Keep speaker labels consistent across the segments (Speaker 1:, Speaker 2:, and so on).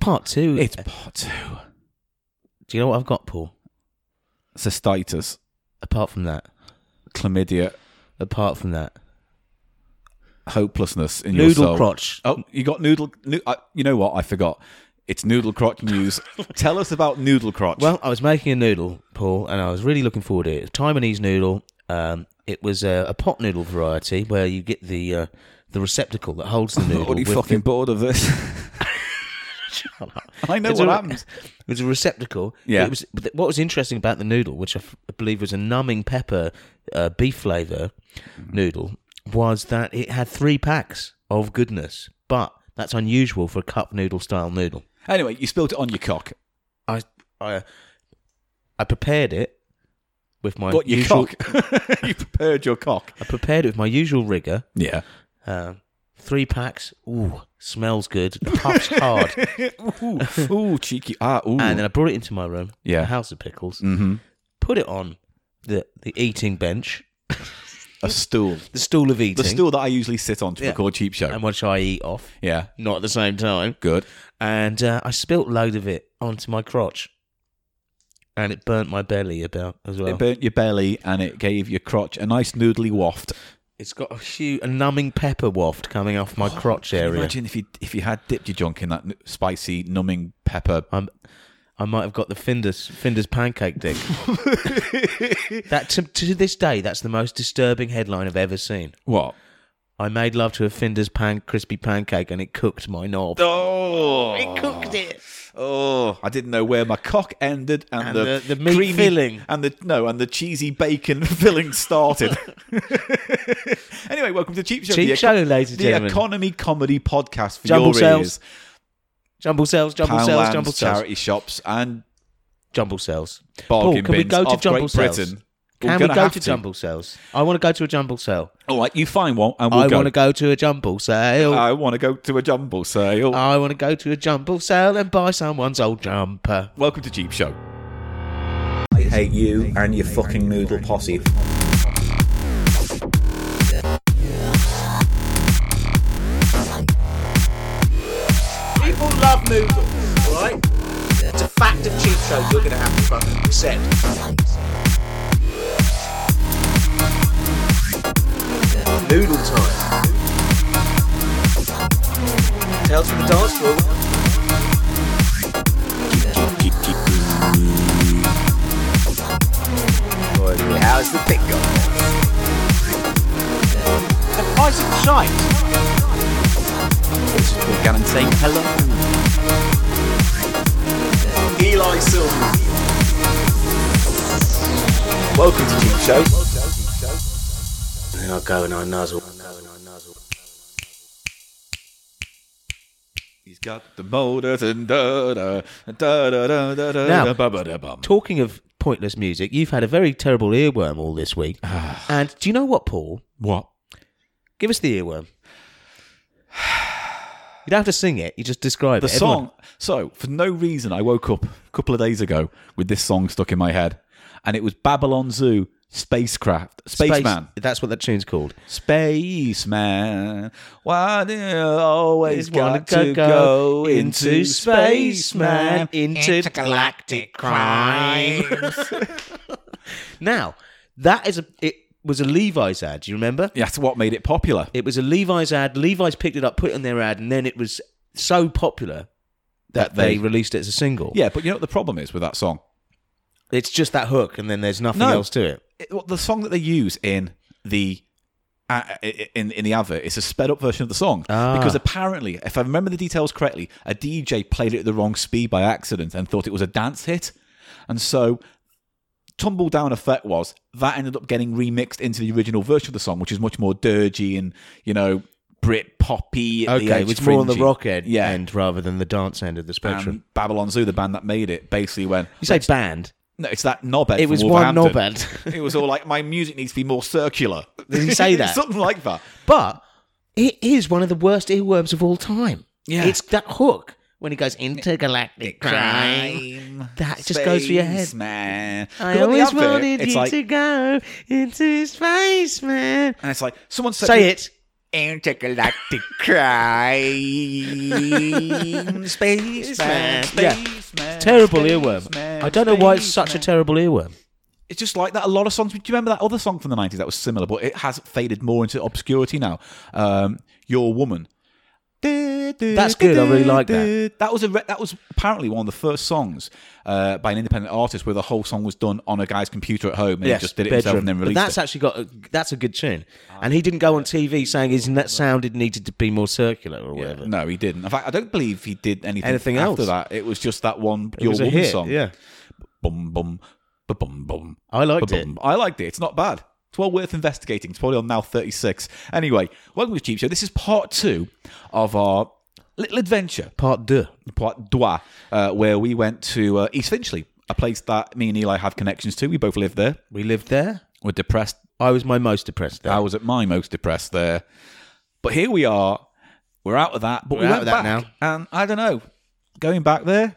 Speaker 1: part two.
Speaker 2: It's part two.
Speaker 1: Do you know what I've got, Paul?
Speaker 2: Cystitis,
Speaker 1: Apart from that,
Speaker 2: chlamydia,
Speaker 1: apart from that,
Speaker 2: hopelessness in your
Speaker 1: noodle
Speaker 2: soul.
Speaker 1: crotch.
Speaker 2: Oh, you got noodle. No, uh, you know what? I forgot. It's noodle crotch news. Tell us about noodle crotch.
Speaker 1: Well, I was making a noodle, Paul, and I was really looking forward to it. It was Taiwanese noodle. Um, it was a, a pot noodle variety where you get the uh, the receptacle that holds the noodle.
Speaker 2: already
Speaker 1: with
Speaker 2: fucking
Speaker 1: the-
Speaker 2: bored of this. I know
Speaker 1: It's
Speaker 2: what
Speaker 1: a-
Speaker 2: happens.
Speaker 1: It was a receptacle.
Speaker 2: Yeah.
Speaker 1: It was, but th- what was interesting about the noodle, which I f- I believe was a numbing pepper uh, beef flavour
Speaker 2: Mm-hmm.
Speaker 1: noodle, was that it had three packs of goodness. But that's unusual for a cup noodle style noodle.
Speaker 2: Anyway, you spilled it on your cock.
Speaker 1: I I, I prepared it with my
Speaker 2: What your
Speaker 1: usual.
Speaker 2: cock? you prepared your cock.
Speaker 1: I prepared it with my usual rigour.
Speaker 2: Yeah.
Speaker 1: Um, three packs. Ooh, smells good. Puffs hard.
Speaker 2: Ooh, ooh, cheeky. Ah, ooh.
Speaker 1: And then I brought it into my room.
Speaker 2: Yeah.
Speaker 1: A house of pickles.
Speaker 2: Mhm.
Speaker 1: Put it on the the eating bench,
Speaker 2: a stool.
Speaker 1: the stool of eating,
Speaker 2: The stool that I usually sit on to
Speaker 1: Yeah.
Speaker 2: record cheap show.
Speaker 1: and which I eat off,
Speaker 2: yeah.
Speaker 1: not at the same time.
Speaker 2: Good.
Speaker 1: And uh, I spilt load of it onto my crotch, and it burnt my belly about as well.
Speaker 2: It burnt your belly and it gave your crotch a nice noodly waft.
Speaker 1: it's got a huge, a numbing pepper waft coming off my crotch
Speaker 2: Oh, Can you
Speaker 1: area.
Speaker 2: Imagine if you if you had dipped your junk in that n- spicy numbing pepper.
Speaker 1: I'm, I might have got the Finders Finders pancake dick. that to, to this day, that's the most disturbing headline I've ever seen.
Speaker 2: What?
Speaker 1: I made love to a Finders pan crispy pancake and it cooked my knob.
Speaker 2: Oh,
Speaker 1: It cooked it.
Speaker 2: Oh, I didn't know where my cock ended and,
Speaker 1: And
Speaker 2: the,
Speaker 1: the- the meat
Speaker 2: creamy-
Speaker 1: filling.
Speaker 2: and the no and the cheesy bacon filling started. anyway, welcome to Cheap Show,
Speaker 1: Cheap
Speaker 2: the,
Speaker 1: show, ladies
Speaker 2: the
Speaker 1: and gentlemen.
Speaker 2: economy comedy podcast for
Speaker 1: Jumble
Speaker 2: your
Speaker 1: sales,
Speaker 2: ears.
Speaker 1: jumble sales, jumble sales,
Speaker 2: Poundlands,
Speaker 1: jumble sales,
Speaker 2: charity shops, and
Speaker 1: jumble sales.
Speaker 2: bargain
Speaker 1: Paul, can we
Speaker 2: bins
Speaker 1: go to
Speaker 2: of
Speaker 1: jumble
Speaker 2: Great
Speaker 1: sales?
Speaker 2: Britain. We're
Speaker 1: Can we
Speaker 2: gonna
Speaker 1: go
Speaker 2: have
Speaker 1: to jumble sales? I want to go to a jumble sale.
Speaker 2: All right, you find one, and we'll
Speaker 1: I
Speaker 2: go. Uh,
Speaker 1: want to go to a jumble sale.
Speaker 2: I want to go to a jumble sale.
Speaker 1: I want to go to a jumble sale and buy someone's old jumper.
Speaker 2: welcome to Cheap Show.
Speaker 3: I hate you and your fucking noodle posse.
Speaker 4: People love noodles, right? It's a fact of cheap show you're gonna have to fucking accept. Noodle time. Tales from the dance floor. Boy, How's the pick going? The price of shite. It's and saying hello. Eli Silver. Welcome to Cheap Show. And I go and I nuzzle.
Speaker 5: Oh,
Speaker 2: He's got the motors and da da da da da da da
Speaker 1: Now,
Speaker 2: da ba ba da bum.
Speaker 1: Talking of pointless music, you've had a very terrible earworm all this week.
Speaker 2: Ah.
Speaker 1: and do you know what, Paul?
Speaker 2: What?
Speaker 1: Give us the earworm. You don't have to sing it. You just describe
Speaker 2: The
Speaker 1: it. Everyone-
Speaker 2: song. So, for no reason, I woke up a couple of days ago with this song stuck in my head, and it was Babylon Zoo spacecraft spaceman
Speaker 1: Space- that's what that tune's called.
Speaker 2: spaceman why do you always
Speaker 1: Just wanna
Speaker 2: got to
Speaker 1: go
Speaker 2: go into spaceman
Speaker 1: into galactic crimes. now, that is a. It was a Levi's ad. Do you remember?
Speaker 2: that's what made it popular
Speaker 1: It was a Levi's ad. Levi's picked it up, put it in their ad, and then it was so popular that they,
Speaker 2: they-
Speaker 1: released it as a single.
Speaker 2: yeah but you know what the problem is with that song
Speaker 1: It's just that hook, and then there's nothing
Speaker 2: No.
Speaker 1: else to it.
Speaker 2: it- well, the song that they use in the uh, in in the advert it's a sped up version of the song
Speaker 1: Ah.
Speaker 2: because apparently if i remember the details correctly a dj played it at the wrong speed by accident and thought it was a dance hit and so tumble down effect was that ended up getting remixed into the original version of the song which is much more dirgy and you know brit poppy at the
Speaker 1: Okay,
Speaker 2: edge,
Speaker 1: it's more on the
Speaker 2: fringy.
Speaker 1: rock end,
Speaker 2: yeah Um,
Speaker 1: end rather than the dance end of the spectrum.
Speaker 2: and babylon zoo the band that made it basically went
Speaker 1: you say band?
Speaker 2: no it's that knobhead
Speaker 1: It
Speaker 2: from
Speaker 1: was one
Speaker 2: Wolverhampton."
Speaker 1: knob end.
Speaker 2: It was all like, my music needs to be more circular.
Speaker 1: Did he say that?
Speaker 2: Something like that.
Speaker 1: But it is one of the worst earworms of all time.
Speaker 2: Yeah.
Speaker 1: It's that hook when he goes intergalactic crime. That just goes through your head.
Speaker 2: Man.
Speaker 1: I always wanted you to go into space, man.
Speaker 2: And it's like, someone said.
Speaker 1: Say it.
Speaker 2: intergalactic crime. Space
Speaker 1: Spaceman. Terrible earworm. I don't know why it's such a terrible earworm.
Speaker 2: It's just like that. A lot of songs. Do you remember that other song from the nineties that was similar, but it has faded more into obscurity now? Um, Your woman. That's
Speaker 1: good, I really like that.
Speaker 2: That was a re- that was apparently one of the first songs uh, by an independent artist where the whole song was done on a guy's computer at home and he just did it himself and then
Speaker 1: But
Speaker 2: released
Speaker 1: that's
Speaker 2: it.
Speaker 1: actually got a, that's a good tune. And he didn't go on TV saying his net sounded needed to be more circular or whatever.
Speaker 2: No, he didn't. In fact, I don't believe he did anything,
Speaker 1: Anything
Speaker 2: after
Speaker 1: else.
Speaker 2: that. It was just that one
Speaker 1: It
Speaker 2: Your
Speaker 1: was a
Speaker 2: Woman
Speaker 1: hit,
Speaker 2: song.
Speaker 1: Yeah,
Speaker 2: Bum bum ba bum bum.
Speaker 1: I liked it.
Speaker 2: Ba-bum. I liked it. It's not bad. It's well worth investigating. It's probably on now 36. Anyway, welcome to Cheap Show. This is part two of our little adventure,
Speaker 1: Part deux.
Speaker 2: part deux, uh, where we went to uh, East Finchley, a place that me and Eli have connections to. We both live there.
Speaker 1: We lived there.
Speaker 2: We're depressed.
Speaker 1: I was my most depressed there.
Speaker 2: I was at my most depressed there. But here we are. We're out of that. But we
Speaker 1: We're
Speaker 2: went
Speaker 1: out of that
Speaker 2: back, And I don't know. Going back there,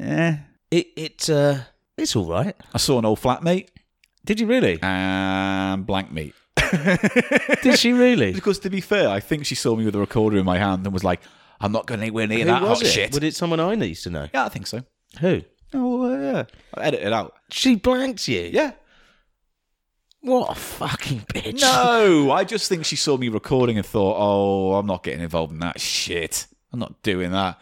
Speaker 2: eh.
Speaker 1: It it uh, it's all right.
Speaker 2: I saw an old flatmate
Speaker 1: Did you really?
Speaker 2: and blank me.
Speaker 1: Did she really?
Speaker 2: Because to be fair, I think she saw me with a recorder in my hand and was like, I'm not going anywhere near
Speaker 1: Who
Speaker 2: that
Speaker 1: was
Speaker 2: hot
Speaker 1: it?
Speaker 2: shit.
Speaker 1: Was it someone I need to know?
Speaker 2: Yeah, I think so.
Speaker 1: Who?
Speaker 2: Oh, uh, yeah. I edit it out.
Speaker 1: She blanked you.
Speaker 2: Yeah.
Speaker 1: What a fucking bitch.
Speaker 2: No, I just think she saw me recording and thought, oh, I'm not getting involved in that shit. I'm not doing that.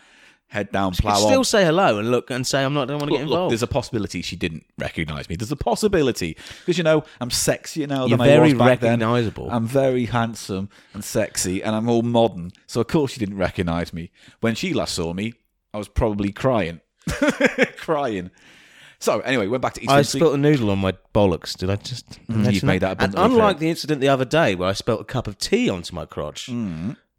Speaker 2: Head down,
Speaker 1: Could
Speaker 2: plow on.
Speaker 1: still say hello and look and say I'm not. Don't want to
Speaker 2: Look,
Speaker 1: get
Speaker 2: look,
Speaker 1: involved.
Speaker 2: there's a possibility she didn't recognise me. There's a possibility because you know I'm sexier now
Speaker 1: You're
Speaker 2: than I
Speaker 1: very
Speaker 2: was back then.
Speaker 1: recognisable.
Speaker 2: I'm very handsome and sexy, and I'm all modern. So of course she didn't recognise me when she last saw me. I was probably crying, crying. So anyway, went back to East
Speaker 1: I
Speaker 2: Finchley.
Speaker 1: spelt a noodle on my bollocks. Did I just? mention
Speaker 2: you've made that
Speaker 1: Mm. And
Speaker 2: abundantly
Speaker 1: unlike
Speaker 2: clear.
Speaker 1: the incident the other day where I spelt a cup of tea onto my crotch,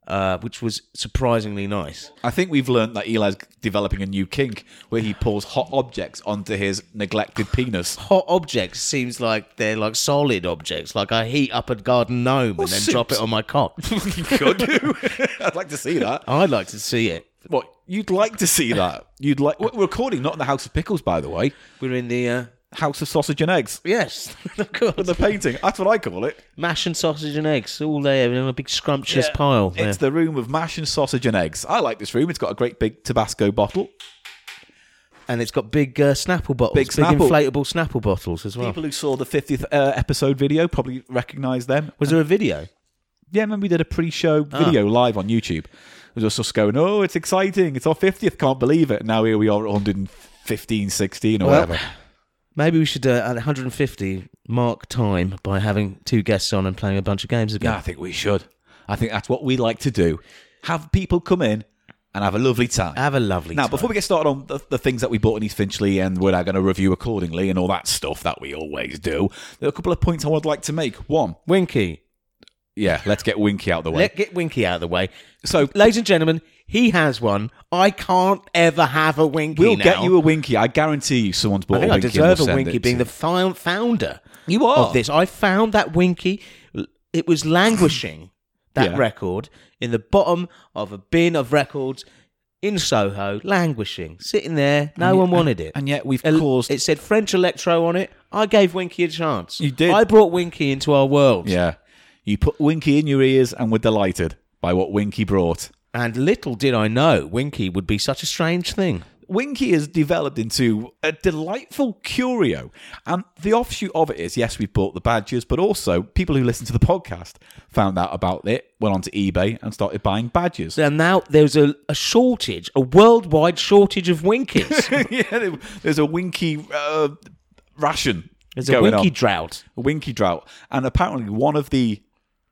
Speaker 1: uh, which was surprisingly nice.
Speaker 2: I think we've learned that Eli's developing a new kink where he pours hot objects onto his neglected penis.
Speaker 1: Hot objects seems like they're like solid objects. Like I heat up a garden gnome and then
Speaker 2: soups.
Speaker 1: drop it on my cock.
Speaker 2: you could do. I'd like to see that.
Speaker 1: I'd like to see it.
Speaker 2: What you'd like to see that? You'd like we're recording not in the House of Pickles, by the way.
Speaker 1: We're in the uh,
Speaker 2: House of Sausage and Eggs.
Speaker 1: yes, of course.
Speaker 2: The painting. That's what I call it.
Speaker 1: Mash and sausage and eggs all there in a big scrumptious pile. there.
Speaker 2: It's the room of mash and sausage and eggs. I like this room. It's got a great big Tabasco bottle.
Speaker 1: and it's got big uh, Snapple bottles,
Speaker 2: Big
Speaker 1: big,
Speaker 2: Snapple.
Speaker 1: inflatable Snapple bottles as well.
Speaker 2: People who saw the 50th uh, episode video probably recognise them.
Speaker 1: Was there a video?
Speaker 2: Yeah, remember we did a pre-show video live on YouTube. It was just us going, "Oh, it's exciting! It's our 50th. Can't believe it!" And now here we are at 115, 16, or
Speaker 1: Well,
Speaker 2: whatever.
Speaker 1: Maybe we should uh, at 150 mark time by having two guests on and playing a bunch of games again.
Speaker 2: Yeah, I think we should. I think that's what we like to do. Have people come in and have a lovely time.
Speaker 1: Have a lovely
Speaker 2: Now,
Speaker 1: time.
Speaker 2: before we get started on the, the things that we bought in East Finchley and we're now going to review accordingly and all that stuff that we always do, there are a couple of points I would like to make. One,
Speaker 1: Winky,
Speaker 2: yeah, let's get Winky out of the way.
Speaker 1: let get Winky out of the way.
Speaker 2: so
Speaker 1: Ladies and gentlemen, he has one. I can't ever have a Winky.
Speaker 2: we'll
Speaker 1: now.
Speaker 2: get you a Winky. I guarantee you someone's bought
Speaker 1: I think
Speaker 2: a
Speaker 1: I
Speaker 2: Winky. and
Speaker 1: deserve
Speaker 2: we'll
Speaker 1: a
Speaker 2: send
Speaker 1: Winky
Speaker 2: it
Speaker 1: being
Speaker 2: to-
Speaker 1: the fi- founder
Speaker 2: You are.
Speaker 1: of this. I found that Winky. It was languishing that
Speaker 2: Yeah.
Speaker 1: record in the bottom of a bin of records in Soho, languishing, sitting there. No one wanted it.
Speaker 2: And yet we've
Speaker 1: El-
Speaker 2: caused.
Speaker 1: It said French electro on it. I gave Winky a chance.
Speaker 2: You did.
Speaker 1: I brought Winky into our world.
Speaker 2: yeah. You put Winky in your ears and we're delighted by what Winky brought.
Speaker 1: And little did I know Winky would be such a strange thing.
Speaker 2: Winky has developed into a delightful curio. And the offshoot of it is yes, we've bought the badges, but also people who listen to the podcast found out about it, went onto eBay and started buying badges.
Speaker 1: And now there's a, a shortage, a worldwide shortage of Winkies.
Speaker 2: yeah, there- there's a Winky uh, ration.
Speaker 1: There's a
Speaker 2: going
Speaker 1: Winky
Speaker 2: on.
Speaker 1: drought.
Speaker 2: a Winky drought. And apparently, one of the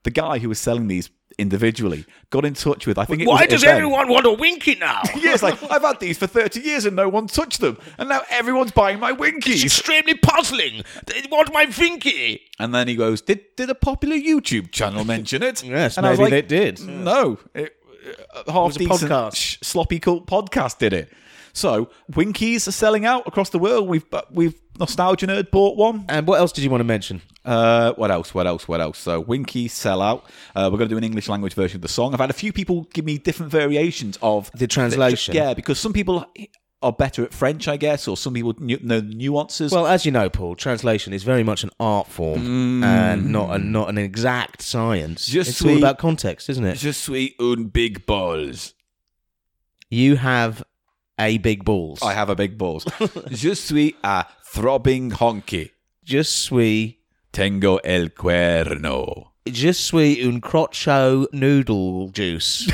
Speaker 2: the guy who was selling these individually got in touch with, I think it was.
Speaker 1: Why does
Speaker 2: Eben.
Speaker 1: everyone want a Winky now?
Speaker 2: Yeah, it's like, I've had these for 30 years and no one touched them. And now everyone's buying my
Speaker 1: It's
Speaker 2: Winkies.
Speaker 1: extremely puzzling. They want my Vinky.
Speaker 2: And then he goes, "Did did a popular YouTube channel mention it?"
Speaker 1: Yes,
Speaker 2: and I was
Speaker 1: maybe
Speaker 2: like,
Speaker 1: they did.
Speaker 2: No, it, uh, half
Speaker 1: was a
Speaker 2: decent
Speaker 1: podcast.
Speaker 2: sh- sloppy cult podcast did it. So Winkies are selling out across the world. We've uh, we've nostalgia nerd bought one.
Speaker 1: And what else did you want to mention?
Speaker 2: Uh, what else? What else? What else? So Winkies sell out. Uh, we're going to do an English language version of the song. I've had a few people give me different variations of
Speaker 1: The translation.
Speaker 2: Yeah, because some people are better at French, I guess, or some people knew- know the nuances.
Speaker 1: Well, as you know, Paul, translation is very much an art form and not a, not an exact science.
Speaker 2: Just
Speaker 1: it's
Speaker 2: we-
Speaker 1: all about context, isn't it?
Speaker 2: Je suis un big balls.
Speaker 1: You have a big balls.
Speaker 2: I have a big balls. Je suis a throbbing honky.
Speaker 1: Just sweet.
Speaker 2: Tengo el cuerno.
Speaker 1: Just sweet un crocho noodle juice.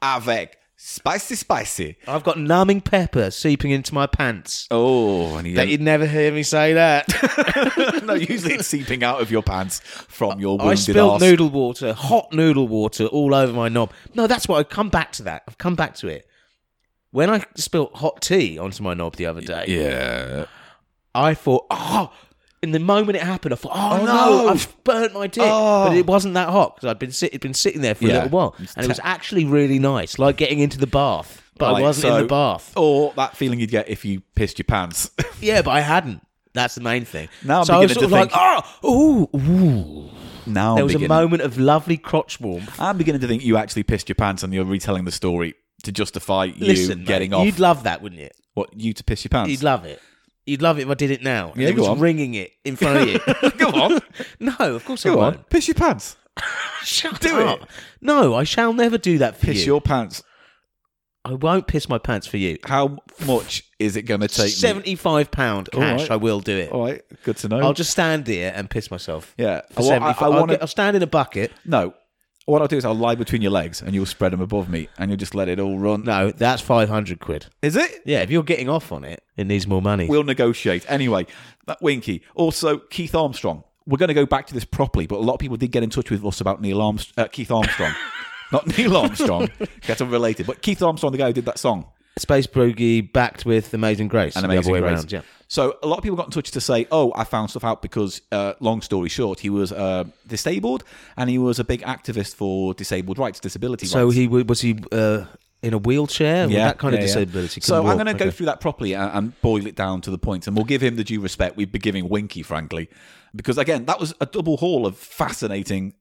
Speaker 2: Avec spicy, spicy.
Speaker 1: I've got numbing pepper seeping into my pants.
Speaker 2: Oh, and he
Speaker 1: Bet you'd never hear me say that.
Speaker 2: no, usually it's seeping out of your pants from your
Speaker 1: I
Speaker 2: wounded
Speaker 1: spilled
Speaker 2: arse.
Speaker 1: noodle water, hot noodle water, all over my knob. No, that's why I've come back to that. I've come back to it. When I spilled hot tea onto my knob the other day,
Speaker 2: Yeah.
Speaker 1: I thought, oh, in the moment it happened, I thought, oh,
Speaker 2: Oh,
Speaker 1: no,
Speaker 2: no.
Speaker 1: I've burnt my dick.
Speaker 2: Oh.
Speaker 1: But it wasn't that hot because I'd been, sit- it'd been sitting there for
Speaker 2: Yeah.
Speaker 1: a little while.
Speaker 2: It's
Speaker 1: And it
Speaker 2: te-
Speaker 1: was actually really nice, like getting into the bath. But I
Speaker 2: Right,
Speaker 1: wasn't in
Speaker 2: so-
Speaker 1: the bath.
Speaker 2: Or that feeling you'd get if you pissed your pants.
Speaker 1: Yeah, but I hadn't. That's the main thing.
Speaker 2: Now I'm
Speaker 1: so I was sort
Speaker 2: beginning
Speaker 1: of
Speaker 2: to
Speaker 1: like, oh, ooh, ooh.
Speaker 2: now
Speaker 1: There
Speaker 2: I'm
Speaker 1: was
Speaker 2: beginning,
Speaker 1: a moment of lovely crotch warmth.
Speaker 2: I'm beginning to think you actually pissed your pants and you're retelling the story to justify you
Speaker 1: Listen, mate,
Speaker 2: getting off.
Speaker 1: you'd love that, wouldn't you?
Speaker 2: what, you to piss your pants?
Speaker 1: You'd love it. You'd love it if I did it now.
Speaker 2: Yeah,
Speaker 1: it
Speaker 2: go
Speaker 1: was
Speaker 2: on.
Speaker 1: ringing it in front of you.
Speaker 2: Go on.
Speaker 1: no, of course I
Speaker 2: Go
Speaker 1: won't.
Speaker 2: on. Piss your pants.
Speaker 1: Shut
Speaker 2: Do
Speaker 1: up.
Speaker 2: it.
Speaker 1: No, I shall never do that for
Speaker 2: Piss
Speaker 1: you.
Speaker 2: your pants.
Speaker 1: I won't piss my pants for you.
Speaker 2: How much is it going to take me?
Speaker 1: Seventy-five pound cash.
Speaker 2: right.
Speaker 1: I will do it.
Speaker 2: All right. Good to know.
Speaker 1: I'll just stand here and piss myself.
Speaker 2: Yeah.
Speaker 1: For
Speaker 2: Well, I-
Speaker 1: 75
Speaker 2: I
Speaker 1: I'll,
Speaker 2: wanna-
Speaker 1: get- I'll stand in a bucket.
Speaker 2: No. What I'll do is I'll lie between your legs and you'll spread them above me and you'll just let it all run.
Speaker 1: No, that's five hundred quid.
Speaker 2: Is it?
Speaker 1: Yeah, if you're getting off on it, it needs more money.
Speaker 2: We'll negotiate. Anyway, that Winky. Also, Keith Armstrong. We're going to go back to this properly, but a lot of people did get in touch with us about Neil Armst- uh, Keith Armstrong. Not Neil Armstrong. That's unrelated. But Keith Armstrong, the guy who did that song.
Speaker 1: Space Boogie backed with Amazing Grace.
Speaker 2: and
Speaker 1: the other
Speaker 2: Amazing
Speaker 1: way
Speaker 2: Grace.
Speaker 1: round, Yeah.
Speaker 2: So a lot of people got in touch to say, "Oh, I found stuff out because." Uh, long story short, he was uh, disabled, and he was a big activist for disabled rights, disability
Speaker 1: So
Speaker 2: rights.
Speaker 1: he w- was he uh, in a wheelchair? With that kind of
Speaker 2: yeah, yeah.
Speaker 1: disability.
Speaker 2: So
Speaker 1: Couldn't
Speaker 2: I'm
Speaker 1: walk.
Speaker 2: going to go
Speaker 1: Okay.
Speaker 2: through that properly and, and boil it down to the point, and we'll give him the due respect we've been giving Winky, frankly, because again, that was a double haul of fascinating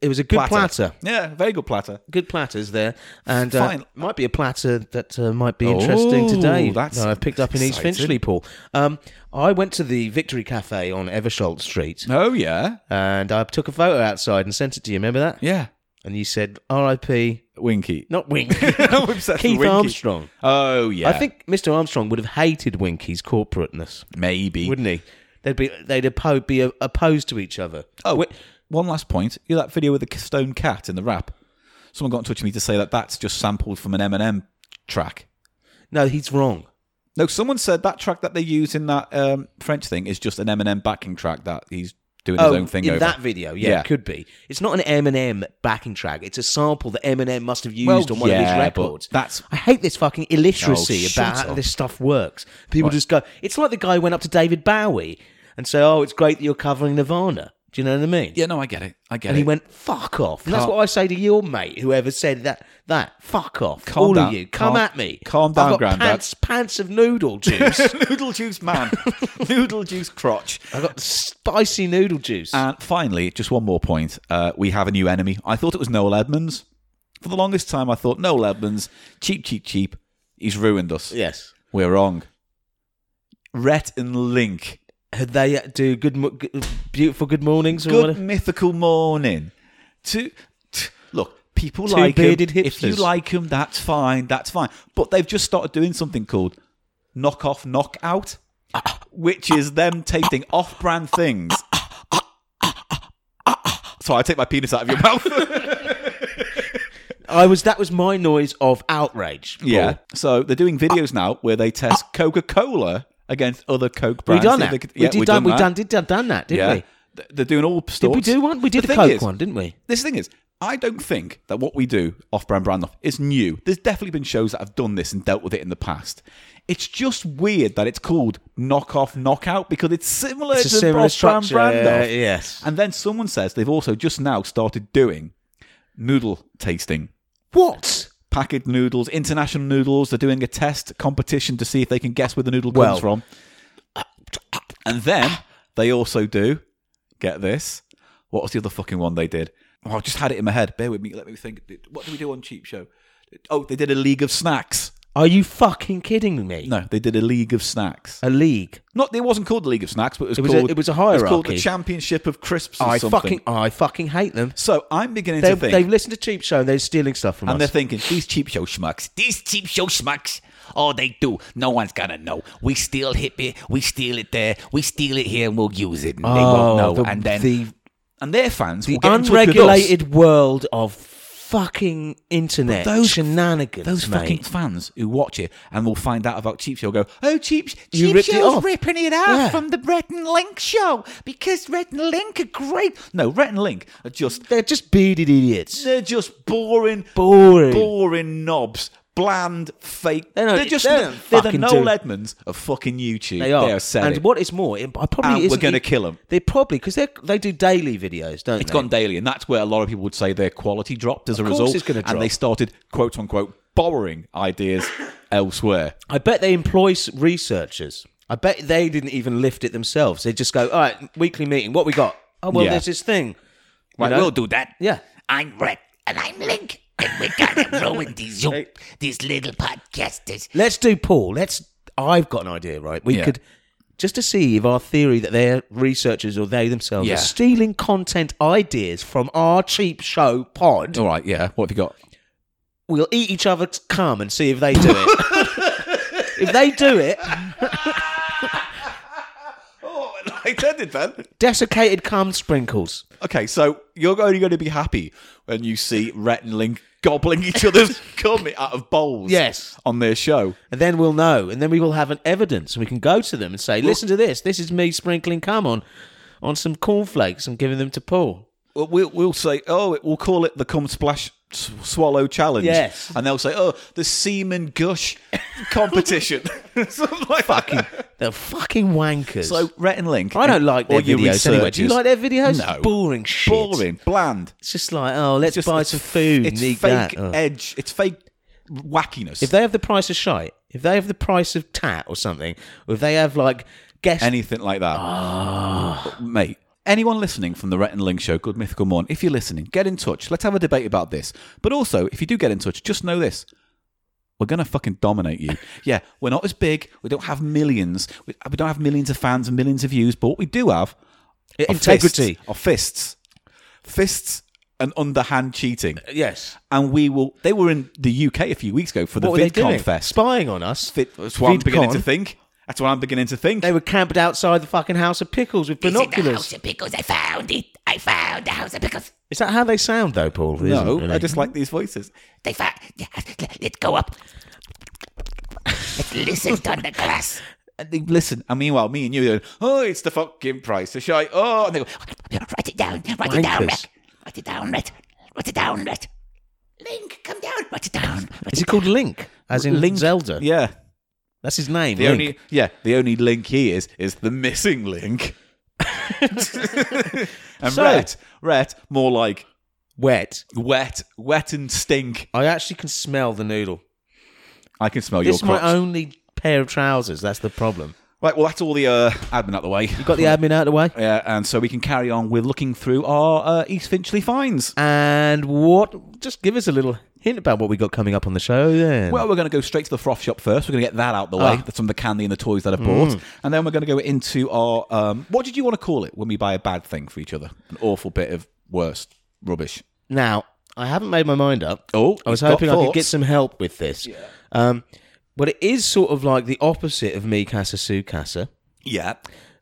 Speaker 1: It was a good platter.
Speaker 2: Yeah, very good platter.
Speaker 1: good platters there, and uh,
Speaker 2: Fine.
Speaker 1: might be a platter that uh, might be interesting today.
Speaker 2: that's
Speaker 1: that I picked up in East
Speaker 2: exciting.
Speaker 1: Finchley, Paul. Um, I went to the Victory Cafe on Eversholt Street,
Speaker 2: Oh yeah,
Speaker 1: and I took a photo outside and sent it to you. Remember that?
Speaker 2: yeah,
Speaker 1: And you said, "R.I.P.
Speaker 2: Winky.
Speaker 1: Not Wink,
Speaker 2: I'm obsessed with
Speaker 1: Keith
Speaker 2: Winky.
Speaker 1: Armstrong."
Speaker 2: Oh yeah,
Speaker 1: I think Mr. Armstrong would have hated Winky's corporateness,
Speaker 2: maybe.
Speaker 1: wouldn't he? They'd be they'd oppo- be uh, opposed to each other.
Speaker 2: Oh, wait, one last point. You know that video with the stone cat in the rap? Someone got in touch with me to say that that's just sampled from an Eminem track.
Speaker 1: No, he's wrong.
Speaker 2: No, someone said that track that they use in that um, French thing is just an Eminem backing track that he's doing his own thing
Speaker 1: Oh, in
Speaker 2: over.
Speaker 1: that video, yeah,
Speaker 2: Yeah.
Speaker 1: it could be. It's not an Eminem backing track. It's a sample that Eminem must have used
Speaker 2: Well,
Speaker 1: on one of
Speaker 2: yeah,
Speaker 1: his
Speaker 2: but
Speaker 1: records.
Speaker 2: that's-
Speaker 1: I hate this fucking illiteracy
Speaker 2: Oh, shut
Speaker 1: about how
Speaker 2: up.
Speaker 1: this stuff works. People just go. It's like the guy who went up to David Bowie and say, "Oh, it's great that you're covering Nirvana." Do you know what I mean?
Speaker 2: yeah, no, I get it. I get
Speaker 1: And
Speaker 2: it.
Speaker 1: he went, "Fuck off." And that's
Speaker 2: Calm-
Speaker 1: what I say to your mate, whoever said that. That fuck off,
Speaker 2: Calm
Speaker 1: all
Speaker 2: down.
Speaker 1: of you. Come
Speaker 2: Calm-
Speaker 1: at me.
Speaker 2: calm down,
Speaker 1: I've got
Speaker 2: Grandad.
Speaker 1: Pants, pants of noodle juice.
Speaker 2: noodle juice man, noodle juice crotch.
Speaker 1: I've got spicy noodle juice.
Speaker 2: And finally, just one more point. Uh, we have a new enemy. I thought it was Noel Edmonds. For the longest time, I thought Noel Edmonds, cheap, cheap, cheap. He's ruined us.
Speaker 1: yes.
Speaker 2: We're wrong. Rhett and Link.
Speaker 1: They uh, do good, mo- g- beautiful good mornings or
Speaker 2: good
Speaker 1: whatever.
Speaker 2: mythical morning. To t- look, people
Speaker 1: Two
Speaker 2: like 'em.
Speaker 1: bearded
Speaker 2: If you
Speaker 1: hipsters.
Speaker 2: like them, that's fine. That's fine. But they've just started doing something called knock off, knock out, which is them taking off-brand things. Sorry, I take my penis out of your mouth.
Speaker 1: I was that was my noise of outrage. Paul.
Speaker 2: yeah. So they're doing videos now where they test Coca-Cola against other Coke
Speaker 1: Ah. we
Speaker 2: brands.
Speaker 1: done
Speaker 2: If
Speaker 1: that.
Speaker 2: they could-
Speaker 1: we
Speaker 2: yeah,
Speaker 1: did
Speaker 2: we've
Speaker 1: done. We
Speaker 2: that.
Speaker 1: done did done, done that, didn't
Speaker 2: Yeah.
Speaker 1: we?
Speaker 2: Th- They're doing all
Speaker 1: Did
Speaker 2: sorts.
Speaker 1: we do one? We did
Speaker 2: the
Speaker 1: a
Speaker 2: thing
Speaker 1: Coke
Speaker 2: is-
Speaker 1: one, didn't we?
Speaker 2: This thing is, I don't think that what we do off brand brand off is new. There's definitely been shows that have done this and dealt with it in the past. It's just weird that it's called knock off knockout because it's similar
Speaker 1: It's a
Speaker 2: to
Speaker 1: similar
Speaker 2: off brand
Speaker 1: structure.
Speaker 2: brand off.
Speaker 1: yes.
Speaker 2: And then someone says they've also just now started doing noodle tasting.
Speaker 1: What?
Speaker 2: Packet noodles, international noodles. They're doing a test competition to see if they can guess where the noodle
Speaker 1: Well-
Speaker 2: comes from. And then they also do get this. What was the other fucking one they did? Oh, I just had it in my head. Bear with me. Let me think. What do we do on Cheap Show? Oh, they did a League of Snacks.
Speaker 1: Are you fucking kidding me?
Speaker 2: No, they did a league of snacks.
Speaker 1: A league.
Speaker 2: Not it wasn't called the League of Snacks, but it was,
Speaker 1: Uh, It was a-
Speaker 2: called
Speaker 1: it was a
Speaker 2: It was called the
Speaker 1: hierarchy.
Speaker 2: Championship of Crisps. Or
Speaker 1: I
Speaker 2: something.
Speaker 1: fucking I fucking hate them.
Speaker 2: So I'm beginning
Speaker 1: They,
Speaker 2: to think
Speaker 1: they've listened to Cheap Show and they're stealing stuff from
Speaker 2: And they're
Speaker 1: us.
Speaker 2: thinking, these cheap show schmucks, these cheap show schmucks, oh, they do. No one's going to know. We steal hip it, we steal it there, we steal it here, and we'll use it. And they
Speaker 1: Oh,
Speaker 2: won't know.
Speaker 1: the-
Speaker 2: and then,
Speaker 1: the-
Speaker 2: and their fans
Speaker 1: The
Speaker 2: will get in touch with us.
Speaker 1: unregulated world of fucking internet
Speaker 2: But those-
Speaker 1: shenanigans.
Speaker 2: Those
Speaker 1: mate.
Speaker 2: fucking fans who watch it and will find out about Cheap Show go, oh, Cheap,
Speaker 1: You
Speaker 2: cheap
Speaker 1: ripped it
Speaker 2: Show's
Speaker 1: off."
Speaker 2: ripping it off
Speaker 1: Yeah.
Speaker 2: from the Red and Link show because Red and Link are great. No, Red and Link are just
Speaker 1: They're just bearded idiots.
Speaker 2: They're just boring,
Speaker 1: Boring.
Speaker 2: boring knobs. Bland, fake.
Speaker 1: They're
Speaker 2: They're,
Speaker 1: not-
Speaker 2: just
Speaker 1: they
Speaker 2: they're,
Speaker 1: don't
Speaker 2: the
Speaker 1: fucking
Speaker 2: Noel
Speaker 1: do-
Speaker 2: Edmonds of fucking YouTube.
Speaker 1: They are.
Speaker 2: set
Speaker 1: and
Speaker 2: it.
Speaker 1: what is more, it I probably
Speaker 2: And we're
Speaker 1: isn't
Speaker 2: gonna
Speaker 1: e-
Speaker 2: kill 'em.
Speaker 1: They probably because they they do daily videos, don't
Speaker 2: It's
Speaker 1: they?
Speaker 2: gone daily, and that's where a lot of people would say their quality dropped as a
Speaker 1: course
Speaker 2: result.
Speaker 1: it's gonna
Speaker 2: And they
Speaker 1: drop.
Speaker 2: started quote unquote borrowing ideas elsewhere.
Speaker 1: I bet they employ s- researchers. I bet they didn't even lift it themselves. They just go, all right, weekly meeting. What we got? Oh well,
Speaker 2: Yeah.
Speaker 1: there's this thing.
Speaker 2: Right,
Speaker 1: know?
Speaker 2: we'll do that.
Speaker 1: Yeah.
Speaker 6: I'm Red and I'm Link, and we're gonna ruin these you, these little podcasters.
Speaker 1: Let's do Paul. Let's. I've got an idea, right? We
Speaker 2: Yeah.
Speaker 1: could just to see if our theory that they're researchers or they themselves
Speaker 2: Yeah.
Speaker 1: are stealing content ideas from our cheap show pod.
Speaker 2: All right, yeah. What have you got?
Speaker 1: We'll eat each other's cum and see if they do it. if they do it,
Speaker 2: Oh, I said it, man.
Speaker 1: desiccated cum sprinkles.
Speaker 2: Okay, so you're only going to be happy when you see Rhett and Link gobbling each other's cum out of bowls.
Speaker 1: Yes.
Speaker 2: on their show.
Speaker 1: And then we'll know. And then we will have an evidence. And we can go to them and say, listen to this. This is me sprinkling cum on, on some cornflakes and giving them to Paul.
Speaker 2: Well, we'll, we'll say, oh, we'll call it the cum splash s- swallow challenge.
Speaker 1: Yes.
Speaker 2: And they'll say, oh, the semen gush competition. Something like Fucking.
Speaker 1: They're fucking wankers.
Speaker 2: So, Rhett and Link.
Speaker 1: I don't like their
Speaker 2: all your
Speaker 1: videos anyway. Do you
Speaker 2: researchers-
Speaker 1: like their videos?
Speaker 2: No.
Speaker 1: It's boring shit.
Speaker 2: Boring, bland.
Speaker 1: It's just like, oh, let's
Speaker 2: Just-
Speaker 1: buy
Speaker 2: it's
Speaker 1: some
Speaker 2: f-
Speaker 1: food
Speaker 2: It's
Speaker 1: and eat
Speaker 2: fake
Speaker 1: that. Oh.
Speaker 2: edge. It's fake wackiness.
Speaker 1: If they have the price of shite, if they have the price of tat or something, or if they have like guest
Speaker 2: Anything like that. Mate. Anyone listening from the Rhett and Link show, Good Mythical Morn, if you're listening, get in touch. Let's have a debate about this. But also, if you do get in touch, just know this. We're going to fucking dominate you. yeah, we're not as big. We don't have millions. We, we don't have millions of fans and millions of views. But what we do have are
Speaker 1: integrity.
Speaker 2: fists, are fists. Fists and underhand cheating.
Speaker 1: Yes.
Speaker 2: And we will. They were in the UK a few weeks ago for the
Speaker 1: What were they doing?
Speaker 2: VidCon Fest.
Speaker 1: Spying on us.
Speaker 2: Fit- That's what I'm beginning
Speaker 1: VidCon.
Speaker 2: to think. That's what I'm beginning to think.
Speaker 1: They were camped outside the fucking House of Pickles with
Speaker 6: It's in the
Speaker 1: binoculars.
Speaker 6: house of pickles. I found it. I found the house of pickles.
Speaker 1: Is that how they sound though, Paul? It isn't,
Speaker 2: no,
Speaker 1: really.
Speaker 2: I just like these voices.
Speaker 6: They found. Let's go up. Let's listen to the glass.
Speaker 2: And they listen, and meanwhile, me and you, are going, oh, it's the fucking price of shite. Oh, and they go,
Speaker 6: Write it down. Write it down,
Speaker 1: Wankers.
Speaker 6: Red. Write it down, Red. Write it down, Red. Link, come down. Write it down. Write
Speaker 1: Is it called Link? As in Link Zelda?
Speaker 2: yeah.
Speaker 1: That's his name.
Speaker 2: The
Speaker 1: Link.
Speaker 2: only, yeah, the only link he is is the missing link. and
Speaker 1: So-
Speaker 2: Rhett, Rhett, more like
Speaker 1: wet.
Speaker 2: wet, wet and stink.
Speaker 1: I actually can smell the noodle.
Speaker 2: I can smell
Speaker 1: This is
Speaker 2: your
Speaker 1: my
Speaker 2: crotch.
Speaker 1: only pair of trousers. That's the problem.
Speaker 2: Right, well, that's all the uh, admin out the way. You
Speaker 1: Got the admin out of the way.
Speaker 2: Yeah, and so we can carry on with looking through our uh, East Finchley finds.
Speaker 1: And what? Just give us a little hint about what we got coming up on the show. Then.
Speaker 2: Well, we're going to go straight to the froth shop first. We're going to get that out the way,
Speaker 1: Ah. Mm.
Speaker 2: some of the candy and the toys that I've bought. And then we're going to go into our, um, what did you want to call it when we buy a bad thing for each other? An awful bit of worst rubbish.
Speaker 1: now I haven't made my mind up.
Speaker 2: Oh,
Speaker 1: I was
Speaker 2: you've got
Speaker 1: hoping I could
Speaker 2: thoughts.
Speaker 1: get some help with this. Um, but it is sort of like the opposite of me casa su casa.
Speaker 2: Yeah.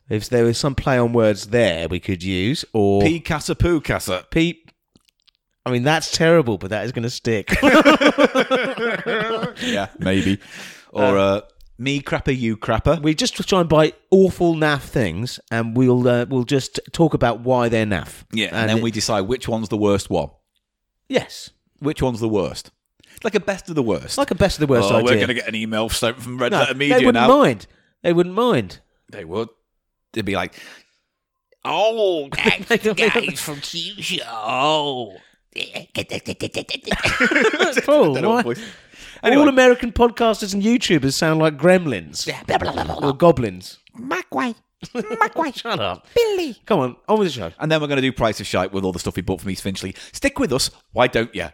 Speaker 1: If there was some play on words there we could use, or
Speaker 2: Pee casa poo casa.
Speaker 1: Pete. I mean, that's terrible, but that is going to stick.
Speaker 2: Yeah, maybe. Or uh, me crapper, you crapper.
Speaker 1: we just try and buy awful naff things, and we'll uh, we'll just talk about why they're naff.
Speaker 2: Yeah, and, then
Speaker 1: it-
Speaker 2: we decide which one's the worst one.
Speaker 1: yes,
Speaker 2: Which one's the worst? It's like a best of the worst.
Speaker 1: it's like a best of the worst
Speaker 2: oh,
Speaker 1: idea.
Speaker 2: we're going to get an email sent from Red
Speaker 1: no,
Speaker 2: Letter Media
Speaker 1: they wouldn't
Speaker 2: now.
Speaker 1: mind. They wouldn't mind.
Speaker 2: They would. They'd be like,
Speaker 6: Oh,
Speaker 1: They
Speaker 6: that
Speaker 1: don't- they don't-
Speaker 6: guy from Q Show.
Speaker 1: Paul,
Speaker 2: I don't know
Speaker 1: why-
Speaker 2: what voice- Anyway.
Speaker 1: All American podcasters and YouTubers sound like gremlins or goblins.
Speaker 6: Macway. Macway.
Speaker 1: Shut up.
Speaker 6: Billy.
Speaker 1: Come on, on with the show.
Speaker 2: And then we're going to do Price of Shite with all the stuff we bought from East Finchley. Stick with us, why don't you?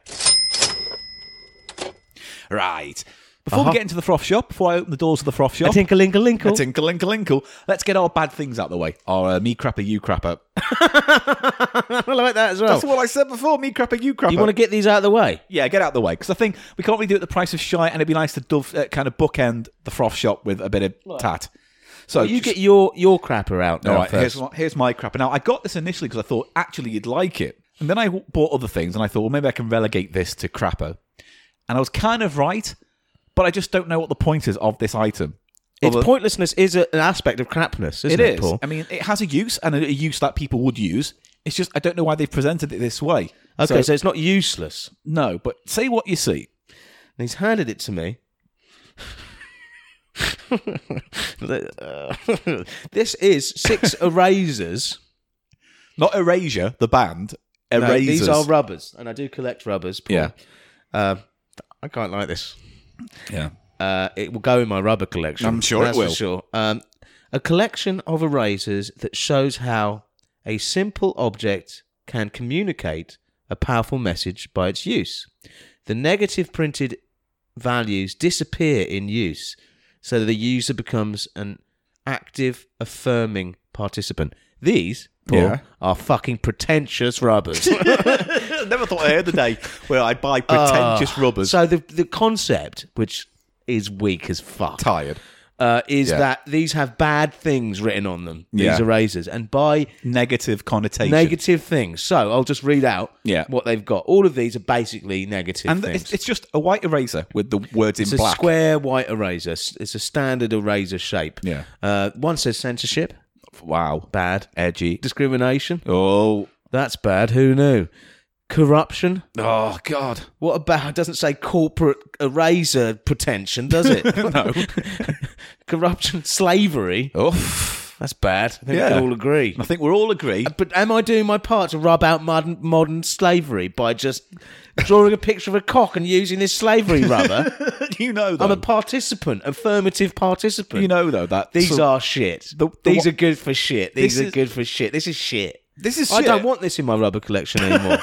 Speaker 2: Right. Before we get into the froth shop, before I open the doors of the froth shop,
Speaker 1: A tinkle linkle
Speaker 2: Uh-huh. a
Speaker 1: linkle.
Speaker 2: tinkle, linkle, linkle, let's get our bad things out the way. Our uh, me crapper, you crapper.
Speaker 1: I like that as well.
Speaker 2: That's what I said before. Me crapper, you crapper.
Speaker 1: you want to get these out of the way?
Speaker 2: yeah, get out the way because I think we can't really do it at the price of shy, and it'd be nice to dove, uh, kind of bookend the froth shop with a bit of tat. So
Speaker 1: You
Speaker 2: just-
Speaker 1: get your your crapper out now
Speaker 2: All right,
Speaker 1: first.
Speaker 2: here's my, here's my crap. Now, I got this initially because I thought actually you'd like it. And then I w- bought other things and I thought, well, maybe I can relegate this to crapper. And I was kind of right, but I just don't know what the point is of this item.
Speaker 1: Its
Speaker 2: Other-
Speaker 1: pointless is a, an aspect of crapness, isn't it,
Speaker 2: it is.
Speaker 1: Paul?
Speaker 2: I mean, it has a use and a, a use that people would use. It's just, I don't know why they've presented it this way.
Speaker 1: Okay, so,
Speaker 2: So,
Speaker 1: it's not useless.
Speaker 2: no, but say what you see.
Speaker 1: And he's handed it to me. Uh, this is six erasers.
Speaker 2: Not Erasure, the band.
Speaker 1: No,
Speaker 2: Erasers.
Speaker 1: these are rubbers, and I do collect rubbers. Paul.
Speaker 2: Yeah.
Speaker 1: Uh, I can't like this.
Speaker 2: yeah.
Speaker 1: Uh, it will go in my rubber collection.
Speaker 2: I'm sure it
Speaker 1: that's
Speaker 2: will.
Speaker 1: For sure. Um, a collection of erasers that shows how a simple object can communicate a powerful message by its use. The negative printed values disappear in use, so the user becomes an active, affirming participant. These, Paul,
Speaker 2: Yeah.
Speaker 1: are fucking pretentious rubbers.
Speaker 2: Never thought I heard the day where I buy pretentious rubbers.
Speaker 1: Uh, So the the concept, which is weak as fuck,
Speaker 2: Tired.
Speaker 1: uh, is
Speaker 2: Yeah.
Speaker 1: that these have bad things written on them. These
Speaker 2: Yeah.
Speaker 1: erasers, and by
Speaker 2: Negative connotation.
Speaker 1: negative things. So I'll just read out
Speaker 2: Yeah.
Speaker 1: what they've got. All of these are basically negative
Speaker 2: and
Speaker 1: things.
Speaker 2: it's, it's just a white eraser with the words in
Speaker 1: It's
Speaker 2: black.
Speaker 1: a square white eraser. S- It's a standard eraser shape.
Speaker 2: Yeah.
Speaker 1: Uh, one says censorship,
Speaker 2: Wow,
Speaker 1: bad.
Speaker 2: edgy.
Speaker 1: Discrimination,
Speaker 2: Oh,
Speaker 1: that's bad. Who knew? Corruption.
Speaker 2: oh God!
Speaker 1: What about? It doesn't say corporate eraser pretension, does it?
Speaker 2: No.
Speaker 1: Corruption, slavery.
Speaker 2: Oof.
Speaker 1: That's bad. I think
Speaker 2: Yeah.
Speaker 1: we can all agree.
Speaker 2: I think we're all agree.
Speaker 1: But am I doing my part to rub out modern, modern slavery by just drawing a picture of a cock and using this slavery rubber?
Speaker 2: you know, though,
Speaker 1: I'm a participant, affirmative participant.
Speaker 2: you know though that
Speaker 1: these
Speaker 2: so-
Speaker 1: are shit.
Speaker 2: The- the
Speaker 1: these
Speaker 2: wha-
Speaker 1: are good for shit. These
Speaker 2: This
Speaker 1: are
Speaker 2: is-
Speaker 1: good for shit. This is shit.
Speaker 2: This is
Speaker 1: I don't
Speaker 2: shit.
Speaker 1: want this in my rubber collection anymore.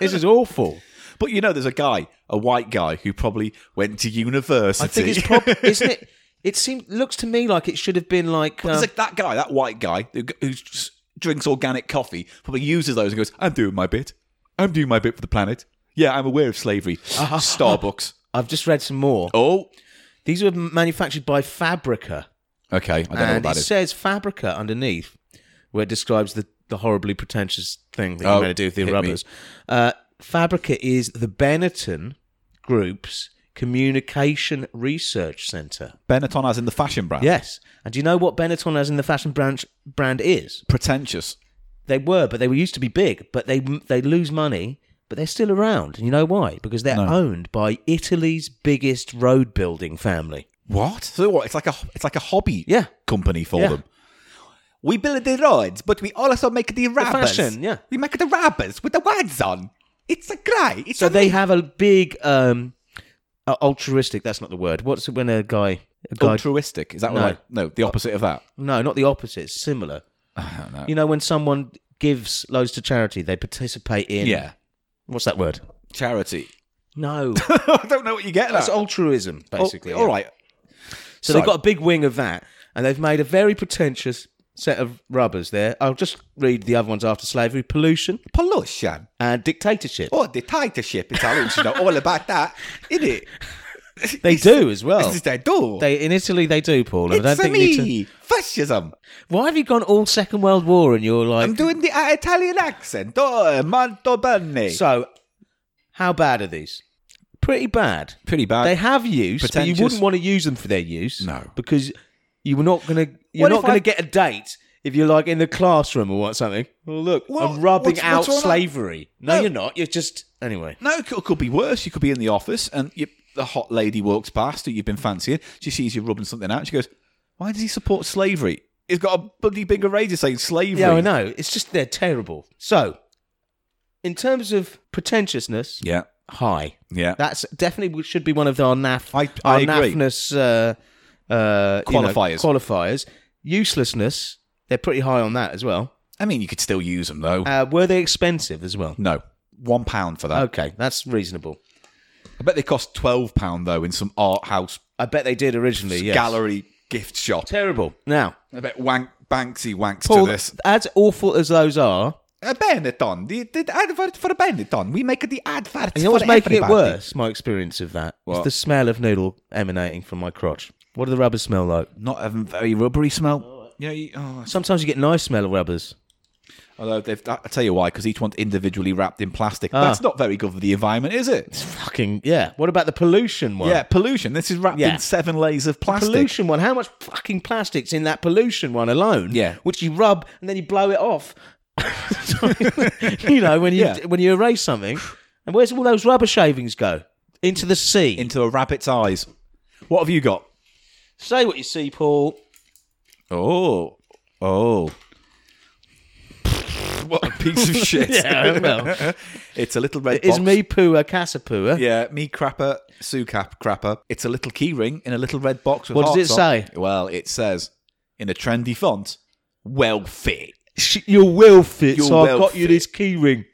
Speaker 1: this is awful.
Speaker 2: But you know, there's a guy, a white guy, who probably went to university.
Speaker 1: I think it's probably isn't it? It seems looks to me like it should have been like.
Speaker 2: It's
Speaker 1: um,
Speaker 2: like that guy, that white guy who, who s- drinks organic coffee, probably uses those and goes, "I'm doing my bit. I'm doing my bit for the planet. Yeah, I'm aware of slavery. Starbucks.
Speaker 1: I've just read some more.
Speaker 2: Oh,
Speaker 1: These were manufactured by Fabrica.
Speaker 2: okay. I don't know what
Speaker 1: and
Speaker 2: that
Speaker 1: it
Speaker 2: is.
Speaker 1: says Fabrica underneath, where it describes the, the horribly pretentious thing that
Speaker 2: Oh,
Speaker 1: you're going to do with the
Speaker 2: hit me.
Speaker 1: rubbers. Uh, Fabrica is the Benetton Group's communication research center.
Speaker 2: Benetton, as in the fashion brand.
Speaker 1: Yes, and do you know what Benetton has in the fashion branch brand is?
Speaker 2: pretentious.
Speaker 1: They were, but they were used to be big, but they they lose money. But they're still around, and you know why? Because they're owned by Italy's biggest road building family.
Speaker 2: What? So what? It's like a it's like a hobby
Speaker 1: Yeah.
Speaker 2: company for
Speaker 1: Yeah.
Speaker 2: them. We build the roads, but we also make the rubbers.
Speaker 1: fashion, yeah.
Speaker 2: We make the rubbers with the words on. It's a guy. It's
Speaker 1: So
Speaker 2: a
Speaker 1: they have a big um uh, altruistic. That's not the word. What's it when a guy? A guy
Speaker 2: altruistic. Is that
Speaker 1: No.
Speaker 2: what? I, no, the opposite of that.
Speaker 1: no, not the opposite. It's similar. You know when someone gives loads to charity, they participate in.
Speaker 2: Yeah,
Speaker 1: What's that word?
Speaker 2: charity.
Speaker 1: No,
Speaker 2: I don't know what you get. Oh,
Speaker 1: that's
Speaker 2: at.
Speaker 1: altruism, basically.
Speaker 2: All right.
Speaker 1: So they've
Speaker 2: So-
Speaker 1: got a big wing of that, and they've made a very pretentious set of rubbers there. I'll just read the other ones after slavery, pollution,
Speaker 2: Pollution.
Speaker 1: and dictatorship.
Speaker 2: Oh, dictatorship. Italians know all about that, isn't it?
Speaker 1: they do as well.
Speaker 2: This is their door.
Speaker 1: Oh. They in Italy they do, Paul. And I
Speaker 2: it's
Speaker 1: don't
Speaker 2: a
Speaker 1: think you need to-
Speaker 2: me. Fascism.
Speaker 1: Why have you gone all Second World War and you're like
Speaker 2: I'm doing the uh, Italian accent. Oh, molto bene.
Speaker 1: So, how bad are these? Pretty bad.
Speaker 2: Pretty bad.
Speaker 1: They have use, but you
Speaker 2: pretentious.
Speaker 1: wouldn't want to use them for their use.
Speaker 2: No.
Speaker 1: because you were not going to. You're
Speaker 2: What
Speaker 1: not
Speaker 2: if
Speaker 1: going
Speaker 2: I-
Speaker 1: to get a date if you're like in the classroom or what something. Well, look,
Speaker 2: Well,
Speaker 1: I'm rubbing
Speaker 2: what's-
Speaker 1: out
Speaker 2: what's wrong?
Speaker 1: slavery. No,
Speaker 2: No.
Speaker 1: you're not. You're just anyway.
Speaker 2: No, it could, could be worse. You could be in the office and you, the hot lady walks past who you've been fancying. She sees you rubbing something out. She goes, "Why does he support slavery? He's got a bloody big eraser saying slavery."
Speaker 1: Yeah, I know. It's just they're terrible. So, in terms of pretentiousness,
Speaker 2: Yeah,
Speaker 1: high.
Speaker 2: yeah.
Speaker 1: That's definitely should be one of our naff
Speaker 2: I-
Speaker 1: our
Speaker 2: I agree.
Speaker 1: naffness uh, uh, you know,
Speaker 2: Qualifiers.
Speaker 1: qualifiers uselessness. They're pretty high on that as well.
Speaker 2: I mean, you could still use them though.
Speaker 1: Uh, were they expensive as well?
Speaker 2: no, one pound for that.
Speaker 1: Okay, that's reasonable.
Speaker 2: I bet they cost twelve pound though in some art house
Speaker 1: I bet they did originally. Yes.
Speaker 2: gallery gift shop.
Speaker 1: Terrible. Now,
Speaker 2: I bet Wank Banksy wanks
Speaker 1: Paul,
Speaker 2: to this.
Speaker 1: as awful as those are,
Speaker 2: A Benetton, the, the advert for a Benetton. We make the advert.
Speaker 1: you know
Speaker 2: for
Speaker 1: what's making it
Speaker 2: everybody.
Speaker 1: worse? My experience of that is
Speaker 2: What?
Speaker 1: the smell of noodle emanating from my crotch. What do the rubbers smell like?
Speaker 2: Not having very rubbery smell. Yeah, you, oh,
Speaker 1: Sometimes you get nice smell of rubbers.
Speaker 2: Although they've, I tell you why, because each one's individually wrapped in plastic.
Speaker 1: Ah.
Speaker 2: That's not very good for the environment, is it?
Speaker 1: Fucking yeah. What about the pollution one?
Speaker 2: Yeah, pollution. This is wrapped
Speaker 1: Yeah.
Speaker 2: in seven layers of plastic.
Speaker 1: pollution one. How much fucking plastic's in that pollution one alone?
Speaker 2: Yeah.
Speaker 1: which you rub and then you blow it off. you know when you
Speaker 2: Yeah.
Speaker 1: when you erase something, and where's all those rubber shavings go? Into the sea.
Speaker 2: into a rabbit's eyes. What have you got?
Speaker 1: Say what you see, Paul.
Speaker 2: Oh, oh. what a piece of shit.
Speaker 1: Yeah, well.
Speaker 2: it's a little red
Speaker 1: Is
Speaker 2: box.
Speaker 1: me poo a casapua?
Speaker 2: Yeah, me crapper, Sue cap crapper. It's a little key ring in a little red box. With
Speaker 1: What does
Speaker 2: hearts
Speaker 1: it
Speaker 2: on.
Speaker 1: say?
Speaker 2: Well, it says in a trendy font, well fit.
Speaker 1: Sh You're well fit,
Speaker 2: You're
Speaker 1: so I've
Speaker 2: well
Speaker 1: got you
Speaker 2: fit.
Speaker 1: this key ring.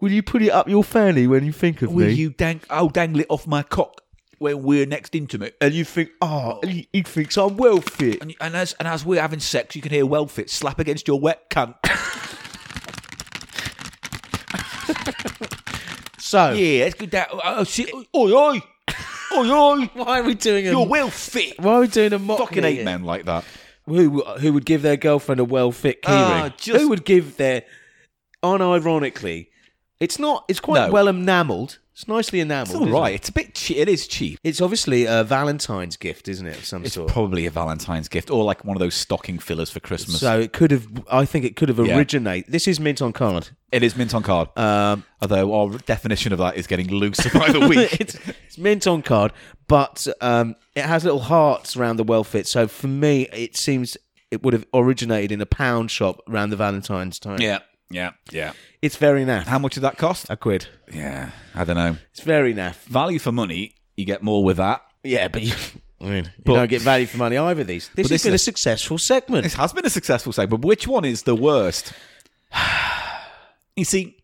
Speaker 1: Will you put it up your fanny when you think of
Speaker 2: Will
Speaker 1: me?
Speaker 2: you dang? I'll dangle it off my cock when we're next intimate.
Speaker 1: and you think, oh, he, he thinks I'm well fit.
Speaker 2: And, and as and as we're having sex, you can hear well fit slap against your wet cunt.
Speaker 1: So,
Speaker 2: yeah, let's go down. Oh, see, oi, oi, oi, oi.
Speaker 1: why are we doing a
Speaker 2: You're well fit.
Speaker 1: why are we doing a mock
Speaker 2: Fucking eight men like that.
Speaker 1: Who who would give their girlfriend a well fit key
Speaker 2: Ah,
Speaker 1: ring?
Speaker 2: just-
Speaker 1: Who would give their unironically? It's not. It's quite
Speaker 2: No.
Speaker 1: well enamelled. It's nicely enamelled.
Speaker 2: It's all
Speaker 1: isn't
Speaker 2: right.
Speaker 1: It?
Speaker 2: It's a bit. Che- it is cheap.
Speaker 1: It's obviously a Valentine's gift, isn't it? Of some
Speaker 2: It's
Speaker 1: sort.
Speaker 2: probably a Valentine's gift or like one of those stocking fillers for Christmas.
Speaker 1: so it could have. I think it could have
Speaker 2: Yeah.
Speaker 1: originated. This is mint on card.
Speaker 2: It is mint on card.
Speaker 1: Um,
Speaker 2: Although our definition of that is getting looser by the week.
Speaker 1: it's, it's mint on card, but um, it has little hearts around the well fit. So for me, it seems it would have originated in a pound shop around the Valentine's time.
Speaker 2: yeah, yeah, yeah.
Speaker 1: It's very naff.
Speaker 2: How much did that cost?
Speaker 1: A quid.
Speaker 2: Yeah, I don't know.
Speaker 1: It's very naff.
Speaker 2: Value for money, you get more with that.
Speaker 1: Yeah, but you, I mean, you don't get value for money either. These. This has
Speaker 2: this
Speaker 1: been
Speaker 2: is-
Speaker 1: a successful segment.
Speaker 2: This has been a successful segment, but which one is the worst? you see,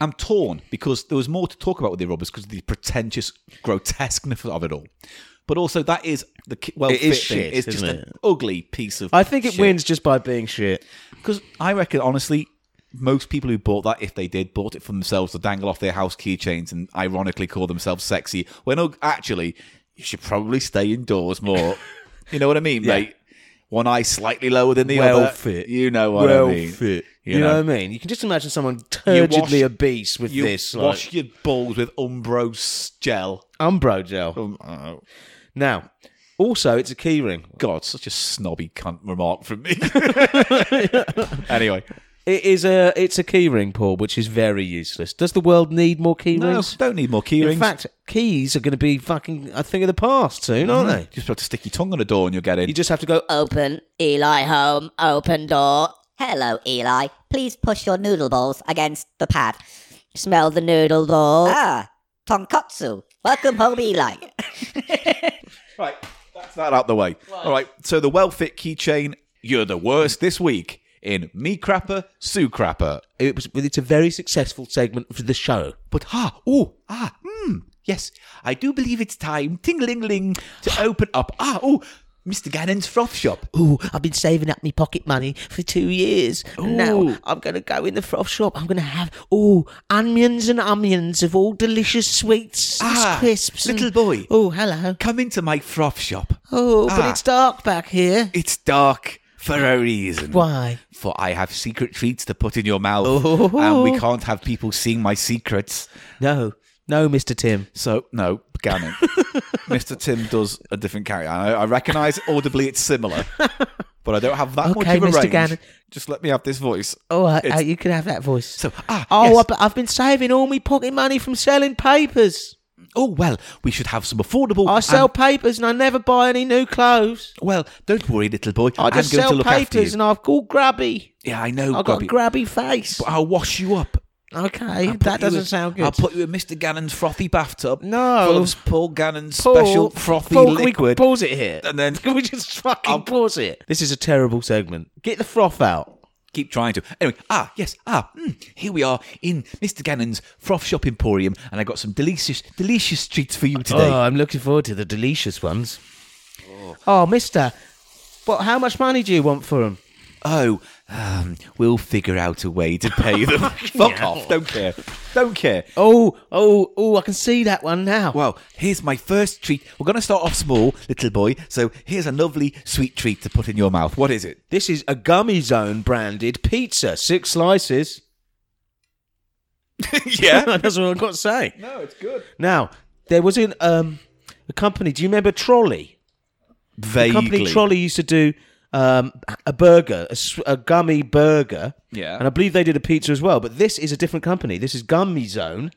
Speaker 2: I'm torn because there was more to talk about with the robbers because of the pretentious grotesqueness of it all. But also, that is the ki- well,
Speaker 1: It is
Speaker 2: fit thing
Speaker 1: shit,
Speaker 2: is just
Speaker 1: isn't
Speaker 2: an
Speaker 1: it?
Speaker 2: ugly piece of.
Speaker 1: I think it
Speaker 2: shit.
Speaker 1: wins just by being shit.
Speaker 2: Because I reckon, honestly, most people who bought that, if they did, bought it for themselves to dangle off their house keychains and ironically call themselves sexy. When ug- actually, you should probably stay indoors more. you know what I mean, mate? One eye slightly lower than the
Speaker 1: Well
Speaker 2: other.
Speaker 1: fit.
Speaker 2: You know what
Speaker 1: well
Speaker 2: I mean.
Speaker 1: fit.
Speaker 2: You
Speaker 1: You, know?
Speaker 2: know.
Speaker 1: what I mean? You can just imagine someone
Speaker 2: You wash-
Speaker 1: turgidly obese with
Speaker 2: You
Speaker 1: this like,
Speaker 2: wash your balls with Umbro gel.
Speaker 1: Umbro gel.
Speaker 2: Oh,
Speaker 1: Now, also, it's a key ring.
Speaker 2: God, such a snobby cunt remark from me. anyway,
Speaker 1: It is a it's a key ring, Paul, which is very useless. Does the world need more key
Speaker 2: no,
Speaker 1: rings?
Speaker 2: don't need more key
Speaker 1: In
Speaker 2: rings.
Speaker 1: fact, keys are going to be fucking a thing of the past soon, aren't they?
Speaker 2: just have to stick your tongue on a door and you'll get in.
Speaker 1: You just have to go. uh,
Speaker 7: Open Eli home, open door. Hello, Eli. Please push your noodle balls against the pad. Smell the noodle ball. Ah, tonkotsu. Welcome home, Eli.
Speaker 2: Right, that's that out the way. All right, so the well fit keychain, you're the worst this week in Me Crapper, Sue Crapper.
Speaker 1: It was, it's a very successful segment for the show.
Speaker 2: But ha, oh, ah, hmm, yes, I do believe it's time, ting ling ling, to open up. Ah, oh, Mr. Gannon's froth shop.
Speaker 1: Ooh, I've been saving up my pocket money for two years. And
Speaker 2: Ooh.
Speaker 1: Now I'm going to go in the froth shop. I'm going to have ooh onions and onions of all delicious sweets,
Speaker 2: Ah,
Speaker 1: crisps. and-
Speaker 2: little boy.
Speaker 1: Oh, hello.
Speaker 2: Come into my froth shop.
Speaker 1: Oh, but
Speaker 2: Ah.
Speaker 1: it's dark back here.
Speaker 2: It's dark for a reason.
Speaker 1: Why?
Speaker 2: For I have secret treats to put in your mouth, and we can't have people seeing my secrets.
Speaker 1: No, no, Mister Tim.
Speaker 2: So no, Gannon. Mr. Tim does a different character. I, I recognise audibly it's similar, but I don't have that much
Speaker 1: Okay,
Speaker 2: of a
Speaker 1: Mr.
Speaker 2: range.
Speaker 1: Gannon.
Speaker 2: Just let me have this voice.
Speaker 1: Oh, uh,
Speaker 2: It's-
Speaker 1: uh, you can have that voice. So,
Speaker 2: ah,
Speaker 1: oh,
Speaker 2: yes.
Speaker 1: I've, I've been saving all my pocket money from selling papers.
Speaker 2: Oh well, we should have some affordable.
Speaker 1: I sell
Speaker 2: and-
Speaker 1: papers and I never buy any new clothes.
Speaker 2: well, don't worry, little boy.
Speaker 1: I
Speaker 2: am going
Speaker 1: just sell
Speaker 2: to look after
Speaker 1: papers
Speaker 2: you.
Speaker 1: and I've called grubby.
Speaker 2: Yeah, I know,
Speaker 1: I've got
Speaker 2: Gobby,
Speaker 1: a grubby face.
Speaker 2: but I'll wash you up.
Speaker 1: Okay,
Speaker 2: I'll put
Speaker 1: that
Speaker 2: you
Speaker 1: doesn't
Speaker 2: in-
Speaker 1: sound good.
Speaker 2: I'll put you in Mr. Gannon's frothy bathtub.
Speaker 1: No.
Speaker 2: full of Paul Gannon's
Speaker 1: Paul-
Speaker 2: special frothy
Speaker 1: Paul, Can we
Speaker 2: liquid.
Speaker 1: pause it here?
Speaker 2: And then-
Speaker 1: can we just fucking
Speaker 2: I'll-
Speaker 1: pause it? This is a terrible segment. Get the froth out.
Speaker 2: Keep trying to. Anyway, ah, yes, ah, mm, here we are in Mr. Gannon's Froth Shop Emporium, and I got some delicious, delicious treats for you today.
Speaker 1: Oh, I'm looking forward to the delicious ones. Oh, mister. What, how much money do you want for them?
Speaker 2: oh, um, we'll figure out a way to pay them. Fuck off, don't care, don't care.
Speaker 1: Oh, oh, oh, I can see that one now.
Speaker 2: Well, here's my first treat. We're going to start off small, little boy, so here's a lovely sweet treat to put in your mouth. What is it?
Speaker 1: This is a Gummy Zone branded pizza. Six slices.
Speaker 2: yeah.
Speaker 1: That's all I've got to say. No, it's good. Now, there was in um, a company, do you remember Trolley? The company
Speaker 2: Vaguely.
Speaker 1: Trolley used to do um, a burger, a, s- a gummy burger.
Speaker 2: Yeah.
Speaker 1: And I believe they did a pizza as well, but this is a different company. This is Gummy Zone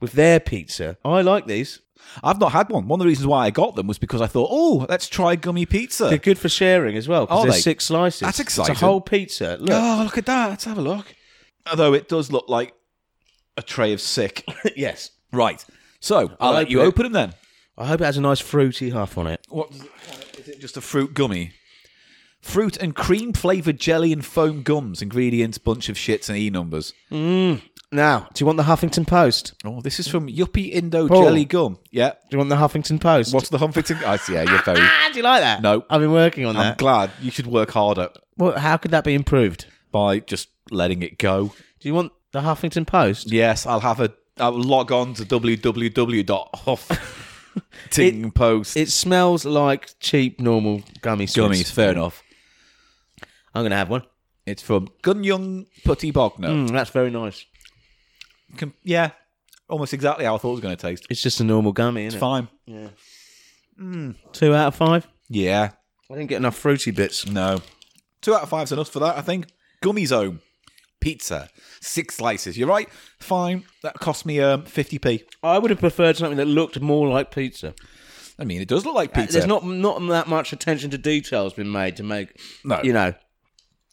Speaker 1: with their pizza. I like these.
Speaker 2: I've not had one. One of the reasons why I got them was because I thought, oh, let's try gummy pizza.
Speaker 1: They're good for sharing as well because
Speaker 2: Are
Speaker 1: they're
Speaker 2: they?
Speaker 1: six slices.
Speaker 2: That's exciting.
Speaker 1: It's a whole pizza. Look.
Speaker 2: Oh, look at that. Let's have a look. Although it does look like a tray of sick.
Speaker 1: yes.
Speaker 2: right. So I'll let
Speaker 1: open
Speaker 2: you
Speaker 1: it.
Speaker 2: open them then.
Speaker 1: I hope it has a nice fruity half on it.
Speaker 2: What is it? Just a fruit gummy. Fruit and cream flavored jelly and foam gums. Ingredients: bunch of shits and e numbers.
Speaker 1: Now, do you want the Huffington Post?
Speaker 2: Oh, this is from Yuppie Indo
Speaker 1: Paul.
Speaker 2: Jelly Gum. Yeah.
Speaker 1: Do you want the Huffington Post?
Speaker 2: Oh. What's the Humpington? I see. Yeah, you're very.
Speaker 1: Ah, do you like that?
Speaker 2: No.
Speaker 1: I've been working on
Speaker 2: I'm
Speaker 1: that.
Speaker 2: glad you should work harder
Speaker 1: Well, how could that be improved?
Speaker 2: by just letting it go.
Speaker 1: Do you want the Huffington Post?
Speaker 2: Yes, I'll have a. I'll log on to www.huff. Ting post.
Speaker 1: It smells like cheap, normal gummy Swiss.
Speaker 2: Gummies, fair enough.
Speaker 1: I'm going to have one.
Speaker 2: It's from Gunyung Putty Bogner.
Speaker 1: Mm, that's very nice. Hmm.
Speaker 2: Com- yeah, almost exactly how I thought it was going to taste.
Speaker 1: It's just a normal gummy, isn't
Speaker 2: It's
Speaker 1: it?
Speaker 2: fine.
Speaker 1: Two out of five.
Speaker 2: Yeah,
Speaker 1: I didn't get enough fruity bits.
Speaker 2: no. Two out of five's enough for that, I think. Gummy Zone. Pizza. Six slices. You're right. Fine. That cost me um, 50p.
Speaker 1: I would have preferred something that looked more like pizza.
Speaker 2: I mean, it does look like pizza.
Speaker 1: Uh, There's not not that much attention to detail has been made to make.
Speaker 2: No.
Speaker 1: You know,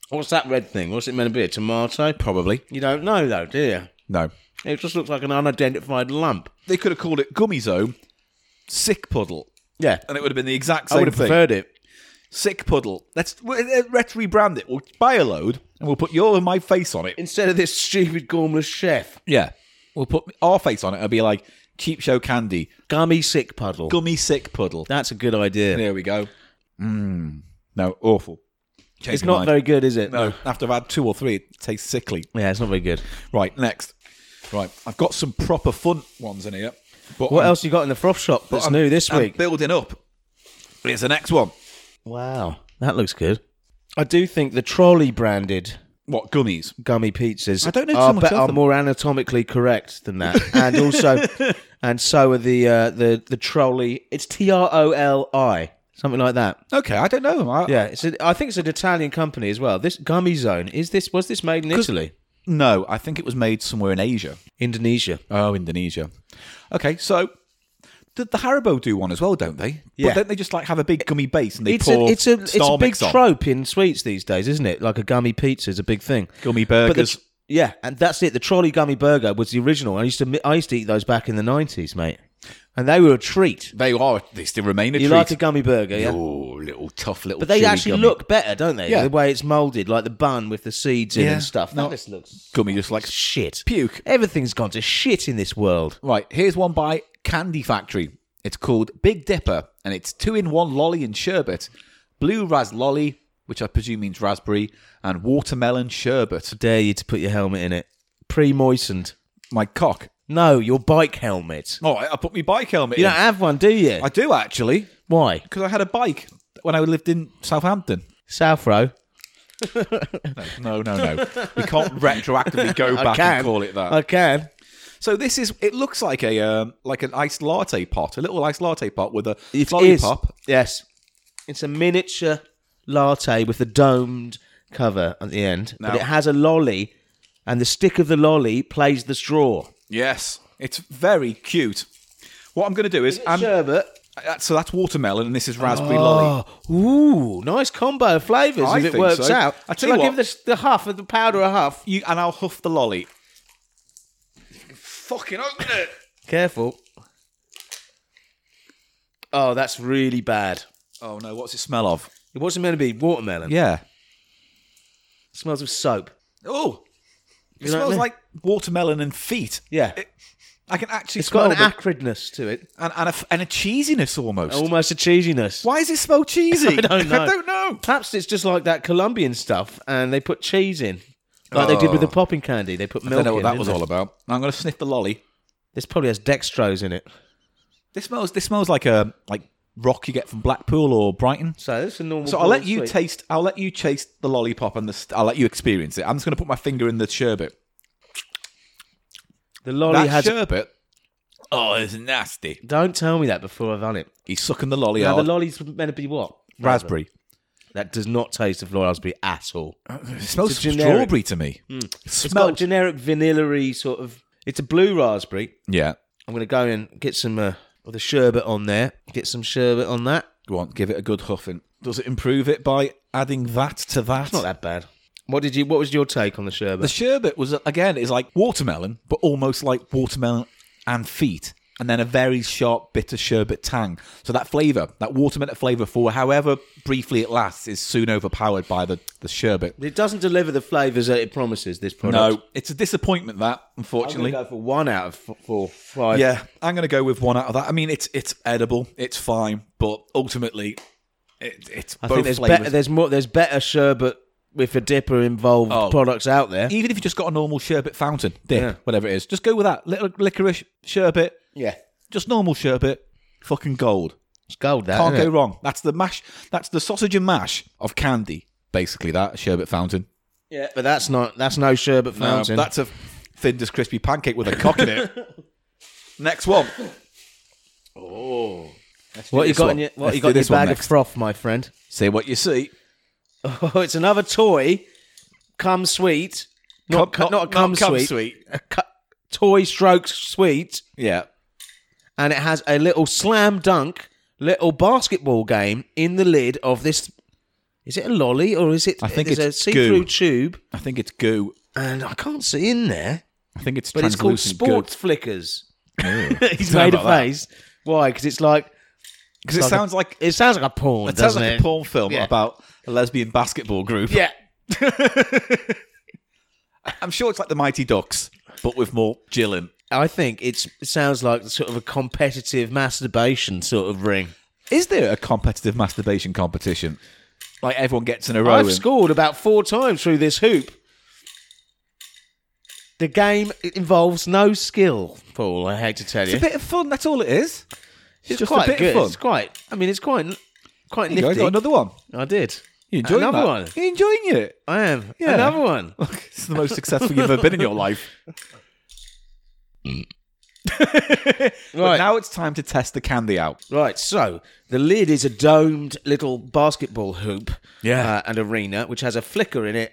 Speaker 1: what's that red thing? What's it meant to be? A tomato?
Speaker 2: Probably.
Speaker 1: You don't know though, do you?
Speaker 2: No.
Speaker 1: It just looks like an unidentified lump.
Speaker 2: They could have called it Gummy Zone. Sick Puddle.
Speaker 1: Yeah.
Speaker 2: And it would have been the exact
Speaker 1: I
Speaker 2: same
Speaker 1: would have
Speaker 2: thing.
Speaker 1: preferred it.
Speaker 2: Sick Puddle. Let's, let's rebrand it. We'll buy a load and we'll put your and my face on it.
Speaker 1: instead of this stupid gormless chef.
Speaker 2: Yeah. We'll put our face on it. It'll be like cheap show candy,
Speaker 1: Gummy sick puddle.
Speaker 2: gummy sick puddle.
Speaker 1: That's a good idea.
Speaker 2: There we go. Mm. No, awful. Change
Speaker 1: It's not very good, is it?
Speaker 2: No, after I've had two or three, it tastes sickly.
Speaker 1: Yeah, it's not very good.
Speaker 2: Right, next. Right, I've got some proper fun ones in here. But
Speaker 1: What
Speaker 2: I'm-
Speaker 1: else you got in the froth shop
Speaker 2: but
Speaker 1: that's
Speaker 2: I'm-
Speaker 1: new this
Speaker 2: I'm
Speaker 1: week?
Speaker 2: building up. Here's the next one.
Speaker 1: wow, that looks good. I do think the trolley branded
Speaker 2: What gummies?
Speaker 1: gummy pizzas
Speaker 2: I don't know so
Speaker 1: are,
Speaker 2: much
Speaker 1: bet-
Speaker 2: of
Speaker 1: are
Speaker 2: them.
Speaker 1: more anatomically correct than that, and also, and so are the uh, the the trolley. It's T R O L I something like that.
Speaker 2: Okay, I don't know them. I,
Speaker 1: Yeah, it's a, I think it's an Italian company as well. This gummy zone is this was this made in Italy,
Speaker 2: No, I think it was made somewhere in Asia.
Speaker 1: Indonesia?
Speaker 2: Oh, Indonesia. Okay, so the, the Haribo do one as well, don't they?
Speaker 1: Yeah.
Speaker 2: But don't they just like have a big gummy base and they
Speaker 1: it's
Speaker 2: pour
Speaker 1: a, it's a it's
Speaker 2: Star
Speaker 1: a big
Speaker 2: Mix on?
Speaker 1: trope in sweets these days, isn't it? Like a gummy pizza is a big thing.
Speaker 2: Gummy
Speaker 1: But the
Speaker 2: burgers.
Speaker 1: tr- yeah, and that's it. The trolley gummy burger was the original. I used to mi- I used to eat those back in the nineties, mate, and they were a treat.
Speaker 2: they are. They still remain a
Speaker 1: You
Speaker 2: treat.
Speaker 1: like a gummy burger, yeah?
Speaker 2: Oh, little tough little.
Speaker 1: But they actually look better, don't they?
Speaker 2: Yeah.
Speaker 1: The way it's molded, like the bun with the seeds in
Speaker 2: Yeah.
Speaker 1: and stuff.
Speaker 2: No.
Speaker 1: That just looks
Speaker 2: gummy, just like
Speaker 1: shit.
Speaker 2: puke.
Speaker 1: Everything's gone to shit in this world.
Speaker 2: Right, here's one by Candy Factory. It's called Big Dipper, and it's two in one lolly and sherbet, blue ras lolly, which I presume means raspberry, and watermelon sherbet.
Speaker 1: Dare you to put your helmet in it? Pre-moistened.
Speaker 2: My cock.
Speaker 1: No, your bike helmet.
Speaker 2: Oh, I, I put my bike helmet.
Speaker 1: You
Speaker 2: in.
Speaker 1: don't have one, do you?
Speaker 2: I do actually,
Speaker 1: Why?
Speaker 2: because I had a bike when I lived in Southampton.
Speaker 1: South Row.
Speaker 2: No, no, no. we can't retroactively go
Speaker 1: I
Speaker 2: back
Speaker 1: can
Speaker 2: and call it that.
Speaker 1: I can.
Speaker 2: So this is it looks like a um, like an iced latte pot, a little iced latte pot with a
Speaker 1: It is.
Speaker 2: lollipop.
Speaker 1: Yes. It's a miniature latte with a domed cover at the end. But
Speaker 2: No.
Speaker 1: it has a lolly, and the stick of the lolly plays the straw.
Speaker 2: Yes, it's very cute. What I'm going to do is, I'm,
Speaker 1: Sherbet.
Speaker 2: uh, so that's watermelon and this is raspberry
Speaker 1: Oh.
Speaker 2: lolly.
Speaker 1: Ooh, nice combo of flavours
Speaker 2: I
Speaker 1: if it
Speaker 2: think
Speaker 1: works
Speaker 2: so.
Speaker 1: out.
Speaker 2: I
Speaker 1: Shall
Speaker 2: tell you
Speaker 1: I
Speaker 2: what-
Speaker 1: give the, the huff of the powder a huff.
Speaker 2: You and I'll huff the lolly. Fucking open it.
Speaker 1: Careful. Oh, that's really bad.
Speaker 2: Oh no, what's it smell of?
Speaker 1: It wasn't meant to be watermelon.
Speaker 2: Yeah,
Speaker 1: smells of soap.
Speaker 2: Oh,
Speaker 1: know what I
Speaker 2: it smells
Speaker 1: mean?
Speaker 2: like watermelon and feet.
Speaker 1: Yeah.
Speaker 2: It- I can actually
Speaker 1: It's
Speaker 2: smell
Speaker 1: got an
Speaker 2: the-
Speaker 1: acridness to it,
Speaker 2: and, and, a, f- and a cheesiness almost.
Speaker 1: almost a cheesiness.
Speaker 2: Why does it smell cheesy?
Speaker 1: I don't know.
Speaker 2: I don't know.
Speaker 1: Perhaps it's just like that Colombian stuff, and they put cheese in, like they did with the popping candy. They put
Speaker 2: Oh. I
Speaker 1: milk.
Speaker 2: don't know what
Speaker 1: in,
Speaker 2: that
Speaker 1: didn't
Speaker 2: was
Speaker 1: they?
Speaker 2: all about. I'm going to sniff the lolly.
Speaker 1: This probably has dextrose in it.
Speaker 2: This smells. This smells like a like rock you get from Blackpool or Brighton.
Speaker 1: So it's a normal.
Speaker 2: So I'll let
Speaker 1: boiled
Speaker 2: you
Speaker 1: sweet.
Speaker 2: taste. I'll let you taste the lollipop and the. St- I'll let you experience it. I'm just going to put my finger in the sherbet.
Speaker 1: the lolly
Speaker 2: That
Speaker 1: has.
Speaker 2: sherbet. Oh, it's nasty.
Speaker 1: Don't tell me that before I've had it.
Speaker 2: He's sucking the lolly
Speaker 1: Now
Speaker 2: out.
Speaker 1: the lolly's meant to be what?
Speaker 2: raspberry.
Speaker 1: That does not taste of raspberry at all.
Speaker 2: It smells
Speaker 1: It's a generic- Hmm.
Speaker 2: strawberry to me.
Speaker 1: It's
Speaker 2: Smell.
Speaker 1: got generic vanilla-y sort of. It's a blue raspberry.
Speaker 2: yeah.
Speaker 1: I'm going to go and get some uh, of the sherbet on there. Get some sherbet on that.
Speaker 2: Go on, give it a good huffing. Does it improve it by adding that to that?
Speaker 1: It's not that bad. What did you? What was your take on the sherbet?
Speaker 2: The sherbet was again is like watermelon, but almost like watermelon and feet, and then a very sharp bitter sherbet tang. So that flavour, that watermelon flavour, for however briefly it lasts, is soon overpowered by the the sherbet.
Speaker 1: it doesn't deliver the flavours that it promises. This product.
Speaker 2: No, it's a disappointment that
Speaker 1: I'm going
Speaker 2: unfortunately.
Speaker 1: to go for one out of f- four, five.
Speaker 2: yeah, I'm going to go with one out of that. I mean, it's it's edible, it's fine, but ultimately, it, it's
Speaker 1: I
Speaker 2: both
Speaker 1: think there's
Speaker 2: flavours.
Speaker 1: better. There's more. There's better sherbet with a dipper involved
Speaker 2: Oh.
Speaker 1: products out there.
Speaker 2: even if you just got a normal sherbet fountain, dip,
Speaker 1: Yeah.
Speaker 2: whatever it is, just go with that. Little licorice sherbet,
Speaker 1: Yeah,
Speaker 2: just normal sherbet, fucking gold.
Speaker 1: it's gold. That
Speaker 2: Can't
Speaker 1: isn't
Speaker 2: go
Speaker 1: it?
Speaker 2: wrong. That's the mash. That's the sausage and mash of candy. Basically, that sherbet fountain.
Speaker 1: Yeah, but that's not. That's no sherbet
Speaker 2: Um,
Speaker 1: fountain.
Speaker 2: that's a Finders crispy pancake with a cock in it. Next one.
Speaker 1: what you
Speaker 2: this
Speaker 1: got
Speaker 2: one.
Speaker 1: in your what
Speaker 2: Let's
Speaker 1: you
Speaker 2: do
Speaker 1: got in your
Speaker 2: this one
Speaker 1: bag of
Speaker 2: next.
Speaker 1: froth, my friend.
Speaker 2: Say what you see.
Speaker 1: Oh, it's another toy. Come sweet, not
Speaker 2: Cum-
Speaker 1: cu- not a
Speaker 2: not-
Speaker 1: cum
Speaker 2: not cum
Speaker 1: sweet.
Speaker 2: sweet.
Speaker 1: A cu- toy stroke sweet,
Speaker 2: Yeah.
Speaker 1: and it has a little slam dunk, little basketball game in the lid of this. Is it a lolly or is it?
Speaker 2: I think
Speaker 1: there's a
Speaker 2: it's
Speaker 1: see-through
Speaker 2: goo.
Speaker 1: tube,
Speaker 2: I think it's goo.
Speaker 1: and I can't see in there.
Speaker 2: I think it's
Speaker 1: But it's called
Speaker 2: translucent
Speaker 1: Sports Flickers. He's
Speaker 2: Tell me
Speaker 1: made a
Speaker 2: about that.
Speaker 1: face. Why? Because it's like
Speaker 2: because it
Speaker 1: like a-
Speaker 2: sounds like
Speaker 1: it sounds like a porn,
Speaker 2: it sounds
Speaker 1: doesn't
Speaker 2: like
Speaker 1: it?
Speaker 2: a porn film
Speaker 1: Yeah.
Speaker 2: about a lesbian basketball group.
Speaker 1: Yeah.
Speaker 2: I'm sure it's like the Mighty Ducks, but with more Jillin.
Speaker 1: I think it's it sounds like sort of a competitive masturbation sort of ring.
Speaker 2: Is there a competitive masturbation competition? Like everyone gets in a row.
Speaker 1: I've
Speaker 2: and-
Speaker 1: scored about four times through this hoop. The game involves no skill, Paul. I hate to tell you,
Speaker 2: It's a bit of fun. That's all it is. It's, just
Speaker 1: quite
Speaker 2: a bit
Speaker 1: good.
Speaker 2: of
Speaker 1: It's
Speaker 2: fun.
Speaker 1: quite. I mean, it's quite quite
Speaker 2: There you go,
Speaker 1: nifty.
Speaker 2: got another one.
Speaker 1: I did.
Speaker 2: You enjoying
Speaker 1: another
Speaker 2: that?
Speaker 1: one?
Speaker 2: You enjoying it?
Speaker 1: I am
Speaker 2: Yeah.
Speaker 1: another one.
Speaker 2: Look, it's the most successful you've ever been in your life. But
Speaker 1: Right.
Speaker 2: now it's time to test the candy out.
Speaker 1: Right, so the lid is a domed little basketball hoop
Speaker 2: Yeah.
Speaker 1: uh, and arena, which has a flicker in it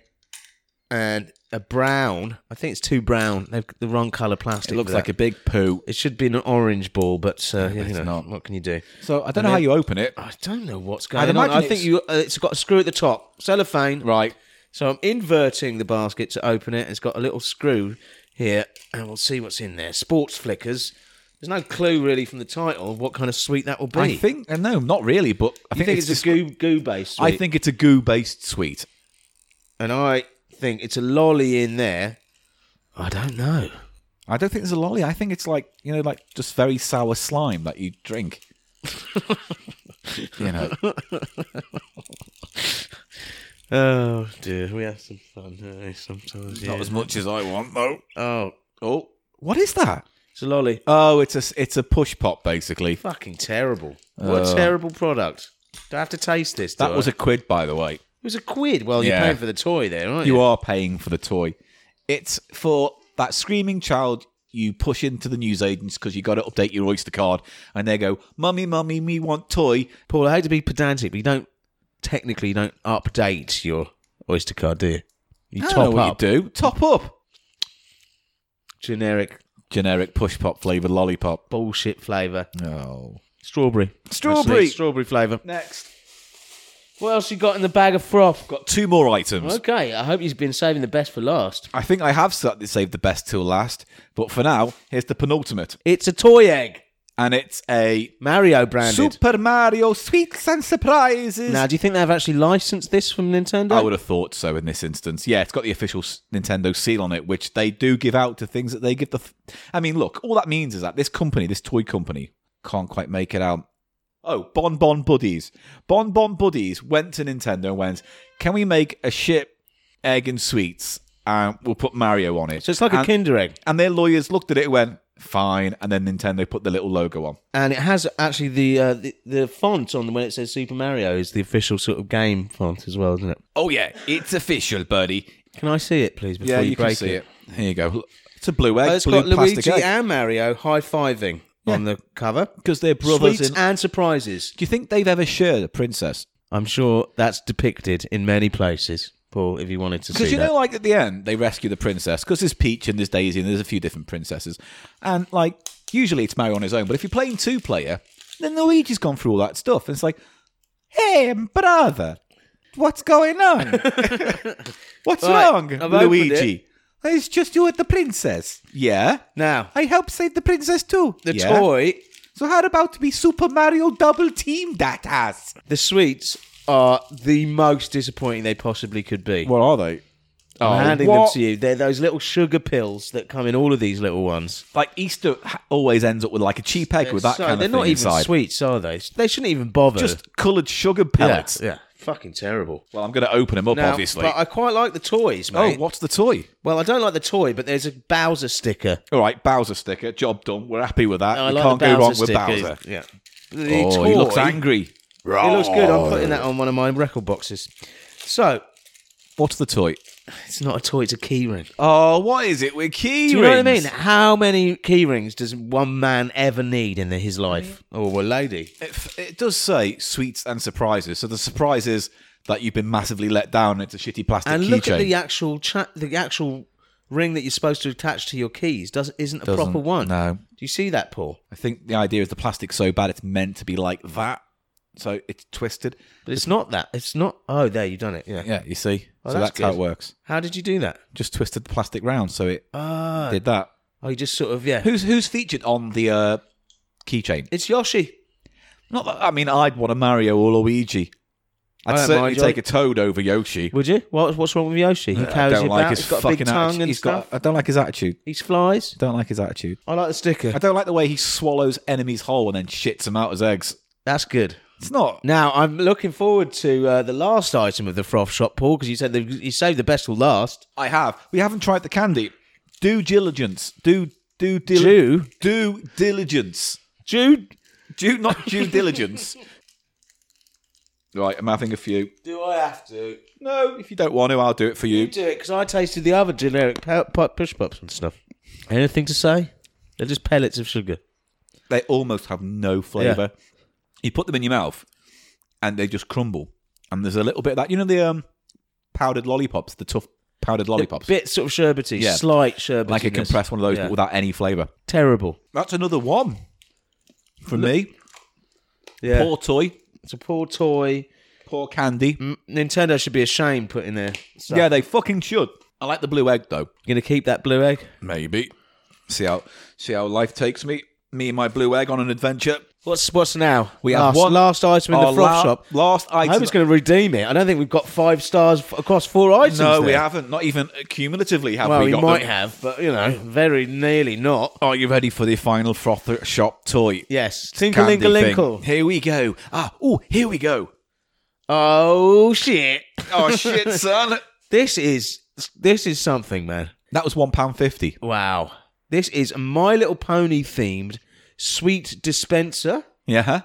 Speaker 1: and a brown. I think it's too brown. They've got the wrong colour plastic.
Speaker 2: It looks
Speaker 1: for
Speaker 2: like a
Speaker 1: that.
Speaker 2: big poo.
Speaker 1: It should be an orange ball, but uh, you
Speaker 2: it's
Speaker 1: know,
Speaker 2: not.
Speaker 1: what can you do?
Speaker 2: So I don't know how you open it.
Speaker 1: I don't know what's going on.
Speaker 2: imagine
Speaker 1: I think
Speaker 2: it's-
Speaker 1: you. Uh, it's got a screw at the top, cellophane.
Speaker 2: Right.
Speaker 1: So I'm inverting the basket to open it. It's got a little screw here, and we'll see what's in there. Sports flickers. There's no clue really from the title what kind of sweet that will be.
Speaker 2: I think, uh, no, not really, but I
Speaker 1: You
Speaker 2: think,
Speaker 1: think
Speaker 2: it's,
Speaker 1: it's,
Speaker 2: just,
Speaker 1: a goo goo base?
Speaker 2: I think it's a goo based sweet.
Speaker 1: and I think it's a lolly in there. I don't know.
Speaker 2: I don't think there's a lolly. I think it's like you know, like just very sour slime that you drink. you know,
Speaker 1: Oh dear, we have some fun don't we, sometimes. Yeah.
Speaker 2: not as much as I want though.
Speaker 1: oh,
Speaker 2: Oh, what is that?
Speaker 1: it's a lolly.
Speaker 2: Oh, it's a it's a push pop basically.
Speaker 1: Fucking terrible! What a terrible product. Do I have to taste this? do
Speaker 2: Oh. That
Speaker 1: I?
Speaker 2: was a quid, by the way.
Speaker 1: It was a quid. Well,
Speaker 2: Yeah.
Speaker 1: you're paying for the toy there, aren't you?
Speaker 2: You are paying for the toy. It's for that screaming child you push into the newsagents because you got to update your Oyster card, and they go, "Mummy, mummy, me want toy."
Speaker 1: Paul, I hate to be pedantic, but you don't technically you don't update your Oyster card, do you? You
Speaker 2: I don't know
Speaker 1: top
Speaker 2: what
Speaker 1: up
Speaker 2: you do. Top up.
Speaker 1: generic
Speaker 2: Generic push pop flavored lollipop.
Speaker 1: bullshit flavour.
Speaker 2: Oh,
Speaker 1: Strawberry.
Speaker 2: Strawberry.
Speaker 1: That's it, Strawberry flavour. Next. What else you got in the bag of froth?
Speaker 2: got two more items.
Speaker 1: Okay, I hope he's been saving the best for last.
Speaker 2: I think I have sa- saved the best till last, but for now, here's the penultimate.
Speaker 1: It's a toy egg.
Speaker 2: and it's a
Speaker 1: Mario branded.
Speaker 2: Super Mario Sweets and Surprises.
Speaker 1: Now, do you think they've actually licensed this from Nintendo?
Speaker 2: I would have thought so in this instance. Yeah, it's got the official s- Nintendo seal on it, which they do give out to things that they give the. F- I mean, look, all that means is that this company, this toy company, can't quite make it out. Oh, Bon Bon Buddies. Bon Bon Buddies went to Nintendo and went, can we make a ship egg and sweets? And we'll put Mario on it.
Speaker 1: So it's like a
Speaker 2: and,
Speaker 1: Kinder Egg,
Speaker 2: And their lawyers looked at it and went, fine. And then Nintendo put the little logo on.
Speaker 1: and it has actually the uh, the, the font on when it says Super Mario is the official sort of game font as well, isn't it?
Speaker 2: Oh, yeah, it's official, buddy.
Speaker 1: Can I see it, please? Before
Speaker 2: Yeah,
Speaker 1: you,
Speaker 2: you can
Speaker 1: break
Speaker 2: see it. Here you go. Look, It's a blue egg,
Speaker 1: Oh, it's
Speaker 2: blue
Speaker 1: got
Speaker 2: plastic
Speaker 1: Luigi
Speaker 2: egg.
Speaker 1: and Mario high fiving on the cover.
Speaker 2: because they're brothers.
Speaker 1: Sweets
Speaker 2: In-
Speaker 1: and surprises.
Speaker 2: Do you think they've ever shared a princess?
Speaker 1: I'm sure that's depicted in many places, Paul. If you wanted to see
Speaker 2: Because you
Speaker 1: that,
Speaker 2: know, like at the end, they rescue the princess because there's Peach and there's Daisy and there's a few different princesses, and like usually it's Mario on his own. But if you're playing two player, then Luigi's gone through all that stuff, and it's like, hey, brother, what's going on? what's
Speaker 1: Right,
Speaker 2: wrong,
Speaker 1: I've opened
Speaker 2: Luigi? It's just you and the princess. Yeah.
Speaker 1: now
Speaker 2: I helped save the princess too.
Speaker 1: the
Speaker 2: Yeah.
Speaker 1: toy,
Speaker 2: So how about we Super Mario double team that ass?
Speaker 1: the sweets are the most disappointing they possibly could be.
Speaker 2: What are they? Oh.
Speaker 1: I'm handing
Speaker 2: what?
Speaker 1: them to you. They're those little sugar pills that come in all of these little ones.
Speaker 2: like Easter ha- always ends up with like a cheap egg with that
Speaker 1: So
Speaker 2: kind of
Speaker 1: they're
Speaker 2: thing
Speaker 1: not even
Speaker 2: inside.
Speaker 1: sweets, are they? They shouldn't even bother.
Speaker 2: Just coloured sugar
Speaker 1: yeah,
Speaker 2: pellets.
Speaker 1: yeah, fucking terrible.
Speaker 2: Well, I'm going to open them up,
Speaker 1: Now,
Speaker 2: obviously.
Speaker 1: but I quite like the toys,
Speaker 2: oh,
Speaker 1: mate.
Speaker 2: what's the toy?
Speaker 1: Well, I don't like the toy, but there's a Bowser sticker.
Speaker 2: All right, Bowser sticker. Job done. We're happy with that.
Speaker 1: Oh, I
Speaker 2: you
Speaker 1: like
Speaker 2: can't
Speaker 1: the
Speaker 2: go
Speaker 1: Bowser
Speaker 2: wrong with
Speaker 1: sticker.
Speaker 2: Bowser.
Speaker 1: Yeah. The
Speaker 2: oh,
Speaker 1: toy,
Speaker 2: he looks angry.
Speaker 1: It looks good. I'm putting that on one of my record boxes. So
Speaker 2: What's the toy?
Speaker 1: it's not a toy; it's a keyring.
Speaker 2: Oh, what is it? We're key
Speaker 1: Do you know what I mean? How many keyrings does one man ever need in his life, or a lady?
Speaker 2: It, f- it does say sweets and surprises. So the surprise is that you've been massively let down. It's a shitty plastic
Speaker 1: And look at
Speaker 2: keychain.
Speaker 1: the actual cha- the actual ring that you're supposed to attach to your keys doesn't isn't a
Speaker 2: Doesn't-
Speaker 1: proper one.
Speaker 2: no.
Speaker 1: Do you see that, Paul?
Speaker 2: I think the idea is the plastic's so bad it's meant to be like that. So it's twisted.
Speaker 1: But it's not that. It's not. Oh, there you've done it. Yeah.
Speaker 2: Yeah, you see.
Speaker 1: Oh,
Speaker 2: so
Speaker 1: that's
Speaker 2: that's, how
Speaker 1: good.
Speaker 2: it works.
Speaker 1: How did you do that?
Speaker 2: Just twisted the plastic round, so it
Speaker 1: Ah.
Speaker 2: did that.
Speaker 1: oh, you just sort of yeah.
Speaker 2: Who's who's featured on the uh, keychain?
Speaker 1: It's Yoshi.
Speaker 2: Not that I mean, I'd want a Mario or Luigi.
Speaker 1: I
Speaker 2: I'd
Speaker 1: don't
Speaker 2: certainly
Speaker 1: mind
Speaker 2: take
Speaker 1: Yoshi.
Speaker 2: a Toad over Yoshi.
Speaker 1: Would you? What, what's wrong with Yoshi? He
Speaker 2: Uh, I
Speaker 1: carries
Speaker 2: don't
Speaker 1: you
Speaker 2: like
Speaker 1: about.
Speaker 2: his
Speaker 1: He's got a
Speaker 2: fucking
Speaker 1: big tongue
Speaker 2: attitude.
Speaker 1: and
Speaker 2: He's got-
Speaker 1: stuff.
Speaker 2: I don't like his attitude.
Speaker 1: He flies.
Speaker 2: Don't like his attitude.
Speaker 1: I like the sticker.
Speaker 2: I don't like the way he swallows enemies whole and then shits them out as eggs.
Speaker 1: That's good.
Speaker 2: It's not.
Speaker 1: Now I'm looking forward to uh, the last item of the froth shop, Paul, because you said the, you saved the best till last.
Speaker 2: I have. We haven't tried the candy. Due diligence. Do do dil-
Speaker 1: Due?
Speaker 2: due diligence.
Speaker 1: Jude,
Speaker 2: Due not due diligence. Right, I'm having a few.
Speaker 1: do I have to?
Speaker 2: No, if you don't want to, I'll do it for
Speaker 1: You
Speaker 2: you.
Speaker 1: do it because I tasted the other generic pe- pe- push pops and stuff. Anything to say? They're just pellets of sugar.
Speaker 2: They almost have no flavour. You put them in your mouth, and they just crumble. And there's a little bit of that. You know the um, powdered lollipops, the tough powdered lollipops,
Speaker 1: Bit sort of sherbety,
Speaker 2: Yeah.
Speaker 1: slight sherbety.
Speaker 2: like a compressed one of those, but without any flavour.
Speaker 1: Terrible.
Speaker 2: That's another one for me.
Speaker 1: Yeah.
Speaker 2: Poor toy,
Speaker 1: it's a poor toy.
Speaker 2: poor candy.
Speaker 1: Nintendo should be ashamed putting their. stuff.
Speaker 2: Yeah, they fucking should. I like the blue egg though.
Speaker 1: You gonna keep that blue egg?
Speaker 2: Maybe. See how see how life takes me. Me and my blue egg on an adventure.
Speaker 1: What's what's now?
Speaker 2: We
Speaker 1: last,
Speaker 2: have one
Speaker 1: last item in
Speaker 2: our
Speaker 1: the froth
Speaker 2: la-
Speaker 1: shop.
Speaker 2: Last
Speaker 1: I
Speaker 2: item.
Speaker 1: hope it's going to redeem it. I don't think we've got five stars f- across four items.
Speaker 2: no, we
Speaker 1: there.
Speaker 2: haven't. Not even cumulatively have
Speaker 1: Well,
Speaker 2: we
Speaker 1: we,
Speaker 2: got
Speaker 1: might
Speaker 2: them.
Speaker 1: have, but you know, very nearly not.
Speaker 2: Are you ready for the final froth shop toy?
Speaker 1: Yes,
Speaker 2: Candy thing?
Speaker 1: Tinkalinkalinkle.
Speaker 2: Here we go. Ah, oh, here we go.
Speaker 1: Oh shit!
Speaker 2: Oh shit, son.
Speaker 1: This is this is something, man.
Speaker 2: That was one pound fifty.
Speaker 1: Wow, this is a My Little Pony themed sweet dispenser,
Speaker 2: Yeah. huh?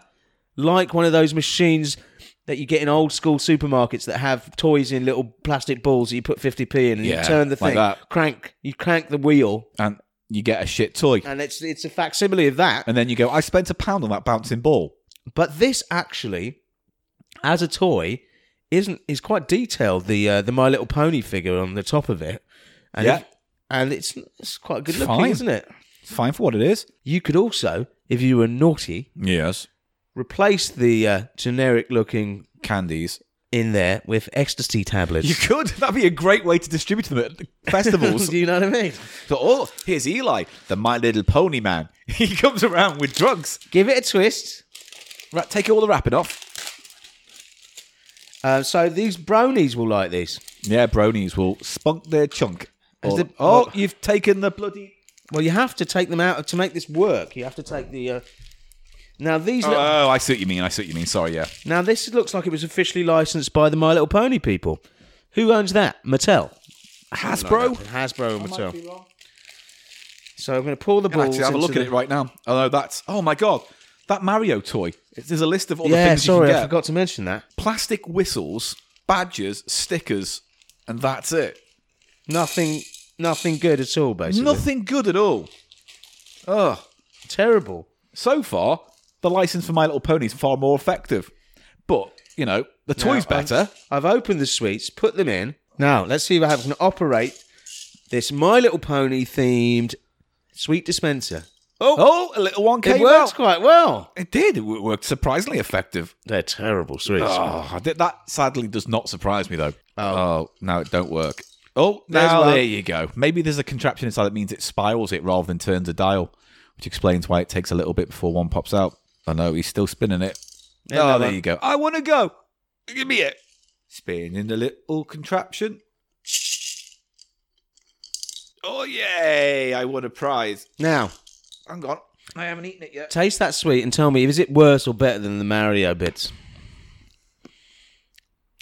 Speaker 1: like one of those machines that you get in old school supermarkets that have toys in little plastic balls that you put fifty p in and
Speaker 2: Yeah,
Speaker 1: you turn the
Speaker 2: like
Speaker 1: thing,
Speaker 2: that.
Speaker 1: crank, you crank the wheel,
Speaker 2: And you get a shit toy.
Speaker 1: and it's it's a facsimile of that.
Speaker 2: And then you go, I spent a pound on that bouncing ball.
Speaker 1: But this actually, as a toy, isn't is quite detailed. The uh, the My Little Pony figure on the top of it, and
Speaker 2: Yeah.
Speaker 1: if- and it's it's quite good
Speaker 2: It's
Speaker 1: looking,
Speaker 2: fine.
Speaker 1: isn't it?
Speaker 2: It's fine for what it is.
Speaker 1: You could also, if you were naughty,
Speaker 2: Yes.
Speaker 1: replace the uh, generic looking
Speaker 2: Candies
Speaker 1: in there with ecstasy tablets.
Speaker 2: You could. That'd be a great way to distribute them at festivals.
Speaker 1: Do you know what I mean?
Speaker 2: so, oh, here's Eli, the My Little Pony man. He comes around with drugs.
Speaker 1: Give it a twist.
Speaker 2: Right, take all the wrapping off.
Speaker 1: Uh, so these bronies will like these.
Speaker 2: Yeah, bronies will spunk their chunk.
Speaker 1: Is
Speaker 2: Or-
Speaker 1: the-
Speaker 2: oh, you've taken the bloody.
Speaker 1: Well, you have to take them out to make this work. You have to take the. Uh... Now these. look-
Speaker 2: Oh, I see what you mean. I see what you mean. Sorry, yeah.
Speaker 1: Now this looks like it was officially licensed by the My Little Pony people. Who owns that? Mattel.
Speaker 2: Hasbro.
Speaker 1: Hasbro and Mattel. So I'm going to pull the
Speaker 2: Can
Speaker 1: balls.
Speaker 2: actually have a
Speaker 1: into
Speaker 2: look
Speaker 1: the-
Speaker 2: at it right now. Oh no, that's oh my god, that Mario toy. It's- There's a list of all the
Speaker 1: Yeah,
Speaker 2: things
Speaker 1: sorry,
Speaker 2: you can
Speaker 1: I
Speaker 2: get.
Speaker 1: forgot to mention that.
Speaker 2: Plastic whistles, badges, stickers, and that's it.
Speaker 1: Nothing, nothing good at all. Basically,
Speaker 2: Nothing good at all. Oh,
Speaker 1: terrible.
Speaker 2: so far the license for My Little Pony is far more effective, but you know the toy's
Speaker 1: Now,
Speaker 2: better.
Speaker 1: I've, I've opened the sweets, put them in. Now let's see if I can operate this My Little Pony themed sweet dispenser.
Speaker 2: Oh, a little one
Speaker 1: It
Speaker 2: came
Speaker 1: works
Speaker 2: out.
Speaker 1: quite well.
Speaker 2: It did. It w- worked surprisingly effective.
Speaker 1: They're terrible sweets.
Speaker 2: Oh, I did- that sadly does not surprise me though. Oh, no, it don't work. Oh,
Speaker 1: There's
Speaker 2: now
Speaker 1: one.
Speaker 2: there you go. Maybe there's a contraption inside that means it spirals it rather than turns a dial, which explains why it takes a little bit before one pops out. I know he's still spinning it. oh,
Speaker 1: no,
Speaker 2: there
Speaker 1: that-
Speaker 2: you go. I want to go. Give me it. Spinning the little contraption. Oh yay! I won a prize.
Speaker 1: Now
Speaker 2: Hang on, I haven't eaten it yet.
Speaker 1: taste that sweet and tell me is it worse or better than the Mario bits?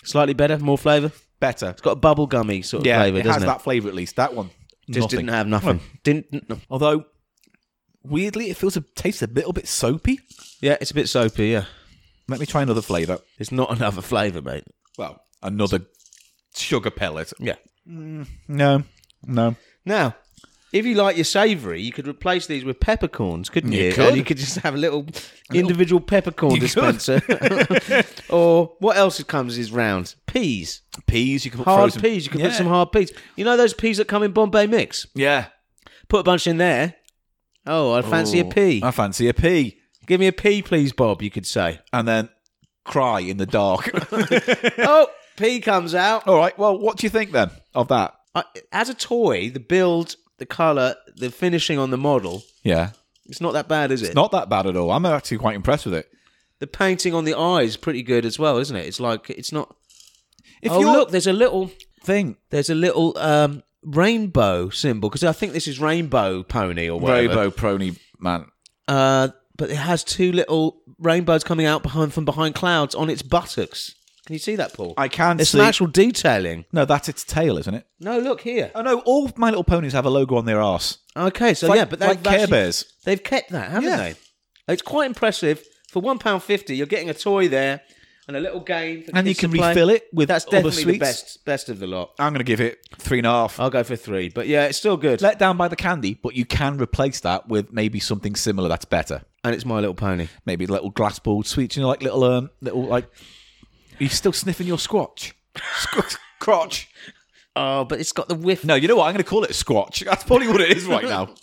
Speaker 1: Slightly better, more flavour.
Speaker 2: Better.
Speaker 1: Got a bubble gummy sort of
Speaker 2: Yeah,
Speaker 1: flavour,
Speaker 2: it
Speaker 1: doesn't
Speaker 2: has
Speaker 1: it?
Speaker 2: that flavour at least. That one
Speaker 1: Just
Speaker 2: nothing.
Speaker 1: didn't have nothing. Didn't. no.
Speaker 2: Although, weirdly, it feels a tastes a little bit soapy.
Speaker 1: Yeah, it's a bit soapy. Yeah,
Speaker 2: Let me try another flavour.
Speaker 1: it's not another flavour, mate.
Speaker 2: Well, another sugar pellet.
Speaker 1: Yeah.
Speaker 2: No, no.
Speaker 1: Now, if you like your savoury, you could replace these with peppercorns, couldn't you?
Speaker 2: You could.
Speaker 1: And you could just have a little individual peppercorn
Speaker 2: You could.
Speaker 1: dispenser. or what else comes is round? Peas.
Speaker 2: Peas. You can put
Speaker 1: Hard
Speaker 2: frozen-
Speaker 1: peas. You could
Speaker 2: Yeah.
Speaker 1: put some hard peas. You know those peas that come in Bombay mix?
Speaker 2: Yeah.
Speaker 1: Put a bunch in there. Oh, I fancy a pea.
Speaker 2: I fancy a pea,
Speaker 1: Give me a pea, please, Bob, you could say.
Speaker 2: and then cry in the dark.
Speaker 1: oh, pea comes out.
Speaker 2: All right. Well, what do you think then of that?
Speaker 1: I, as a toy, the build, the colour, the finishing on the model,
Speaker 2: Yeah,
Speaker 1: it's not that bad, is it?
Speaker 2: not that bad at all. I'm actually quite impressed with it.
Speaker 1: the painting on the eye is pretty good as well, isn't it? It's like it's not.
Speaker 2: If
Speaker 1: oh
Speaker 2: you're-
Speaker 1: look, there's a little
Speaker 2: thing.
Speaker 1: there's a little um, rainbow symbol because I think this is rainbow pony or whatever.
Speaker 2: Robo Prony man.
Speaker 1: Uh, but it has two little rainbows coming out behind from behind clouds on its buttocks. Can you see that, Paul?
Speaker 2: I can
Speaker 1: It's
Speaker 2: see.
Speaker 1: some actual detailing.
Speaker 2: No, that's its tail, isn't it?
Speaker 1: No, look here.
Speaker 2: Oh no, all My Little Ponies have a logo on their arse.
Speaker 1: Okay, so
Speaker 2: Like-
Speaker 1: yeah, but they've
Speaker 2: like Care
Speaker 1: actually-
Speaker 2: Bears.
Speaker 1: They've kept that, haven't
Speaker 2: Yeah.
Speaker 1: they? It's quite impressive. For one pound fifty, you're getting a toy there and a little game, for
Speaker 2: And you
Speaker 1: kids to
Speaker 2: can
Speaker 1: play.
Speaker 2: refill it with
Speaker 1: That's
Speaker 2: other
Speaker 1: definitely the
Speaker 2: sweets.
Speaker 1: best, best of the lot.
Speaker 2: I'm going to give it three and a half.
Speaker 1: I'll go for three, but yeah, it's still good.
Speaker 2: Let down by the candy, but you can replace that with maybe something similar that's better.
Speaker 1: and it's My Little Pony.
Speaker 2: Maybe little glass ball sweets, you know, like little, um, little like. Are you still sniffing your squatch? Squ- crotch.
Speaker 1: Oh, but it's got the whiff.
Speaker 2: No, you know what? I'm going to call it a squatch. That's probably what it is right now.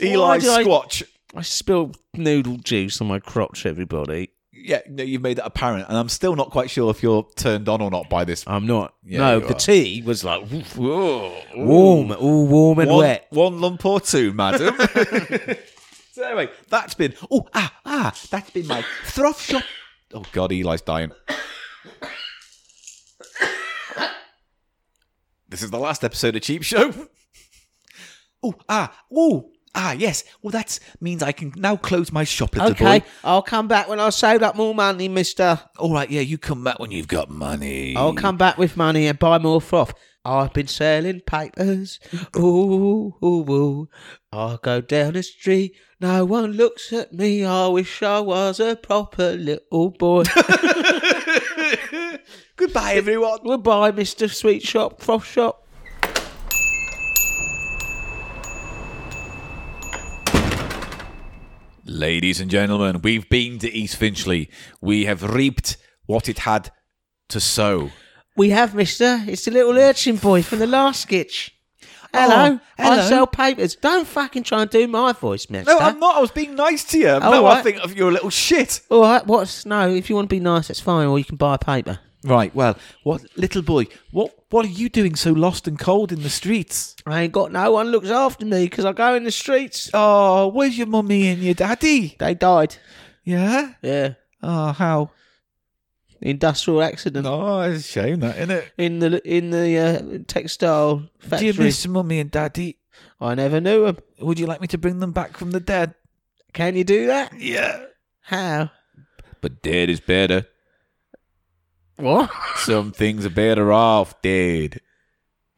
Speaker 2: Eli
Speaker 1: did I-
Speaker 2: squatch.
Speaker 1: I spilled noodle juice on my crotch, everybody.
Speaker 2: Yeah, no, you've made that apparent, and I'm still not quite sure if you're turned on or not by this.
Speaker 1: I'm not.
Speaker 2: Yeah,
Speaker 1: no,
Speaker 2: you
Speaker 1: the
Speaker 2: are.
Speaker 1: tea was like woof, warm, all warm and
Speaker 2: one,
Speaker 1: wet.
Speaker 2: One lump or two, madam. so anyway, that's been oh ah ah that's been my thrift shop. Oh God, Eli's dying. this is the last episode of Cheap Show. oh ah oh ah yes. Well, that means I can now close my shop, little
Speaker 1: Okay,
Speaker 2: boy.
Speaker 1: I'll come back when I've saved up more money, Mister.
Speaker 2: All right, yeah, you come back when you've got money.
Speaker 1: I'll come back with money and buy more froth. I've been selling papers. Ooh, ooh, ooh. I go down the street. No one looks at me. I wish I was a proper little boy.
Speaker 2: Goodbye, everyone.
Speaker 1: Goodbye, Mr. Sweet Shop, Froth Shop.
Speaker 2: Ladies and gentlemen, we've been to East Finchley. We have reaped what it had to sow.
Speaker 1: We have, mister. It's the little urchin boy from the last sketch. Hello.
Speaker 2: Oh, hello.
Speaker 1: I sell papers. Don't fucking try and do my voice, mister.
Speaker 2: No, I'm not. I was being nice to you.
Speaker 1: All
Speaker 2: now I
Speaker 1: Oh, right.
Speaker 2: think of your little shit.
Speaker 1: All right, what's. No, if you want to be nice, that's fine, or you can buy a paper.
Speaker 2: Right. Well, what little boy? What what are you doing so lost and cold in the streets?
Speaker 1: I ain't got no one looks after me because I go in the streets.
Speaker 2: Oh, where's your mummy and your daddy?
Speaker 1: They died.
Speaker 2: Yeah.
Speaker 1: Yeah.
Speaker 2: Oh, how?
Speaker 1: Industrial accident
Speaker 2: Oh, it's a shame that, isn't it?
Speaker 1: in the in the uh, textile
Speaker 2: Do
Speaker 1: factory.
Speaker 2: you miss mummy and daddy?
Speaker 1: I never knew them.
Speaker 2: Would you like me to bring them back from the dead?
Speaker 1: Can you do that?
Speaker 2: Yeah.
Speaker 1: How?
Speaker 2: But dead is better.
Speaker 1: What?
Speaker 2: Some things are better off dead.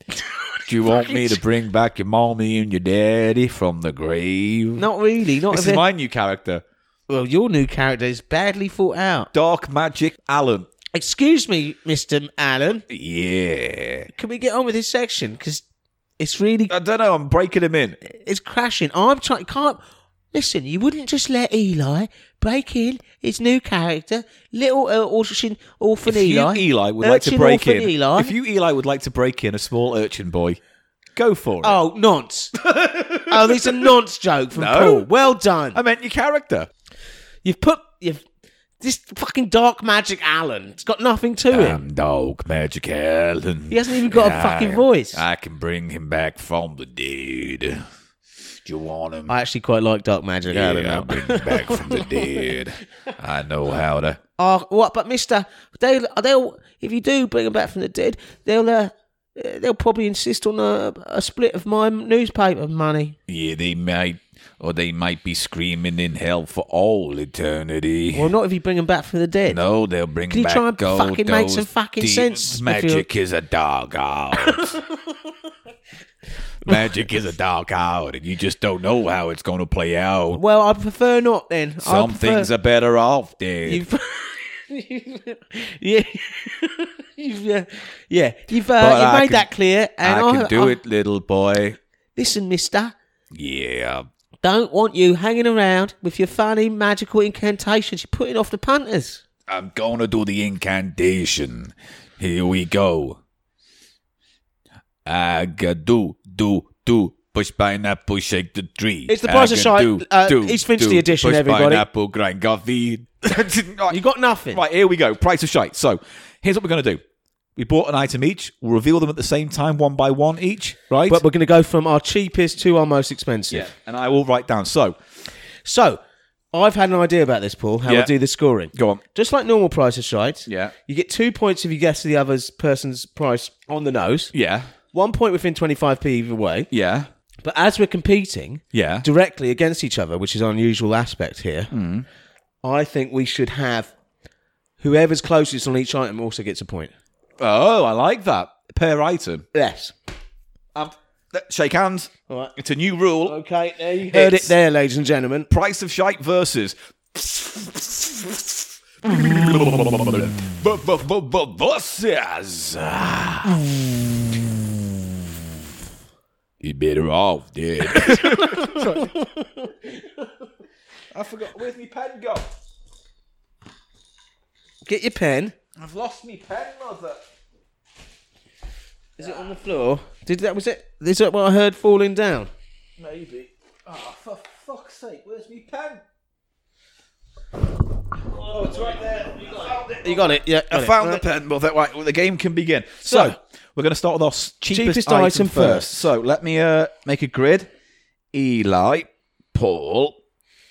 Speaker 2: Do you want me to bring back your mommy and your daddy from the grave?
Speaker 1: Not really. Not
Speaker 2: This
Speaker 1: if
Speaker 2: is
Speaker 1: it-
Speaker 2: my new character,
Speaker 1: well. Your new character is badly thought out.
Speaker 2: Dark Magic Alan.
Speaker 1: Excuse me, Mister Allen.
Speaker 2: Yeah.
Speaker 1: Can we get on with this section? Because it's really
Speaker 2: I don't know. I'm breaking him in.
Speaker 1: it's crashing. I'm trying. Can't listen. You wouldn't just let Eli break in his new character, little uh, orphan, orphan
Speaker 2: If you,
Speaker 1: Eli.
Speaker 2: Eli would like to
Speaker 1: Urchin
Speaker 2: break
Speaker 1: orphan
Speaker 2: in.
Speaker 1: Eli.
Speaker 2: If you, Eli, would like to break in a small urchin boy, go for it.
Speaker 1: oh, nonce. oh, there's a nonce joke from
Speaker 2: No. Um,
Speaker 1: Paul. Well done.
Speaker 2: I meant your character.
Speaker 1: You've put you've this fucking dark magic Alan. It's got nothing to
Speaker 2: Um,
Speaker 1: it.
Speaker 2: Dog Magic Alan.
Speaker 1: He hasn't even got a fucking voice. I,
Speaker 2: I can bring him back from the dead. Do you want him?
Speaker 1: actually quite like dark magic Alan.
Speaker 2: yeah,
Speaker 1: now.
Speaker 2: I'll bring him back from the dead. I know how to.
Speaker 1: Oh, what? But Mister, they they'll if you do bring them back from the dead, they'll uh, they'll probably insist on a, a split of my newspaper money.
Speaker 2: Yeah, they might, or they might be screaming in hell for all eternity.
Speaker 1: Well, not if you bring them back from the dead.
Speaker 2: No, they'll bring
Speaker 1: Can you
Speaker 2: back
Speaker 1: try and
Speaker 2: gold.
Speaker 1: fucking make some
Speaker 2: those
Speaker 1: fucking
Speaker 2: demons.
Speaker 1: sense if
Speaker 2: Magic is a dark out. Magic is a dark out, and you just don't know how it's going to play out.
Speaker 1: Well, I prefer not then.
Speaker 2: Some
Speaker 1: I prefer,
Speaker 2: things are better off, dude.
Speaker 1: You've, yeah, you've, uh, yeah, you've,
Speaker 2: But
Speaker 1: uh,
Speaker 2: I
Speaker 1: you've made
Speaker 2: can-
Speaker 1: that clear. And
Speaker 2: I can do
Speaker 1: I-
Speaker 2: it, little boy.
Speaker 1: Listen, Mister,
Speaker 2: Yeah.
Speaker 1: don't want you hanging around with your funny magical incantations. You're putting off the punters.
Speaker 2: I'm gonna do the incantation. Here we go. Agadoo, do, do. Push pineapple, shake the tree.
Speaker 1: It's the price of shy-
Speaker 2: Agadoo,
Speaker 1: uh,
Speaker 2: do,
Speaker 1: East Finchley
Speaker 2: do.
Speaker 1: edition,
Speaker 2: Push
Speaker 1: everybody.
Speaker 2: pineapple, grind coffee.
Speaker 1: You got nothing.
Speaker 2: Right, here we go. Price of shite. So, here's what we're gonna do. We bought an item each. We'll reveal them at the same time, one by one each, right?
Speaker 1: But we're going to go from our cheapest to our most expensive.
Speaker 2: yeah. And I will write down. So,
Speaker 1: So, I've had an idea about this, Paul, how
Speaker 2: Yeah.
Speaker 1: I do the scoring.
Speaker 2: go on.
Speaker 1: Just like normal price of shite,
Speaker 2: Yeah.
Speaker 1: you get two points if you guess the other person's price on the nose,
Speaker 2: Yeah.
Speaker 1: one point within 25p either way.
Speaker 2: Yeah.
Speaker 1: But as we're competing,
Speaker 2: Yeah.
Speaker 1: directly against each other, which is an unusual aspect here,
Speaker 2: Hmm.
Speaker 1: I think we should have whoever's closest on each item also gets a point.
Speaker 2: Oh, I like that. Per item.
Speaker 1: Yes.
Speaker 2: Um, th- shake hands.
Speaker 1: All right.
Speaker 2: It's a new rule.
Speaker 1: Okay, there you heard
Speaker 2: It's-
Speaker 1: it there, ladies and gentlemen.
Speaker 2: Price of shite versus. versus. You better off, dude. I forgot. Where's my pen gone?
Speaker 1: Get your pen.
Speaker 2: I've lost my pen, mother.
Speaker 1: Is it on the floor? Did that was it? Is that what I heard falling down?
Speaker 2: Maybe. Oh, for fuck's sake, where's my pen? Oh,
Speaker 1: You got it. Yeah,
Speaker 2: I found the pen. Well, that right, well, the game can begin. So,
Speaker 1: So-
Speaker 2: we're going to start with our s- cheapest,
Speaker 1: Cheapest
Speaker 2: item,
Speaker 1: item
Speaker 2: first.
Speaker 1: first.
Speaker 2: So let me uh, make a grid. Eli, Paul,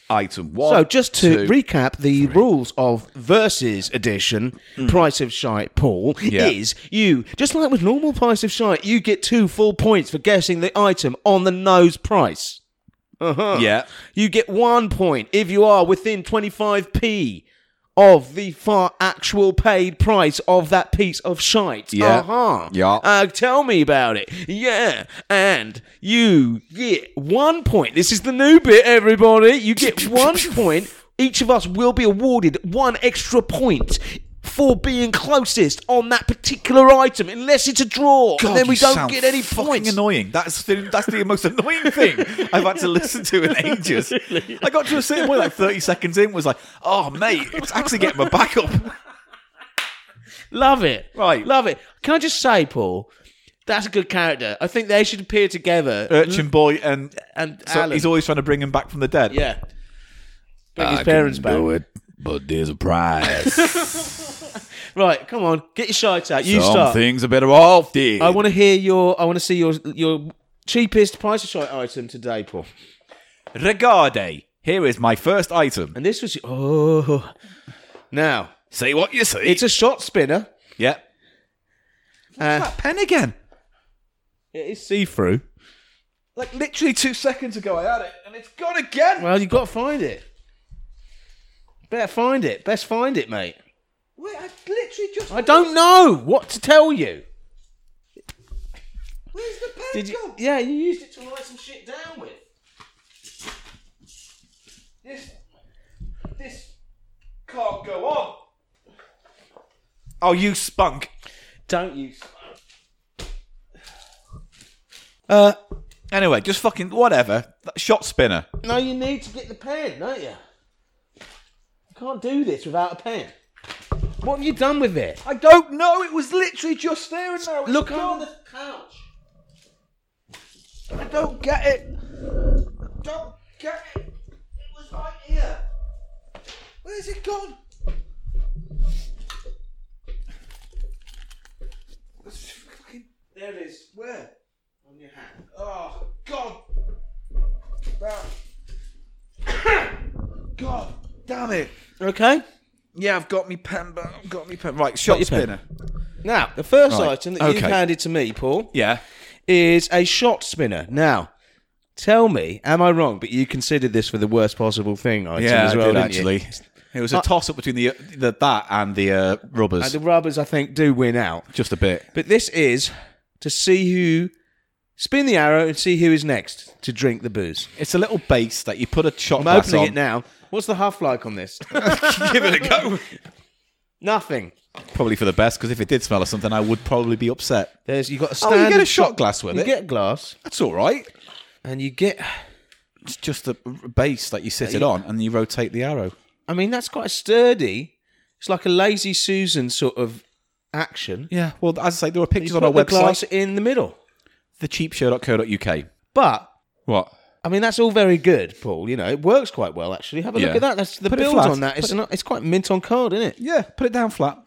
Speaker 2: item one.
Speaker 1: So just to
Speaker 2: two.
Speaker 1: recap, the rules of Versus Edition Price of Shite Paul
Speaker 2: Hmm. Yeah.
Speaker 1: is you just like with normal Price of Shite, you get two full points for guessing the item on the nose price. Uh-huh.
Speaker 2: yeah,
Speaker 1: You get one point if you are within 25p of the far actual paid price of that piece of shite.
Speaker 2: Yeah.
Speaker 1: Uh-huh.
Speaker 2: Yeah.
Speaker 1: Uh, tell me about it. Yeah. And you get one point. This is the new bit, everybody. You get one point. Each of us will be awarded one extra point for being closest on that particular item, unless it's a draw.
Speaker 2: God,
Speaker 1: and then we
Speaker 2: you
Speaker 1: don't
Speaker 2: sound
Speaker 1: get any
Speaker 2: fucking
Speaker 1: points.
Speaker 2: Annoying. That's the, that's the most annoying thing I've had to listen to in ages. I got to a certain point, like thirty seconds in, was like, "Oh, mate, it's actually getting my back up."
Speaker 1: Love it.
Speaker 2: Right.
Speaker 1: Love it. Can I just say, Paul, that's a good character. I think they should appear together.
Speaker 2: Urchin boy, and
Speaker 1: and
Speaker 2: Uh, so
Speaker 1: Alan.
Speaker 2: he's always trying to bring him back from the dead.
Speaker 1: yeah. Bring his parents back.
Speaker 2: it, but there's a prize.
Speaker 1: Right, come on, get your shite out. You
Speaker 2: Some
Speaker 1: start.
Speaker 2: things are better off, dear.
Speaker 1: I want to hear your. I want to see your your cheapest price of shite item today, Paul.
Speaker 2: Regarde. Here is my first item.
Speaker 1: And this was oh. Now
Speaker 2: Say what you see.
Speaker 1: it's a shot spinner.
Speaker 2: Yep.
Speaker 1: Uh,
Speaker 2: That pen again.
Speaker 1: it is see through.
Speaker 2: Like literally two seconds ago, I had it, and it's gone again.
Speaker 1: Well, you've got to find it. Better find it. Best find it, mate.
Speaker 2: Wait, I literally just.
Speaker 1: I don't know what to tell you.
Speaker 2: Where's the pen
Speaker 1: Did you? Yeah, you used it to write some shit down with. This, this.
Speaker 2: Can't go on. Oh, you spunk.
Speaker 1: Don't use.
Speaker 2: Uh, anyway, just fucking whatever. That shot spinner.
Speaker 1: No, you need to get the pen, don't you? You can't do this without a pen. What have you done with it?
Speaker 2: I don't know. It was literally just there, and now
Speaker 1: Look on the couch.
Speaker 2: I don't get it. Don't get it. It was right here. Where's it gone?
Speaker 1: There it is. Where? On your hat.
Speaker 2: Oh God! God damn it!
Speaker 1: Okay.
Speaker 2: Yeah, I've got me pen, but I've got me pen. Right, shot
Speaker 1: your pen.
Speaker 2: spinner.
Speaker 1: Now, the first
Speaker 2: Right,
Speaker 1: item that you've
Speaker 2: okay.
Speaker 1: handed to me, Paul,
Speaker 2: Yeah.
Speaker 1: is a shot spinner. Now, tell me, am I wrong? But you considered this for the worst possible thing item as well, didn't you?
Speaker 2: It was a toss up between the, the that and Uh, the uh, rubbers,
Speaker 1: And the rubbers, I think, do win out.
Speaker 2: just a bit.
Speaker 1: But this is to see who spin the arrow and see who is next to drink the booze.
Speaker 2: It's a little base that you put a shot
Speaker 1: I'm
Speaker 2: glass
Speaker 1: opening
Speaker 2: on.
Speaker 1: it now. What's the half like on this?
Speaker 2: Give it a go.
Speaker 1: Nothing.
Speaker 2: Probably for the best, because if it did smell of something, I would probably be upset.
Speaker 1: There's you got a
Speaker 2: Oh,
Speaker 1: standard
Speaker 2: you get a shot glass with
Speaker 1: You
Speaker 2: it.
Speaker 1: get a glass
Speaker 2: That's all right.
Speaker 1: and you get.
Speaker 2: It's just a base that you sit it on, and you rotate the arrow.
Speaker 1: I mean, that's quite sturdy. It's like a lazy Susan sort of action.
Speaker 2: Yeah. Well, as I say, there are
Speaker 1: You
Speaker 2: pictures
Speaker 1: put
Speaker 2: on our
Speaker 1: the
Speaker 2: website.
Speaker 1: glass in the middle.
Speaker 2: thecheapshow.co.uk.
Speaker 1: But
Speaker 2: What?
Speaker 1: I mean, that's all very good, Paul. You know, it works quite well actually. Have a
Speaker 2: Yeah.
Speaker 1: look at that. That's the
Speaker 2: Put it
Speaker 1: build
Speaker 2: flat.
Speaker 1: on that. It's not. It's quite mint on card, isn't it?
Speaker 2: Yeah, put it down flat.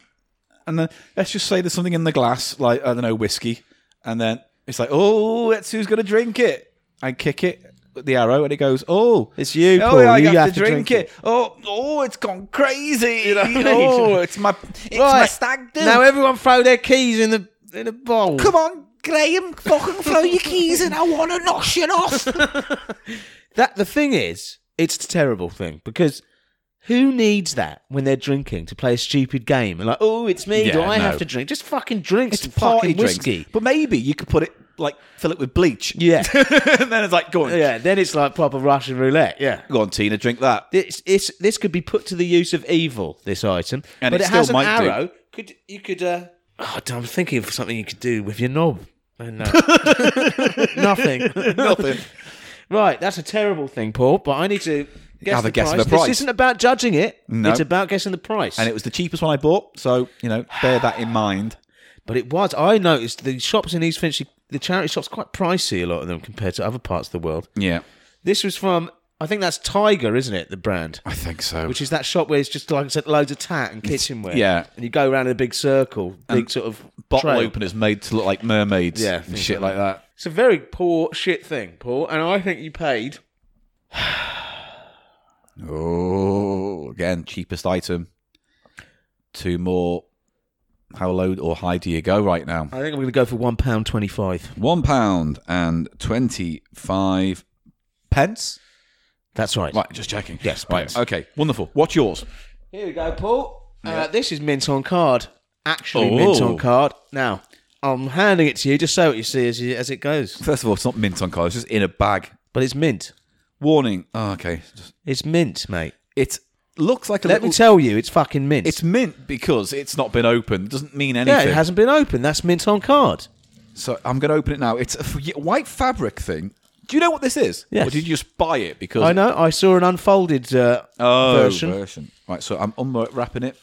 Speaker 2: And then let's just say there's something in the glass, like, I don't know, whiskey. And then it's like, oh, let's who's going to drink it. I kick it with the arrow and it goes, oh.
Speaker 1: It's you,
Speaker 2: oh,
Speaker 1: Paul.
Speaker 2: yeah, I
Speaker 1: You
Speaker 2: have,
Speaker 1: have
Speaker 2: to,
Speaker 1: to
Speaker 2: drink,
Speaker 1: drink
Speaker 2: it. Oh, oh, it's gone crazy.
Speaker 1: You know what I mean?
Speaker 2: oh, it's my, it's my stag do.
Speaker 1: Now uh, everyone throw their keys in the in a bowl.
Speaker 2: Come on, Graham, fucking throw your keys and I want to knock shit off.
Speaker 1: That the thing is, it's a terrible thing because who needs that when they're drinking to play a stupid game and like, oh, it's me. do
Speaker 2: Yeah,
Speaker 1: I
Speaker 2: no.
Speaker 1: have to drink? Just fucking drink
Speaker 2: It's
Speaker 1: some
Speaker 2: party
Speaker 1: fucking
Speaker 2: drinks.
Speaker 1: whiskey.
Speaker 2: But maybe you could put it, like, fill it with bleach.
Speaker 1: Yeah.
Speaker 2: and then it's like, go on,
Speaker 1: Yeah, then it's like proper Russian roulette. Yeah.
Speaker 2: go on, Tina, drink that.
Speaker 1: This, it's, this could be put to the use of evil. This item,
Speaker 2: And
Speaker 1: but
Speaker 2: it
Speaker 1: it,
Speaker 2: still
Speaker 1: has an
Speaker 2: might do.
Speaker 1: arrow. Could you could? Uh, oh, damn, I'm thinking of something you could do with your knob. Oh, no. Nothing.
Speaker 2: Nothing.
Speaker 1: Right, that's a terrible thing, Paul. But I need to guess,
Speaker 2: Have a
Speaker 1: the,
Speaker 2: guess of
Speaker 1: price.
Speaker 2: the price.
Speaker 1: This isn't about judging it.
Speaker 2: No.
Speaker 1: It's about guessing the price.
Speaker 2: and it was the cheapest one I bought. So you know, bear that in mind.
Speaker 1: but it was. I noticed the shops in East Finchley, the charity shops, quite pricey. A lot of them compared to other parts of the world.
Speaker 2: Yeah,
Speaker 1: This was from. I think that's Tiger, isn't it? The brand.
Speaker 2: I think so.
Speaker 1: which is that shop where it's just like I said, loads of tat and kitchenware.
Speaker 2: yeah.
Speaker 1: and you go around in a big circle, big sort of
Speaker 2: bottle
Speaker 1: tray.
Speaker 2: openers made to look like mermaids,
Speaker 1: Yeah,
Speaker 2: and
Speaker 1: things
Speaker 2: shit like
Speaker 1: like
Speaker 2: that.
Speaker 1: It's a very poor shit thing, Paul, and I think you paid.
Speaker 2: Oh, again, cheapest item. Two more. How low or high do you go right now?
Speaker 1: I think I'm going to go for one pound twenty-five.
Speaker 2: One pound and twenty-five pence.
Speaker 1: That's right.
Speaker 2: Right, just checking.
Speaker 1: Yes,
Speaker 2: right.
Speaker 1: pence.
Speaker 2: Okay, wonderful. What's yours?
Speaker 1: Here we go, Paul. Uh, this is mint on card. Actually,
Speaker 2: Oh.
Speaker 1: mint on card. Now I'm handing it to you. Just so what you see as, you, as it goes.
Speaker 2: First of all, it's not mint on card. It's just in a bag.
Speaker 1: But it's mint.
Speaker 2: Warning. Oh, okay. Just-
Speaker 1: It's mint, mate.
Speaker 2: It looks like a
Speaker 1: Let
Speaker 2: little.
Speaker 1: me tell you, it's fucking mint.
Speaker 2: It's mint because it's not been opened. Doesn't mean anything.
Speaker 1: yeah, it hasn't been opened. That's mint on card.
Speaker 2: So I'm going to open it now. It's a f- white fabric thing. Do you know what this is?
Speaker 1: Yes.
Speaker 2: Or did you just buy it because
Speaker 1: I know. I saw an unfolded uh,
Speaker 2: Oh,
Speaker 1: version.
Speaker 2: Right. So I'm unwrapping it.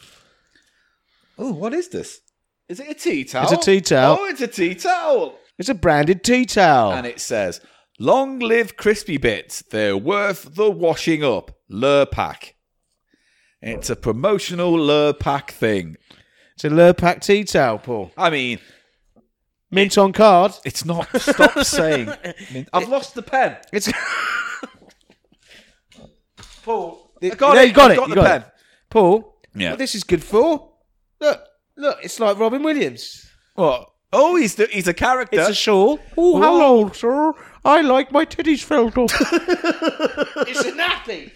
Speaker 2: Oh, what is this? Is it a tea towel?
Speaker 1: It's a tea towel.
Speaker 2: Oh, it's a tea towel.
Speaker 1: It's a branded tea towel.
Speaker 2: And it says, "Long live crispy bits. They're worth the washing up." Lurpak. It's a promotional Lurpak thing.
Speaker 1: It's a Lurpak tea towel, Paul.
Speaker 2: I mean,
Speaker 1: Mint on card.
Speaker 2: it's not. Stop saying. I've lost the pen.
Speaker 1: It's
Speaker 2: Paul, I
Speaker 1: got it, you got it, you got it. Paul.
Speaker 2: Yeah.
Speaker 1: What this is good for? Look, look, it's like Robin Williams.
Speaker 2: What? Oh, he's the, he's a character.
Speaker 1: It's a shawl. Oh, hello, sir. I like my titties felt off. it's a nappy.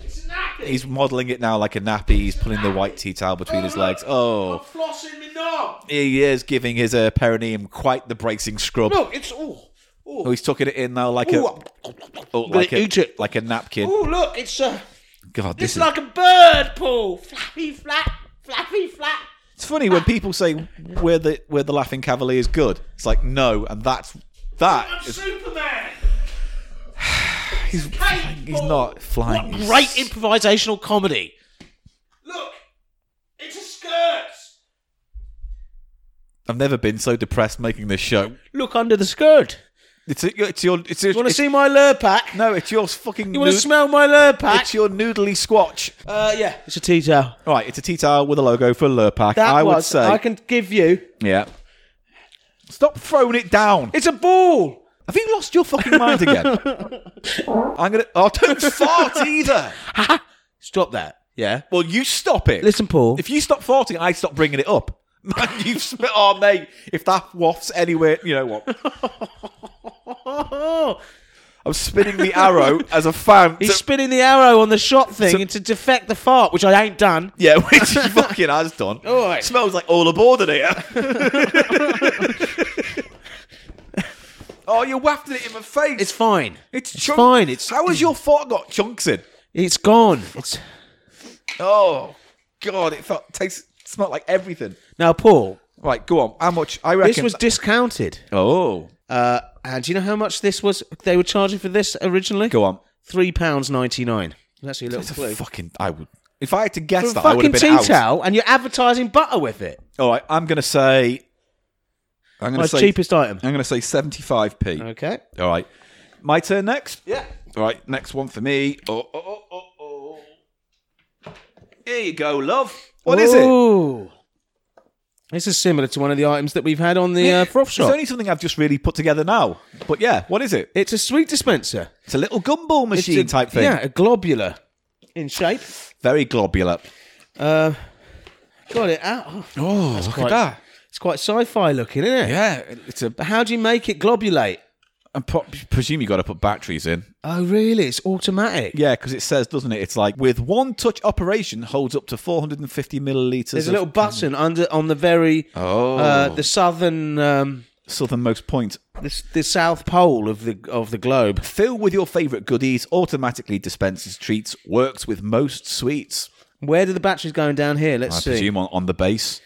Speaker 1: It's a nappy.
Speaker 2: he's modelling it now like a nappy. He's pulling the white tea towel between his legs.
Speaker 1: I'm
Speaker 2: Oh,
Speaker 1: flossing me knob.
Speaker 2: he is giving his uh, perineum quite the bracing scrub.
Speaker 1: Look, it's oh,
Speaker 2: Oh,
Speaker 1: oh,
Speaker 2: he's tucking it in now like
Speaker 1: oh,
Speaker 2: a oh, like a
Speaker 1: eat it.
Speaker 2: like a napkin.
Speaker 1: oh, look, it's a.
Speaker 2: God,
Speaker 1: It's
Speaker 2: this is.
Speaker 1: like a bird, Paul. Flappy, flap, flappy, flap.
Speaker 2: it's funny when people say we're the we're the laughing cavaliers good. It's like no, and that's that. Is,
Speaker 1: Superman.
Speaker 2: he's he's not flying. He's-
Speaker 1: Great improvisational comedy. Look, it's a skirt.
Speaker 2: I've never been so depressed making this show.
Speaker 1: Look under the skirt.
Speaker 2: It's it's your it's,
Speaker 1: You want to
Speaker 2: it's
Speaker 1: see my Lurpak?
Speaker 2: no, it's your fucking.
Speaker 1: You want to
Speaker 2: nood-
Speaker 1: smell my Lurpak?
Speaker 2: It's your noodly squatch.
Speaker 1: Uh, yeah, it's a tea towel.
Speaker 2: All right, it's a tea towel with a logo for Lurpak.
Speaker 1: That
Speaker 2: I
Speaker 1: was,
Speaker 2: would say.
Speaker 1: I can give you.
Speaker 2: Yeah. Stop throwing it down.
Speaker 1: It's a ball.
Speaker 2: Have you lost your fucking mind again? I'm gonna. Oh, don't fart either.
Speaker 1: Stop that. Yeah.
Speaker 2: Well, you stop it.
Speaker 1: Listen, Paul.
Speaker 2: If you stop farting, I stop bringing it up. Man, you've spit. Oh, mate. If that wafts anywhere, you know what? I'm spinning the arrow as a fan.
Speaker 1: He's
Speaker 2: to-
Speaker 1: spinning the arrow on the shot thing to defect the fart, which I ain't done.
Speaker 2: yeah, which he fucking has done.
Speaker 1: All right.
Speaker 2: Smells like all aboard in here. oh, you're wafting it in my face.
Speaker 1: It's fine.
Speaker 2: It's, chunk-
Speaker 1: fine. It's
Speaker 2: How has your fart got chunks in?
Speaker 1: it's gone. It's
Speaker 2: Oh God, it felt tastes smelled like everything.
Speaker 1: now, Paul.
Speaker 2: Right, go on. How much? I reckon
Speaker 1: This was discounted.
Speaker 2: oh,
Speaker 1: Uh, and do you know how much this was? They were charging for this originally.
Speaker 2: go on.
Speaker 1: Three pounds ninety nine. That's your
Speaker 2: It's
Speaker 1: little
Speaker 2: a
Speaker 1: clue.
Speaker 2: fucking. I would. If I had to guess
Speaker 1: For a
Speaker 2: that, I would
Speaker 1: fucking
Speaker 2: have been
Speaker 1: tea
Speaker 2: out.
Speaker 1: towel, and you're advertising butter with it.
Speaker 2: All right, I'm gonna say. I'm gonna
Speaker 1: My
Speaker 2: say.
Speaker 1: cheapest item.
Speaker 2: I'm gonna say 75p.
Speaker 1: Okay.
Speaker 2: All right, my turn next. Yeah. All right, next one for me. Oh, oh, oh, oh, oh. Here you go, love. What is it?
Speaker 1: Ooh. This is similar to one of the items that we've had on the uh, froth
Speaker 2: It's
Speaker 1: shop.
Speaker 2: only something I've just really put together now. But yeah, what is it?
Speaker 1: It's a sweet dispenser.
Speaker 2: It's a little gumball
Speaker 1: It's
Speaker 2: machine
Speaker 1: a-
Speaker 2: type thing.
Speaker 1: Yeah, a globular in shape.
Speaker 2: Very globular.
Speaker 1: Uh, got it out. Oh,
Speaker 2: Oh, look
Speaker 1: quite-
Speaker 2: at
Speaker 1: it's quite sci-fi looking, isn't it?
Speaker 2: that. Yeah, it's a.
Speaker 1: But how do you make it globulate?
Speaker 2: I pro- presume you got to put batteries in.
Speaker 1: Oh, really? It's automatic.
Speaker 2: Yeah, because it says, doesn't it? It's like with one touch operation holds up to 450 milliliters.
Speaker 1: There's a
Speaker 2: of
Speaker 1: little button under on the very
Speaker 2: Oh.
Speaker 1: uh, the southern um,
Speaker 2: southernmost point.
Speaker 1: the, s- the south pole of the of the globe.
Speaker 2: Fill with your favorite goodies. Automatically dispenses treats. Works with most sweets.
Speaker 1: Where do the batteries going down here? Let's
Speaker 2: I
Speaker 1: see.
Speaker 2: presume on, on the base.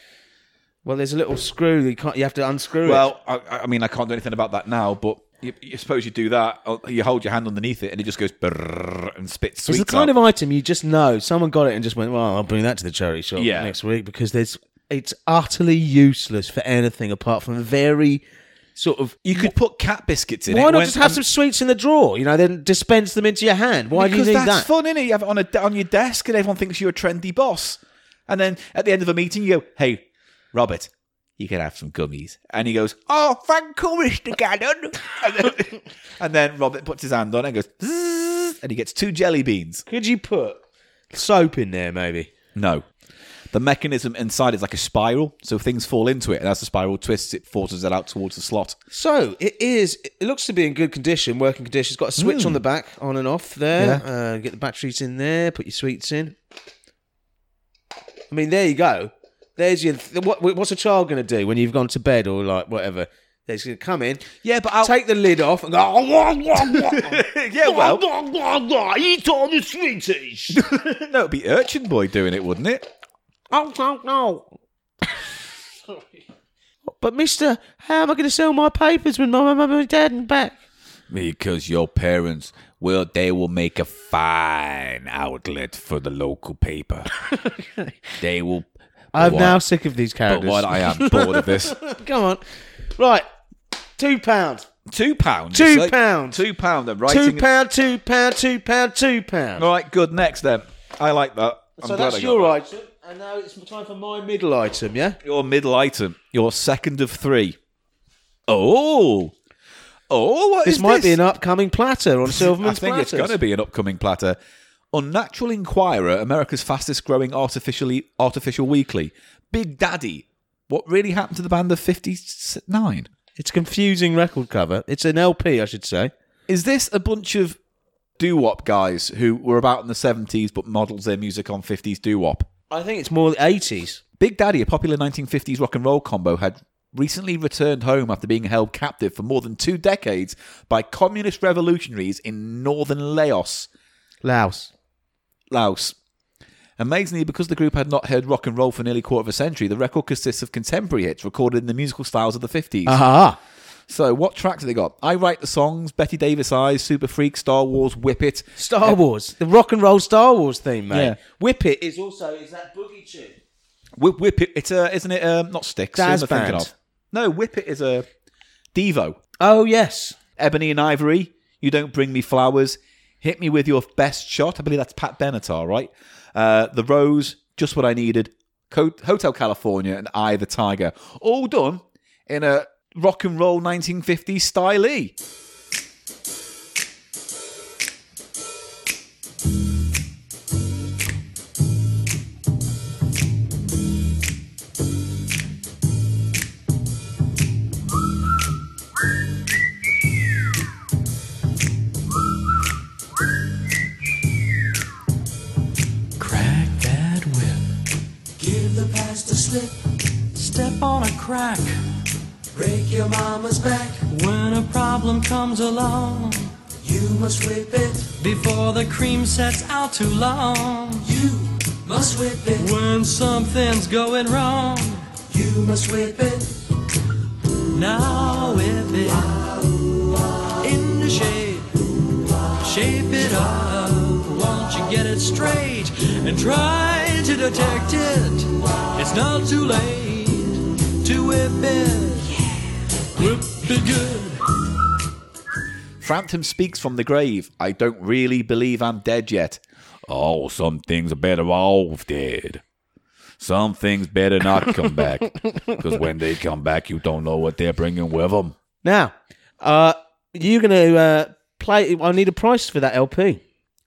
Speaker 1: Well, there's a little screw. You can't. You have to unscrew it.
Speaker 2: Well, I, I mean, I can't do anything about that now, but. You, you suppose you do that. or You hold your hand underneath it, and it just goes brrrr and spits
Speaker 1: It's
Speaker 2: sweets.
Speaker 1: the kind
Speaker 2: out.
Speaker 1: of item you just know someone got it and just went, "Well, I'll bring that to the charity shop
Speaker 2: Yeah.
Speaker 1: next week because there's it's utterly useless for anything apart from very sort of
Speaker 2: you could put cat biscuits in it.
Speaker 1: Why not
Speaker 2: when-
Speaker 1: just have
Speaker 2: and-
Speaker 1: some sweets in the drawer? You know, then dispense them into your hand. Why
Speaker 2: because
Speaker 1: do you need that?
Speaker 2: that's fun, innit? You have it on a on your desk, and everyone thinks you're a trendy boss. And then at the end of a meeting, you go, "Hey, Robert, you can have some gummies." And he goes, "Oh, thank you, Mister Gannon." and, then, and then Robert puts his hand on it and goes, "Zzz," and he gets two jelly beans.
Speaker 1: Could you put soap in there, maybe?
Speaker 2: No. The mechanism inside is like a spiral, so things fall into it, and as the spiral twists, it forces it out towards the slot.
Speaker 1: So it is. It looks to be in good condition, working condition. It's got a switch on the back, on and off there. Uh, get the batteries in there. Put your sweets in. I mean, there you go. There's your. Th- what, what's a child going to do when you've gone to bed or like whatever? They're going to come in,
Speaker 2: Yeah, but I'll
Speaker 1: take the lid off, and go. "Oh, wah, wah, wah."
Speaker 2: yeah, well,
Speaker 6: Eat all the sweeties.
Speaker 2: no, it'd be Urchin Boy doing it, wouldn't it?
Speaker 1: Oh no no. But Mister, how am I going to sell my papers when my mum and dad and back?
Speaker 2: Because your parents will, they will make a fine outlet for the local paper. They will.
Speaker 1: I'm
Speaker 2: What?
Speaker 1: now sick of these
Speaker 2: But
Speaker 1: characters.
Speaker 2: what I am bored of this.
Speaker 1: Come on, right? Two pound,
Speaker 2: Two pounds.
Speaker 1: Two
Speaker 2: you say?
Speaker 1: pounds.
Speaker 2: Two pound. I'm
Speaker 1: two
Speaker 2: writing.
Speaker 1: pound, two pound, two pound, two pound.
Speaker 2: All right, good. Next then. I like that. I'm
Speaker 1: so
Speaker 2: glad I
Speaker 1: that's
Speaker 2: got
Speaker 1: your
Speaker 2: that.
Speaker 1: item, I know it's time for my middle item, yeah?
Speaker 2: Your middle item, your second of three. Oh, oh, what
Speaker 1: This
Speaker 2: is
Speaker 1: might be an upcoming platter on
Speaker 2: I
Speaker 1: Silverman's
Speaker 2: think it's
Speaker 1: Platters.
Speaker 2: going to be an upcoming platter. Unnatural Inquirer, America's fastest growing artificially artificial weekly. Big Daddy. What really happened to the band of 59?
Speaker 1: It's a confusing record cover. It's an LP, I should say.
Speaker 2: Is this a bunch of doo wop guys who were about in the 70s but models their music on 50s doo wop?
Speaker 1: I think it's more the 80s.
Speaker 2: Big Daddy, a popular 1950s rock and roll combo, had recently returned home after being held captive for more than two decades by communist revolutionaries in northern Laos.
Speaker 1: Laos.
Speaker 2: Laos. Amazingly, because the group had not heard rock and roll for nearly a quarter of a century, the record consists of contemporary hits recorded in the musical styles of the 50s.
Speaker 1: Ah.
Speaker 2: So, what tracks have they got? I Write the Songs, Betty Davis Eyes, Super Freak, Star Wars, Whip It.
Speaker 1: Star Wars. The rock and roll Star Wars theme, mate.
Speaker 2: Yeah.
Speaker 1: Whip It is also, is that boogie tune?
Speaker 2: Whip, whip It, it's a, isn't it? Um, not Sticks, who am
Speaker 1: Daz
Speaker 2: I thinking
Speaker 1: Band.
Speaker 2: of? No, Whip It is a Devo.
Speaker 1: Oh, yes.
Speaker 2: Ebony and Ivory, You Don't Bring Me Flowers, Hit Me With Your Best Shot. I believe that's Pat Benatar, right? Uh, the Rose, Just What I Needed, Co- Hotel California, and I the Tiger. All done in a rock and roll 1950s style
Speaker 5: Crack that whip. Give the past a slip. Step on a crack. Break your mama's back. When a problem comes along, you must whip it. Before the cream sets out too long, you must whip it. When something's going wrong, you must whip it. Now whip it. In the shade. Shape it up, won't you get it straight? And try to detect it. It's not too late to whip it. Whip it good.
Speaker 2: Frampton speaks from the grave. I don't really believe I'm dead yet. Oh, some things are better off dead. Some things better not come back. Because when they come back, you don't know what they're bringing with them.
Speaker 1: Now, uh, you're going to uh, play. I need a price for that LP.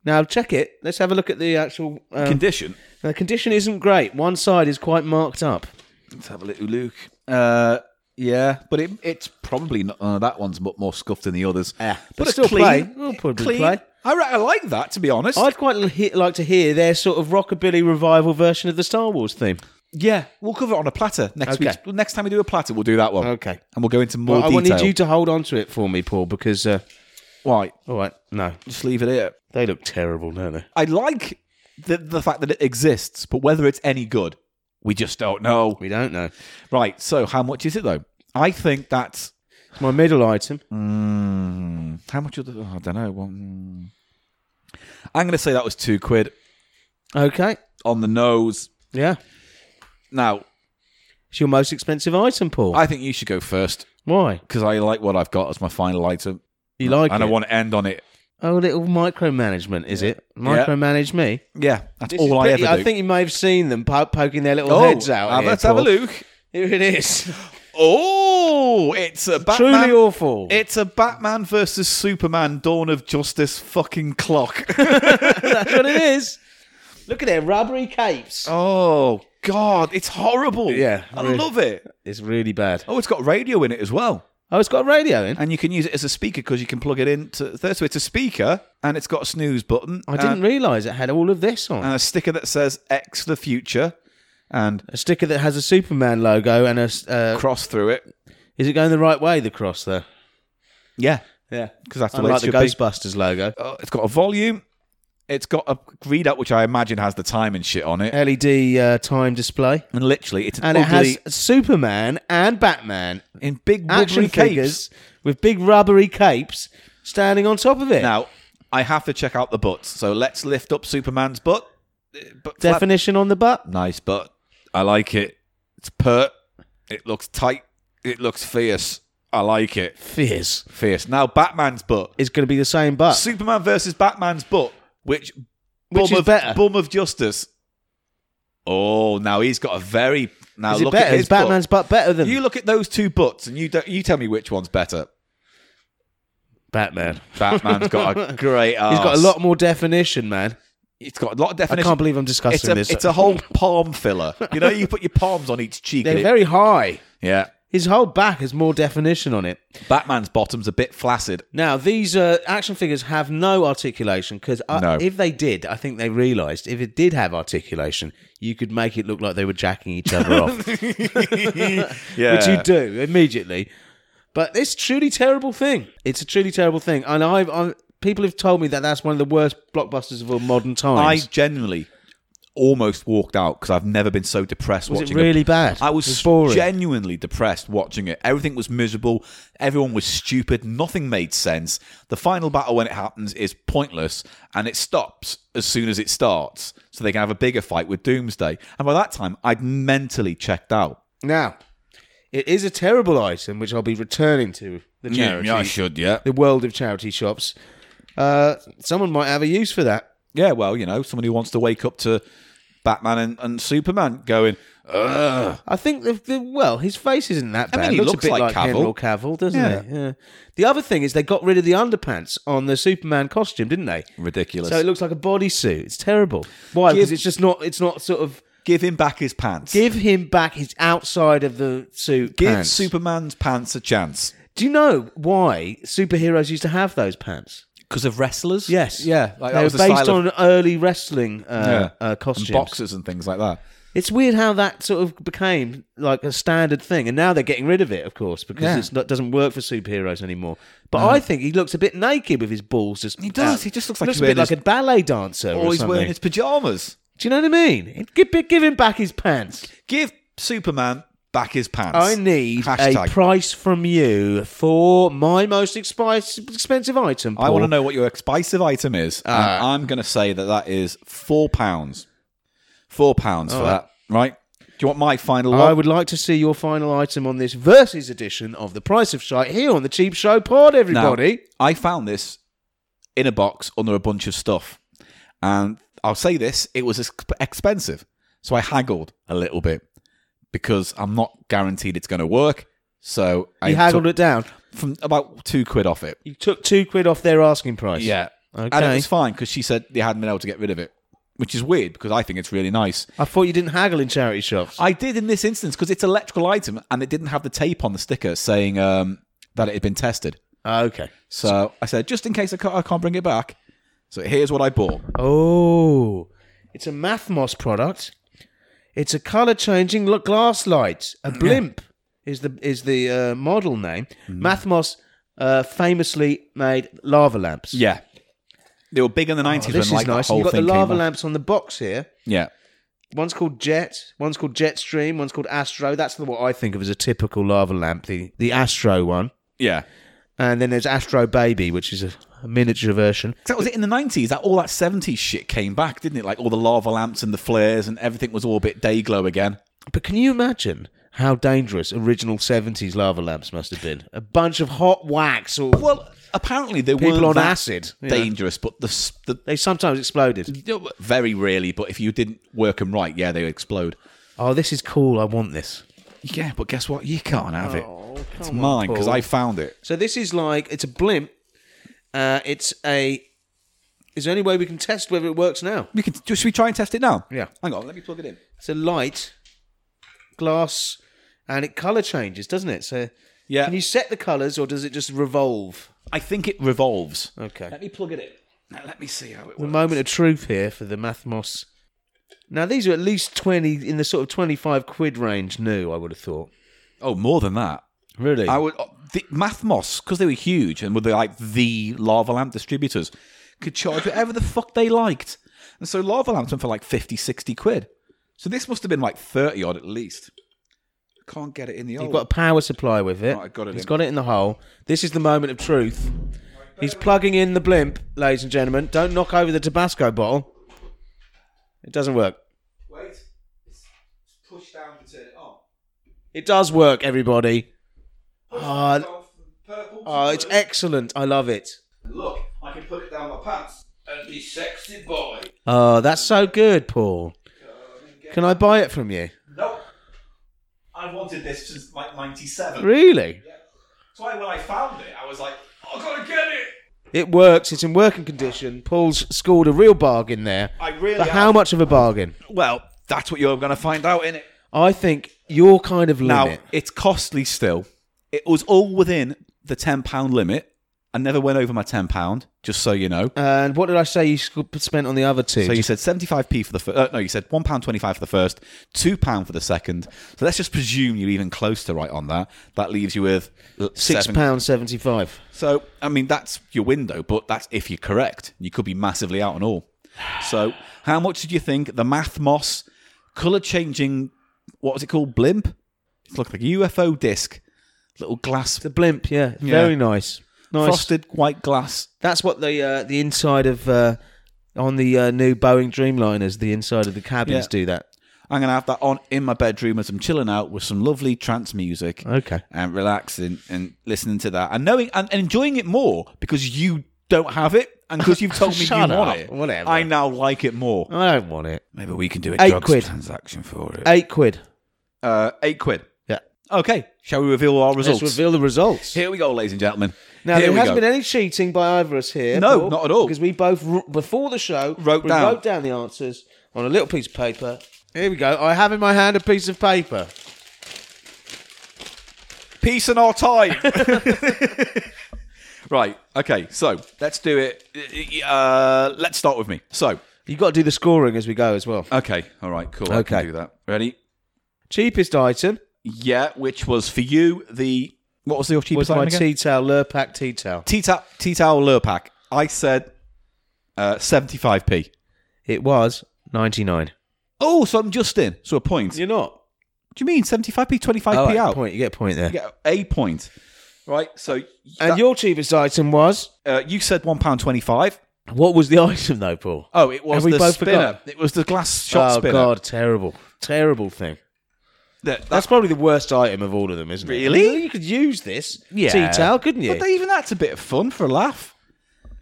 Speaker 1: Now, check it. Let's have a look at the actual. Um,
Speaker 2: Condition.
Speaker 1: the condition isn't great. One side is quite marked up.
Speaker 2: Let's have a little look. Uh, yeah, but it, it's probably not. Uh, that one's mu- more scuffed than the others.
Speaker 1: Yeah,
Speaker 2: but
Speaker 1: but
Speaker 2: a
Speaker 1: still
Speaker 2: clean,
Speaker 1: play. We'll probably
Speaker 2: clean.
Speaker 1: play.
Speaker 2: I, re- I like that, to be honest.
Speaker 1: I'd quite li- he- like to hear their sort of rockabilly revival version of the Star Wars theme.
Speaker 2: yeah, we'll cover it on a platter next
Speaker 1: Okay.
Speaker 2: week. well, Next time we do a platter, we'll do that one.
Speaker 1: Okay.
Speaker 2: and we'll go into more
Speaker 1: Well, I want-
Speaker 2: detail.
Speaker 1: need you to hold on to it for me, Paul, because. Uh,
Speaker 2: Why?
Speaker 1: all right, no.
Speaker 2: Just leave it here.
Speaker 1: They look terrible, don't they?
Speaker 2: I like the the fact that it exists, but whether it's any good, we just don't know.
Speaker 1: We don't know.
Speaker 2: Right. So, how much is it though? I think that's
Speaker 1: It's my middle item.
Speaker 2: Mm, how much? Of the, oh, I don't know. Well, mm. I'm going to say that was two quid
Speaker 1: Okay.
Speaker 2: on the nose.
Speaker 1: Yeah.
Speaker 2: Now,
Speaker 1: It's your most expensive item, Paul.
Speaker 2: I think you should go first
Speaker 1: Why?
Speaker 2: because I like what I've got as my final item,
Speaker 1: You like
Speaker 2: and
Speaker 1: it?
Speaker 2: I want to end on it.
Speaker 1: Oh, little micromanagement, is it? Micromanage me?
Speaker 2: Yeah, that's
Speaker 1: This
Speaker 2: all
Speaker 1: is
Speaker 2: I ever
Speaker 1: pretty-
Speaker 2: do.
Speaker 1: I think you may have seen them po- poking their little
Speaker 2: oh,
Speaker 1: heads out.
Speaker 2: uh,
Speaker 1: here,
Speaker 2: let's have a
Speaker 1: Paul.
Speaker 2: look.
Speaker 1: Here it is.
Speaker 2: Oh, it's a Batman.
Speaker 1: Truly awful.
Speaker 2: It's a Batman versus Superman Dawn of Justice fucking clock.
Speaker 1: That's what it is. Look at their rubbery capes.
Speaker 2: oh God, it's horrible.
Speaker 1: Yeah,
Speaker 2: I
Speaker 1: really.
Speaker 2: love it.
Speaker 1: It's really bad.
Speaker 2: Oh, it's got radio in it as well.
Speaker 1: Oh, it's got a radio in.
Speaker 2: and you can use it as a speaker because you can plug it into there. So it's a speaker, and it's got a snooze button.
Speaker 1: I didn't
Speaker 2: and,
Speaker 1: realise it had all of this on.
Speaker 2: and a sticker that says "X the future" and
Speaker 1: a sticker that has a Superman logo and a. s- Uh,
Speaker 2: cross through it.
Speaker 1: is it going the right way? The cross there.
Speaker 2: Yeah,
Speaker 1: Yeah,
Speaker 2: because that's the way it
Speaker 1: unlike the
Speaker 2: should be.
Speaker 1: Ghostbusters logo.
Speaker 2: Uh, it's got a volume. It's got a readout which I imagine has the time and shit on it.
Speaker 1: LED uh, time display,
Speaker 2: And literally, it's an
Speaker 1: and
Speaker 2: ugly
Speaker 1: it has Superman and Batman
Speaker 2: in big
Speaker 1: action
Speaker 2: rubbery capes.
Speaker 1: figures with big rubbery capes standing on top of it.
Speaker 2: Now I have to check out the butts. So let's lift up Superman's butt. Uh, But flap.
Speaker 1: Definition on the butt.
Speaker 2: nice butt. I like it. It's pert. It looks tight. It looks fierce. I like it.
Speaker 1: Fierce.
Speaker 2: Fierce. Now Batman's butt.
Speaker 1: It's going to be the same butt.
Speaker 2: Superman versus Batman's butt. Which
Speaker 1: Which
Speaker 2: bum
Speaker 1: is
Speaker 2: of,
Speaker 1: better?
Speaker 2: Bum of justice. Oh, now he's got a very now
Speaker 1: Is it
Speaker 2: look at
Speaker 1: better?
Speaker 2: his
Speaker 1: Is Batman's butt better than
Speaker 2: butt. You look at those two butts, and you don't, you tell me which one's better.
Speaker 1: Batman?
Speaker 2: Batman's got a great. Ass.
Speaker 1: He's got a lot more definition, man.
Speaker 2: It's got a lot of
Speaker 1: I
Speaker 2: definition.
Speaker 1: can't believe I'm discussing
Speaker 2: it's a,
Speaker 1: this.
Speaker 2: It's a whole palm filler. You know, you put your palms on each cheek.
Speaker 1: They're
Speaker 2: and it-
Speaker 1: very high.
Speaker 2: yeah.
Speaker 1: His whole back has more definition on it.
Speaker 2: Batman's bottom's a bit flaccid.
Speaker 1: Now, these uh, action figures have no articulation because
Speaker 2: No.
Speaker 1: if they did, I think they realised if it did have articulation, you could make it look like they were jacking each other off, which
Speaker 2: Yeah.
Speaker 1: you do immediately. But it's a truly terrible thing. It's a truly terrible thing, and I've, i people have told me that that's one of the worst blockbusters of all modern
Speaker 2: I
Speaker 1: times.
Speaker 2: genuinely almost walked out because I've never been so depressed
Speaker 1: was it
Speaker 2: watching
Speaker 1: really
Speaker 2: a,
Speaker 1: bad?
Speaker 2: I was,
Speaker 1: It boring.
Speaker 2: genuinely depressed watching it. Everything was miserable. Everyone was stupid. Nothing made sense. The final battle, when it happens, is pointless and it stops as soon as it starts so they can have a bigger fight with Doomsday. And by that time, I'd mentally checked out.
Speaker 1: now, it is a terrible item, which I'll be returning to the charity,
Speaker 2: should, yeah.
Speaker 1: the world of charity shops. Uh, someone might have a use for that.
Speaker 2: Yeah, well, you know, someone who wants to wake up to Batman and, and Superman going, ugh.
Speaker 1: I think the, the well, his face isn't that
Speaker 2: I
Speaker 1: bad.
Speaker 2: mean, he
Speaker 1: looks,
Speaker 2: looks
Speaker 1: a bit like,
Speaker 2: like Cavill.
Speaker 1: General Cavill, doesn't
Speaker 2: Yeah.
Speaker 1: he? Yeah. The other thing is they got rid of the underpants on the Superman costume, didn't they?
Speaker 2: Ridiculous.
Speaker 1: So it looks like a bodysuit. It's terrible. Why?
Speaker 2: Give-
Speaker 1: because it's just not. It's not sort of
Speaker 2: give him back his pants.
Speaker 1: give him back his outside of the suit.
Speaker 2: Give
Speaker 1: pants.
Speaker 2: Superman's pants a chance.
Speaker 1: Do you know why superheroes used to have those pants?
Speaker 2: Because of wrestlers?
Speaker 1: Yes.
Speaker 2: Yeah. Like,
Speaker 1: they
Speaker 2: that
Speaker 1: were
Speaker 2: was the
Speaker 1: based
Speaker 2: style
Speaker 1: on early wrestling uh,
Speaker 2: Yeah.
Speaker 1: uh,
Speaker 2: and
Speaker 1: costumes.
Speaker 2: boxers and things like that.
Speaker 1: It's weird how that sort of became like a standard thing, and now they're getting rid of it, of course, because
Speaker 2: Yeah.
Speaker 1: it's not, doesn't work for superheroes anymore. But I think he looks a bit naked with his balls. Just
Speaker 2: He does.
Speaker 1: out.
Speaker 2: He just looks like
Speaker 1: looks
Speaker 2: he's
Speaker 1: a bit
Speaker 2: wearing
Speaker 1: like
Speaker 2: his-
Speaker 1: a ballet dancer. Or
Speaker 2: Always
Speaker 1: something.
Speaker 2: wearing his pajamas.
Speaker 1: Do you know what I mean? Give, give him back his pants.
Speaker 2: Give Superman back his pants.
Speaker 1: I need a
Speaker 2: Hashtag.
Speaker 1: price from you for my most expi- expensive item.
Speaker 2: I want to
Speaker 1: Paul.
Speaker 2: know what your expensive item is. and I'm going to say that that is four pounds. Four pounds for that, right? Do you want my final one?
Speaker 1: I would like to see your final item on this versus edition of The Price of Shite here on the Cheap Show Pod,
Speaker 2: Now,
Speaker 1: everybody.
Speaker 2: I found this in a box under a bunch of stuff. And I'll say this it was ex- expensive. So I haggled a little bit because I'm not guaranteed it's going to work. So I
Speaker 1: you haggled it down.
Speaker 2: it from about two quid off it.
Speaker 1: You took two quid off their asking price.
Speaker 2: And it
Speaker 1: Okay.
Speaker 2: was fine because she said they hadn't been able to get rid of it, which is weird because I think it's really nice.
Speaker 1: I thought you didn't haggle in charity shops.
Speaker 2: I did in this instance because it's an electrical item and it didn't have the tape on the sticker saying um, that it had been tested.
Speaker 1: Ah, okay.
Speaker 2: So I said, just in case I can't, I can't bring it back. So here's what I bought.
Speaker 1: Oh, it's a Mathmos product. It's a color changing glass light. A blimp is the is the uh, model name.
Speaker 2: Mm.
Speaker 1: Mathmos uh, famously made lava lamps.
Speaker 2: Yeah. They were big in the 90s
Speaker 1: Oh,
Speaker 2: when
Speaker 1: this
Speaker 2: like
Speaker 1: is nice.
Speaker 2: the whole
Speaker 1: You've got the
Speaker 2: thing
Speaker 1: lava
Speaker 2: came up.
Speaker 1: lamps on the box here.
Speaker 2: Yeah.
Speaker 1: One's called Jet, one's called Jetstream, one's called Astro. That's the what I think of as a typical lava lamp, the, the Astro one.
Speaker 2: Yeah.
Speaker 1: And then there's Astro Baby, which is a, a miniature version.
Speaker 2: 'Cause That was it in the 90s. That all that 70s shit came back, didn't it? Like all the lava lamps and the flares and everything was all a bit day glow again.
Speaker 1: But can you imagine how dangerous original 70s lava lamps must have been? A bunch of hot wax or
Speaker 2: Well, apparently they
Speaker 1: People
Speaker 2: weren't
Speaker 1: on
Speaker 2: that
Speaker 1: acid, you know.
Speaker 2: dangerous, but the, s- the
Speaker 1: they sometimes exploded.
Speaker 2: very rarely, but if you didn't work them right, yeah, they would explode.
Speaker 1: Oh, this is cool. I want this.
Speaker 2: Yeah, but guess what? You can't have it. it's mine because I found it.
Speaker 1: So this is like it's a blimp. Uh, it's a is there any way we can test whether it works now?
Speaker 2: We could, should we try and test it now?
Speaker 1: Yeah.
Speaker 2: Hang on, let me plug it in.
Speaker 1: It's a light glass and it color changes, doesn't it? So
Speaker 2: Yeah.
Speaker 1: can you set the colors or does it just revolve?
Speaker 2: I think it revolves.
Speaker 1: Okay.
Speaker 2: Let me plug it in. Now, let me see how it
Speaker 1: the
Speaker 2: works.
Speaker 1: moment of truth here for the Mathmos. Now these are at least twenty in the sort of twenty-five quid range. New, I would have thought.
Speaker 2: Oh, more than that.
Speaker 1: Really?
Speaker 2: I would oh, the, Mathmos because they were huge and were they like the lava lamp distributors could charge whatever the fuck they liked, and so lava lamps went for like 50, 60 quid. So this must have been like thirty odd at least. Can't get it in the old.
Speaker 1: You've got a power supply with it.
Speaker 2: Right, I got it
Speaker 1: He's
Speaker 2: in.
Speaker 1: got it in the hole. This is the moment of truth. He's plugging in the blimp, ladies and gentlemen. Don't knock over the Tabasco bottle. It doesn't work.
Speaker 2: Wait, it's, push down to turn it on.
Speaker 1: It does work, everybody. Oh, oh, it's excellent. I love it.
Speaker 2: Look, I can put it down my pants and be sexy boy.
Speaker 1: Oh, that's so good, Paul. Can I buy it from you?
Speaker 2: No. I've wanted this since like 97.
Speaker 1: Really?
Speaker 2: That's why when I found it, I was like, I gotta get it!
Speaker 1: It works. It's in working condition. Paul's scored a real bargain there.
Speaker 2: I really
Speaker 1: But
Speaker 2: am.
Speaker 1: how much of a bargain?
Speaker 2: Well, that's what you're gonna find out, in it.
Speaker 1: I think your kind of
Speaker 2: Now,
Speaker 1: limit.
Speaker 2: it's costly still. It was all within the £10 limit. I never went over my £10, just so you know.
Speaker 1: and what did I say you sc- spent on the other two?
Speaker 2: So you said 75p for the first. Uh, no, you said £1.25 for the first, £2 for the second. So let's just presume you're even close to right on that. That leaves you with
Speaker 1: six
Speaker 2: seven-
Speaker 1: pounds seventy-five.
Speaker 2: So, I mean, that's your window, but that's if you're correct. You could be massively out on all. So, how much did you think the Math Moss color changing, what was it called? Blimp? It's looked like a UFO disc, little glass,
Speaker 1: The blimp, yeah, very nice, nice.
Speaker 2: frosted white glass.
Speaker 1: That's what the uh, the inside of uh, on the uh, new Boeing Dreamliners, the inside of the cabins
Speaker 2: Yeah.
Speaker 1: do that.
Speaker 2: I'm going to have that on in my bedroom as I'm chilling out with some lovely trance music.
Speaker 1: Okay.
Speaker 2: And relaxing and listening to that and knowing and, and enjoying it more because you don't have it and because you've told me you
Speaker 1: Shut up,
Speaker 2: want it.
Speaker 1: whatever.
Speaker 2: I now like it more.
Speaker 1: I don't want it.
Speaker 2: Maybe we can do a
Speaker 1: Eight
Speaker 2: drugs
Speaker 1: quid.
Speaker 2: transaction for it.
Speaker 1: Eight quid.
Speaker 2: Uh, eight quid.
Speaker 1: Yeah.
Speaker 2: Okay. Shall we reveal our results?
Speaker 1: Let's reveal the results.
Speaker 2: Here we go, ladies and gentlemen.
Speaker 1: Now
Speaker 2: Here
Speaker 1: there
Speaker 2: we
Speaker 1: hasn't
Speaker 2: go.
Speaker 1: been any cheating by either of us here.
Speaker 2: No,
Speaker 1: Paul,
Speaker 2: not at all.
Speaker 1: Because we both r- before the show
Speaker 2: Wrote
Speaker 1: we
Speaker 2: down.
Speaker 1: wrote down the answers on a little piece of paper. Here we go. I have in my hand a piece of paper.
Speaker 2: Peace in our time. right. Okay. So let's do it. Uh, let's start with me. So.
Speaker 1: You've got to do the scoring as we go as well.
Speaker 2: Okay. All right. Cool. I
Speaker 1: Okay.
Speaker 2: can do that. Ready?
Speaker 1: Cheapest item
Speaker 2: Yeah. Which was for you the what was your
Speaker 1: was
Speaker 2: cheapest
Speaker 1: my
Speaker 2: item again?
Speaker 1: tea towel, Lurpak tea towel.
Speaker 2: tea towel tea towel Lurpak. I said seventy five p.
Speaker 1: It was ninety nine.
Speaker 2: Oh, so I'm just in. So a point.
Speaker 1: You're not.
Speaker 2: What do you mean seventy five p? Twenty five
Speaker 1: Oh,
Speaker 2: p
Speaker 1: right,
Speaker 2: out.
Speaker 1: point. You get a point there.
Speaker 2: Yeah, a point. Right. So
Speaker 1: And
Speaker 2: that-
Speaker 1: your cheapest item was
Speaker 2: uh, you said one pound twenty five.
Speaker 1: what was the item though, Paul?
Speaker 2: Oh, it was
Speaker 1: Have we
Speaker 2: the
Speaker 1: both
Speaker 2: spinner.
Speaker 1: forgotten?
Speaker 2: It was the glass shot
Speaker 1: oh
Speaker 2: spinner.
Speaker 1: God, terrible, terrible thing.
Speaker 2: That- that-
Speaker 1: That's probably the worst item of all of them, isn't it?
Speaker 2: Really?
Speaker 1: I mean, You could use this tea towel, couldn't you?
Speaker 2: But that- even that's a bit of fun for a laugh.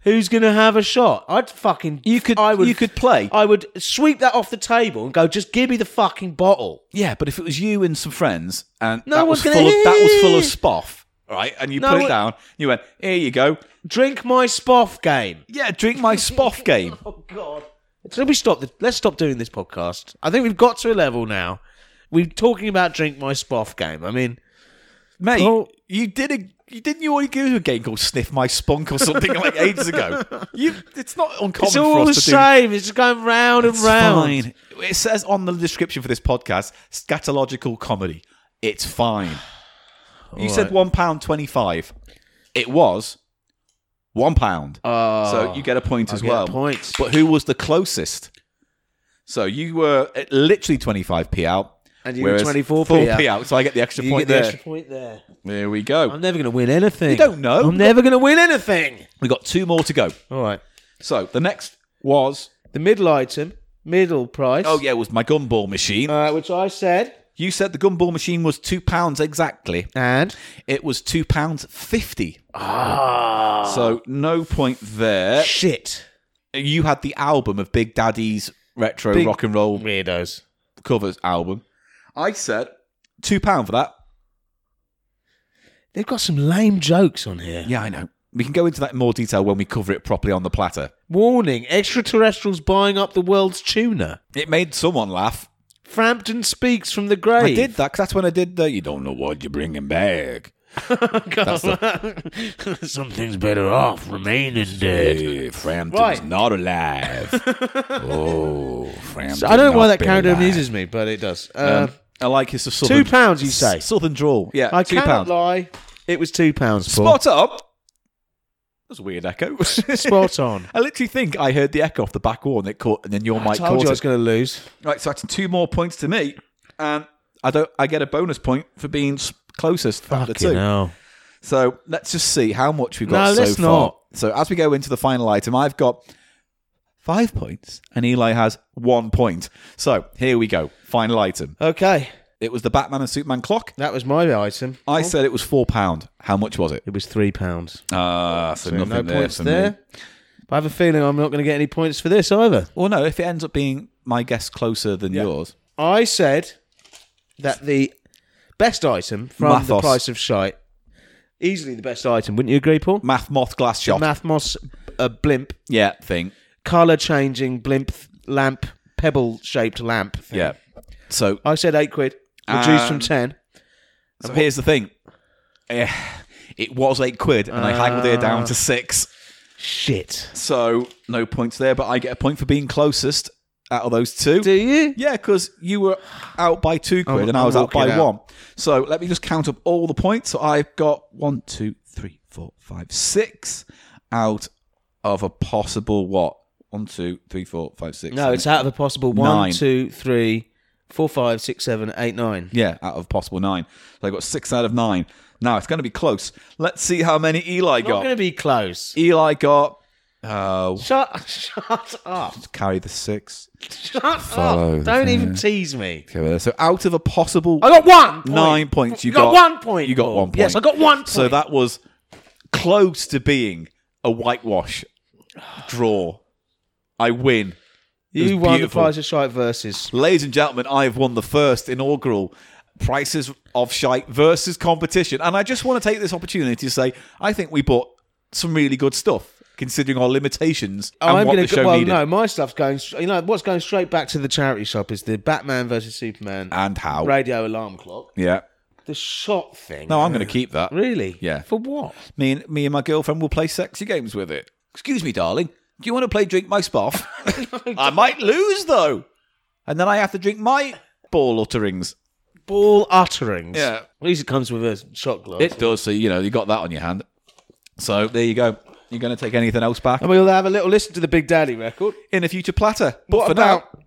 Speaker 1: Who's gonna have a shot? I'd fucking.
Speaker 2: You could-
Speaker 1: I would.
Speaker 2: you could play.
Speaker 1: I would sweep that off the table and go. Just give me the fucking bottle.
Speaker 2: Yeah, but if it was you and some friends, and
Speaker 1: No
Speaker 2: that was
Speaker 1: one's
Speaker 2: full
Speaker 1: gonna
Speaker 2: of, that was full
Speaker 1: hear.
Speaker 2: of spoff, right? And you
Speaker 1: No
Speaker 2: put it
Speaker 1: one-
Speaker 2: down. And you went, here you go.
Speaker 1: Drink my spoff game.
Speaker 2: Yeah, drink my spoff game.
Speaker 1: Oh God. So we stop. The, let's stop doing this podcast. I think we've got to a level now. We're talking about drink my spoff game. I mean,
Speaker 2: Mate,
Speaker 1: Oh.
Speaker 2: you did a. You didn't you already do a game called Sniff My Spunk or something like ages ago? You, it's not uncommon
Speaker 1: it's all
Speaker 2: for
Speaker 1: the
Speaker 2: us to do
Speaker 1: same. It's just going round and
Speaker 2: It's
Speaker 1: round.
Speaker 2: fine. It says on the description for this podcast, scatological comedy. It's fine. you said one pound twenty-five. It was one pound.
Speaker 1: Ah,
Speaker 2: so you get a point
Speaker 1: Oh, I
Speaker 2: as
Speaker 1: get a
Speaker 2: well.
Speaker 1: point.
Speaker 2: But who was the closest? So you were at literally twenty-five p out,
Speaker 1: And you were
Speaker 2: whereas
Speaker 1: 24p
Speaker 2: full
Speaker 1: out.
Speaker 2: p out. So I get the extra
Speaker 1: You
Speaker 2: point
Speaker 1: get the
Speaker 2: there.
Speaker 1: extra point there.
Speaker 2: There we go.
Speaker 1: I'm never going to win anything. You
Speaker 2: don't know.
Speaker 1: I'm never going to win anything.
Speaker 2: we got two more to go.
Speaker 1: All right.
Speaker 2: So the next was
Speaker 1: The middle item, middle price.
Speaker 2: oh yeah, it was my gumball machine.
Speaker 1: Uh, which I said.
Speaker 2: you said the gumball machine was two pounds exactly.
Speaker 1: And
Speaker 2: It was two pounds fifty.
Speaker 1: Ah.
Speaker 2: So no point there.
Speaker 1: shit.
Speaker 2: You had the album of Big Daddy's retro
Speaker 1: Big-
Speaker 2: rock and roll
Speaker 1: Weirdos.
Speaker 2: covers album. I said two pound for that.
Speaker 1: They've got some lame jokes on here.
Speaker 2: Yeah, I know. We can go into that in more detail when we cover it properly on the platter.
Speaker 1: Warning extraterrestrials buying up the world's tuna.
Speaker 2: It made someone laugh.
Speaker 1: Frampton speaks from the grave.
Speaker 2: I did that 'cause that's when I did the. You don't know what you're bringing back.
Speaker 1: Something's better off remaining dead.
Speaker 2: Hey, Frampton's
Speaker 1: Right.
Speaker 2: not alive. oh, Frampton.
Speaker 1: I don't know why
Speaker 2: not
Speaker 1: that character
Speaker 2: alive.
Speaker 1: amuses me, but it does. Uh,
Speaker 2: Um, I like his southern
Speaker 1: two pounds, you say?
Speaker 2: Southern drawl. Yeah,
Speaker 1: I
Speaker 2: two
Speaker 1: cannot
Speaker 2: pounds.
Speaker 1: lie. It was two pounds. Paul.
Speaker 2: Spot up. That's a weird echo.
Speaker 1: Spot on.
Speaker 2: I literally think I heard the echo off the back wall and it caught, and then your
Speaker 1: I
Speaker 2: mic
Speaker 1: told
Speaker 2: caught
Speaker 1: you I
Speaker 2: it.
Speaker 1: was going to lose.
Speaker 2: Right, so that's two more points to me, and I don't. I get a bonus point for being s- closest of the two.
Speaker 1: hell.
Speaker 2: So let's just see how much we've got
Speaker 1: No,
Speaker 2: so
Speaker 1: let's
Speaker 2: far.
Speaker 1: not.
Speaker 2: So as we go into the final item, I've got five points, and Eli has one point. So here we go. Final item.
Speaker 1: Okay,
Speaker 2: It was the Batman and Superman clock.
Speaker 1: that was my item.
Speaker 2: I said it was four pound. How much was it?
Speaker 1: It was three pounds.
Speaker 2: Ah, so,
Speaker 1: So
Speaker 2: nothing
Speaker 1: no
Speaker 2: there
Speaker 1: points
Speaker 2: for
Speaker 1: there.
Speaker 2: me.
Speaker 1: But I have a feeling I'm not going to get any points for this either.
Speaker 2: Well, no, if it ends up being my guess closer than yours,
Speaker 1: I said that the best item from the
Speaker 2: Mathos.
Speaker 1: price of shite, easily the best item, wouldn't you agree, Paul?
Speaker 2: Math moth glass shot.
Speaker 1: Mathmos, a blimp,
Speaker 2: yeah, thing.
Speaker 1: color changing blimp th- lamp, pebble shaped lamp. Thing.
Speaker 2: Yeah. So,
Speaker 1: I said eight quid, reduced from
Speaker 2: And-
Speaker 1: ten. Uh,
Speaker 2: so here's the thing. Yeah, it was eight quid, and I haggled it
Speaker 1: Uh.
Speaker 2: down to six.
Speaker 1: Shit.
Speaker 2: So no points there, but I get a point for being closest out of those two.
Speaker 1: Do you?
Speaker 2: Yeah, because you were out by two quid
Speaker 1: I'm-
Speaker 2: and I
Speaker 1: I'm
Speaker 2: was out by
Speaker 1: walking out.
Speaker 2: one. So let me just count up all the points. So I've got one, two, three, four, five, six out of a possible what? One, two, three, four, five, six.
Speaker 1: No,
Speaker 2: seven,
Speaker 1: it's out of a possible one,
Speaker 2: Nine.
Speaker 1: two, three, four, five, six, seven, eight, nine.
Speaker 2: Yeah, out of possible nine. So I got six out of nine. Now it's going to be close. Let's see how many Eli
Speaker 1: Not
Speaker 2: got.
Speaker 1: going to be close.
Speaker 2: Eli got. Oh,
Speaker 1: Shut, shut up.
Speaker 2: carry the six.
Speaker 1: Shut up.
Speaker 2: Follow the
Speaker 1: Don't
Speaker 2: thing.
Speaker 1: even tease me.
Speaker 2: Okay, well, so out of a possible
Speaker 1: I got one. Point.
Speaker 2: nine points, you
Speaker 1: got,
Speaker 2: got,
Speaker 1: one point.
Speaker 2: You got
Speaker 1: Paul.
Speaker 2: one point.
Speaker 1: Yes, I got one point.
Speaker 2: So that was close to being a whitewash draw. I win. was
Speaker 1: you won
Speaker 2: beautiful.
Speaker 1: the prize of shite versus.
Speaker 2: Ladies and gentlemen, I have won the first inaugural Prices of Shite versus competition. And I just want to take this opportunity to say I think we bought some really good stuff, considering our limitations and
Speaker 1: Oh, I'm
Speaker 2: what
Speaker 1: gonna
Speaker 2: the show
Speaker 1: go, well,
Speaker 2: needed.
Speaker 1: no, my stuff's going. str- You know what's going straight back to the charity shop is the Batman versus Superman
Speaker 2: And how.
Speaker 1: radio alarm clock,
Speaker 2: Yeah.
Speaker 1: the shot thing.
Speaker 2: No, I'm going to keep that.
Speaker 1: really,
Speaker 2: Yeah.
Speaker 1: for what?
Speaker 2: Me and me and my girlfriend will play sexy games with it. Excuse me, darling. Do you want to play drink my spoff? I might lose though, and then I have to drink my ball utterings.
Speaker 1: Ball utterings.
Speaker 2: Yeah.
Speaker 1: at least it comes with a shot glass.
Speaker 2: It does. So you know you got that on your hand. So there you go. You're going to take anything else back
Speaker 1: and we'll have a little listen to the Big Daddy record.
Speaker 2: in a future platter. But
Speaker 1: What
Speaker 2: for
Speaker 1: about
Speaker 2: now,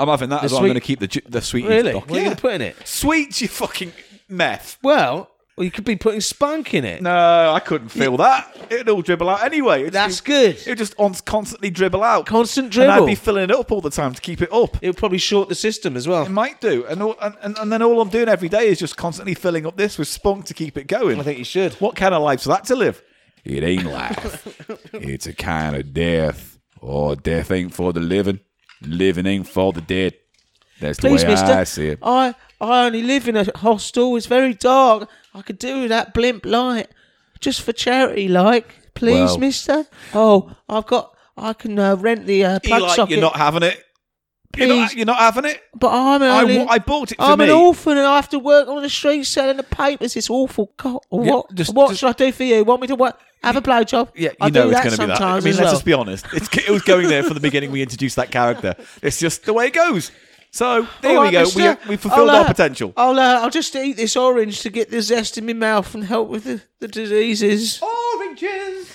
Speaker 2: I'm having that as well. I'm
Speaker 1: sweet-
Speaker 2: going to keep the ju- the sweet
Speaker 1: really?
Speaker 2: stock.
Speaker 1: What are you
Speaker 2: Yeah.
Speaker 1: going to put in it?
Speaker 2: Sweets, you fucking meth.
Speaker 1: Well, well, you could be putting spunk in it.
Speaker 2: No, I couldn't feel that. It'd all dribble out anyway. It'd
Speaker 1: That's
Speaker 2: just-
Speaker 1: good.
Speaker 2: It would just on, constantly dribble out.
Speaker 1: Constant
Speaker 2: And
Speaker 1: dribble.
Speaker 2: I'd be filling it up all the time to keep it up.
Speaker 1: It'll probably short the system as well.
Speaker 2: It might do, and, all, and- and and then all I'm doing every day is just constantly filling up this with spunk to keep it going.
Speaker 1: I think you should.
Speaker 2: What kind of life's that to live? It ain't life. it's a kind of death. Oh, death ain't for the living. Living ain't for the dead. That's
Speaker 1: Please, mister. I I only live in a hostel. It's very dark. I could do with that blimp light just for charity, like. Please,
Speaker 2: Well-
Speaker 1: mister. Oh, I've got. I can uh, rent the uh, plug
Speaker 2: Eli,
Speaker 1: socket.
Speaker 2: you're not having it. You're not,
Speaker 1: Please.
Speaker 2: you're not having it.
Speaker 1: but I'm
Speaker 2: I,
Speaker 1: only.
Speaker 2: wa- I bought it for
Speaker 1: I'm
Speaker 2: me.
Speaker 1: an orphan and I have to work on the street selling the papers. It's awful. God,
Speaker 2: Yeah,
Speaker 1: what
Speaker 2: just-
Speaker 1: what
Speaker 2: just-
Speaker 1: should I do for you? Want me to work? Have a blowjob?
Speaker 2: Yeah, you
Speaker 1: I
Speaker 2: know
Speaker 1: do
Speaker 2: it's
Speaker 1: that
Speaker 2: going to be that.
Speaker 1: sometimes
Speaker 2: I mean,
Speaker 1: as
Speaker 2: let's
Speaker 1: well.
Speaker 2: just be honest. It's, it was going there from the beginning. We introduced that character. It's just the way it goes. So
Speaker 1: All
Speaker 2: there we
Speaker 1: right,
Speaker 2: go.
Speaker 1: mister.
Speaker 2: We, we fulfilled
Speaker 1: I'll,
Speaker 2: our
Speaker 1: uh,
Speaker 2: potential.
Speaker 1: I'll uh, I'll just eat this orange to get the zest in my mouth and help with the, the diseases.
Speaker 2: Oranges.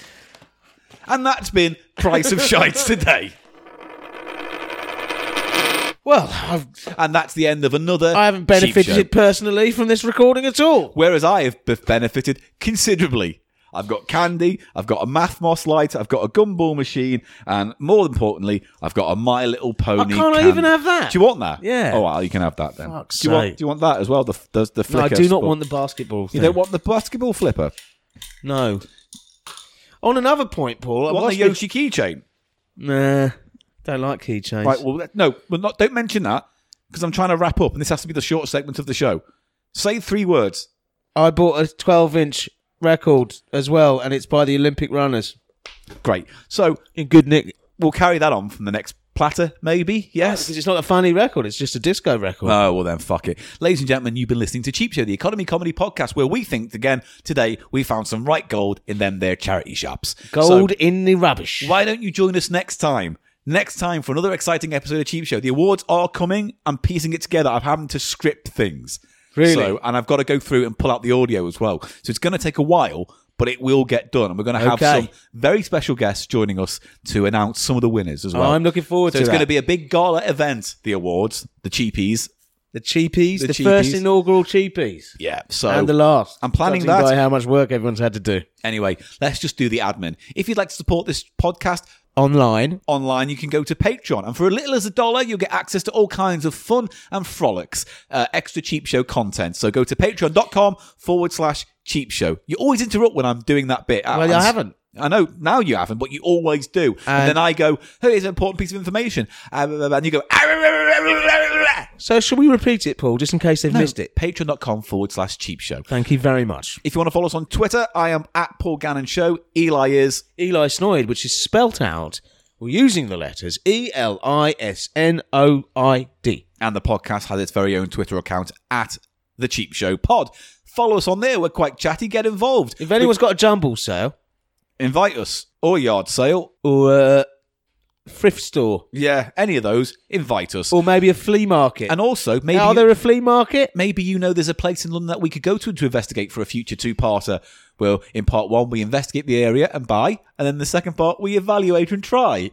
Speaker 2: And that's been Price of Shites today.
Speaker 1: Well, I've,
Speaker 2: And that's the end of another.
Speaker 1: I haven't
Speaker 2: cheap
Speaker 1: benefited
Speaker 2: show.
Speaker 1: personally from this recording at all.
Speaker 2: Whereas I have bef- benefited considerably. I've got candy, I've got a Mathmos light, I've got a gumball machine, and more importantly, I've got a My Little Pony.
Speaker 1: can't I
Speaker 2: can-
Speaker 1: even have that?
Speaker 2: Do you want that?
Speaker 1: Yeah.
Speaker 2: Oh, well, you can have that then.
Speaker 1: Fuck's
Speaker 2: do, you want,
Speaker 1: sake.
Speaker 2: do you want that as well? The f- the, the
Speaker 1: No, I
Speaker 2: flicker
Speaker 1: do not
Speaker 2: spot?
Speaker 1: want the basketball.
Speaker 2: You
Speaker 1: Thing.
Speaker 2: don't want the basketball flipper.
Speaker 1: No. On another point, Paul, I
Speaker 2: You want the
Speaker 1: was
Speaker 2: Yoshi keychain.
Speaker 1: Nah, don't like keychains.
Speaker 2: Right. Well, let- no, well, not, don't mention that because I'm trying to wrap up, and this has to be the short segment of the show. Say three words.
Speaker 1: I bought a 12-inch record as well, and it's by the Olympic runners.
Speaker 2: Great. So
Speaker 1: In good nick,
Speaker 2: we'll carry that on from the next platter, maybe. Yes.
Speaker 1: because it's not a funny record; it's just a disco record.
Speaker 2: Oh, well, then fuck it. Ladies and gentlemen, you've been listening to Cheap Show, the economy comedy podcast, where we think, again, today we found some right gold in them their charity shops.
Speaker 1: Gold
Speaker 2: So
Speaker 1: in the rubbish.
Speaker 2: why don't you join us next time? Next time for another exciting episode of Cheap Show. The awards are coming. I'm piecing it together. I'm having to script things.
Speaker 1: Really?
Speaker 2: So, and I've got to go through and pull out the audio as well. So it's going to take a while, but it will get done. And we're going to have
Speaker 1: Okay.
Speaker 2: some very special guests joining us to announce some of the winners as well.
Speaker 1: I'm looking forward
Speaker 2: so
Speaker 1: to
Speaker 2: it's
Speaker 1: that.
Speaker 2: going to be a big gala event, the awards, the cheapies.
Speaker 1: The cheapies, the,
Speaker 2: The
Speaker 1: first
Speaker 2: cheapies.
Speaker 1: inaugural cheapies,
Speaker 2: Yeah. So
Speaker 1: and the last.
Speaker 2: I'm planning
Speaker 1: judging
Speaker 2: that.
Speaker 1: by how much work everyone's had to do
Speaker 2: Anyway, let's just do the admin. If you'd like to support this podcast
Speaker 1: online.
Speaker 2: online, you can go to Patreon. And for as little as a dollar, you'll get access to all kinds of fun and frolics, uh, extra cheap show content. So go to patreon.com forward slash cheap show. You always interrupt when I'm doing that bit.
Speaker 1: Well, I haven't.
Speaker 2: I know now you haven't, but you always do. And,
Speaker 1: And-
Speaker 2: then I go, here's an important piece of information. Ah, blah, blah, blah. And you go, "Ah, blah, blah, blah, blah, blah, blah."
Speaker 1: So shall we repeat it, Paul, just in case they've
Speaker 2: No,
Speaker 1: missed it?
Speaker 2: Patreon.com forward slash cheap show.
Speaker 1: Thank you very much.
Speaker 2: If you want to follow us on Twitter, I am at Paul Gannon Show. Eli is.
Speaker 1: Eli Snoid, which is spelt out well, using the letters E L I S N O I D.
Speaker 2: And the podcast has its very own Twitter account at The Cheap Show Pod. Follow us on there. We're quite chatty. Get involved.
Speaker 1: If anyone's got a jumble sale
Speaker 2: Invite us or yard sale.
Speaker 1: or a uh, thrift store
Speaker 2: Yeah, any of those, invite us.
Speaker 1: or maybe a flea market,
Speaker 2: And also, maybe.
Speaker 1: are there a flea market?
Speaker 2: maybe you know there's a place in London that we could go to to investigate for a future two-parter. Well, in part one, we investigate the area and buy, and then the second part, we evaluate and try.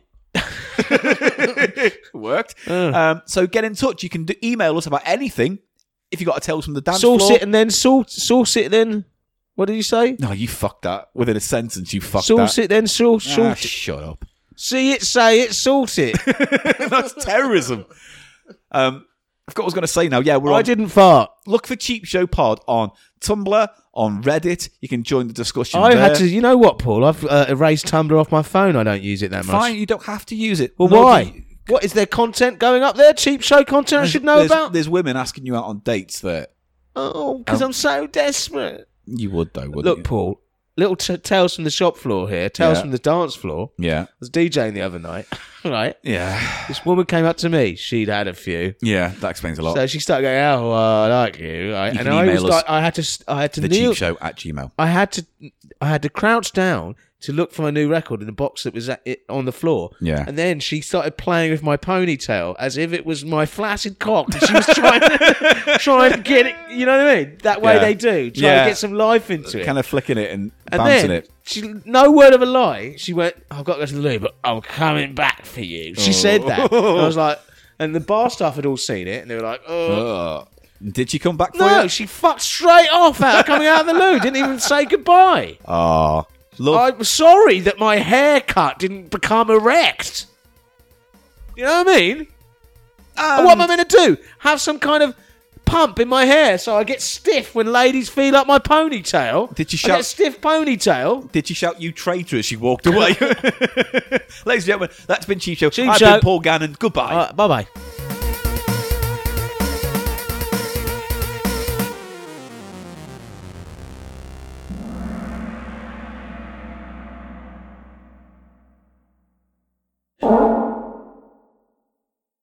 Speaker 2: Worked.
Speaker 1: Uh.
Speaker 2: Um, so get in touch. You can do, email us about anything. If you got to tell us from the dance
Speaker 1: Sauce
Speaker 2: floor.
Speaker 1: it and then salt. Sauce it then. What did you say?
Speaker 2: no, you fucked that within a sentence. You fucked
Speaker 1: Sauce
Speaker 2: that.
Speaker 1: it then sauce.
Speaker 2: Ah,
Speaker 1: Salt. it.
Speaker 2: shut up.
Speaker 1: See it, say it, salt it.
Speaker 2: That's terrorism. Um, I forgot what I was going to say now. Yeah, we're
Speaker 1: I
Speaker 2: on
Speaker 1: didn't fart.
Speaker 2: look for Cheap Show Pod on Tumblr, on Reddit. You can join the discussion.
Speaker 1: I
Speaker 2: there.
Speaker 1: had to. You know what, Paul? I've uh, erased Tumblr off my phone. I don't use it that much.
Speaker 2: Fine, you don't have to use it.
Speaker 1: Well,
Speaker 2: Nor do
Speaker 1: why?
Speaker 2: you-
Speaker 1: what is there content going up there? Cheap show content I should know
Speaker 2: there's,
Speaker 1: about.
Speaker 2: There's women asking you out on dates that
Speaker 1: Oh, because I'm so desperate.
Speaker 2: you would though, wouldn't
Speaker 1: Look,
Speaker 2: you?
Speaker 1: Paul. Little t- tales from the shop floor here. Tales
Speaker 2: Yeah.
Speaker 1: from the dance floor.
Speaker 2: Yeah.
Speaker 1: I was DJing the other night. right.
Speaker 2: Yeah.
Speaker 1: This woman came up to me. She'd had a few.
Speaker 2: Yeah, that explains a lot.
Speaker 1: So she started going, "Oh, well, I like you," right? and
Speaker 2: You can
Speaker 1: I was
Speaker 2: email us
Speaker 1: like, "I had to, st- I had to
Speaker 2: the
Speaker 1: kneel,
Speaker 2: cheap show at Gmail.
Speaker 1: I had to, I had to crouch down to look for my new record in the box that was at it, on the floor."
Speaker 2: Yeah.
Speaker 1: And then she started playing with my ponytail as if it was my flaccid cock. And she was trying, to, trying to get it. You know what I mean? That way
Speaker 2: Yeah.
Speaker 1: they do, trying
Speaker 2: Yeah.
Speaker 1: to get some life into it.
Speaker 2: Kind of flicking it and,
Speaker 1: and
Speaker 2: bouncing
Speaker 1: then
Speaker 2: it.
Speaker 1: she, no word of a lie, she went, "I've got to go to the loo, but I'm coming back for you." She said that. And I was
Speaker 2: Oh.
Speaker 1: like, and the bar staff had all seen it, and they were like, "Oh."
Speaker 2: Ugh. Did she come back for
Speaker 1: No,
Speaker 2: you?
Speaker 1: she fucked straight off out coming out of the loo. Didn't even say goodbye.
Speaker 2: Ah, love.
Speaker 1: I'm sorry that my haircut didn't become erect. You know what I mean? And what am I
Speaker 2: Um,
Speaker 1: meant to do? Have some kind of pump in my hair so I get stiff when ladies feel up my ponytail?
Speaker 2: Did you
Speaker 1: I
Speaker 2: shout-
Speaker 1: get stiff ponytail?
Speaker 2: did she shout "you traitor" as she walked away? Ladies and gentlemen, that's been Cheap Show.
Speaker 1: Cheap
Speaker 2: I've
Speaker 1: Show.
Speaker 2: been Paul Gannon. Goodbye.
Speaker 1: All right, bye bye.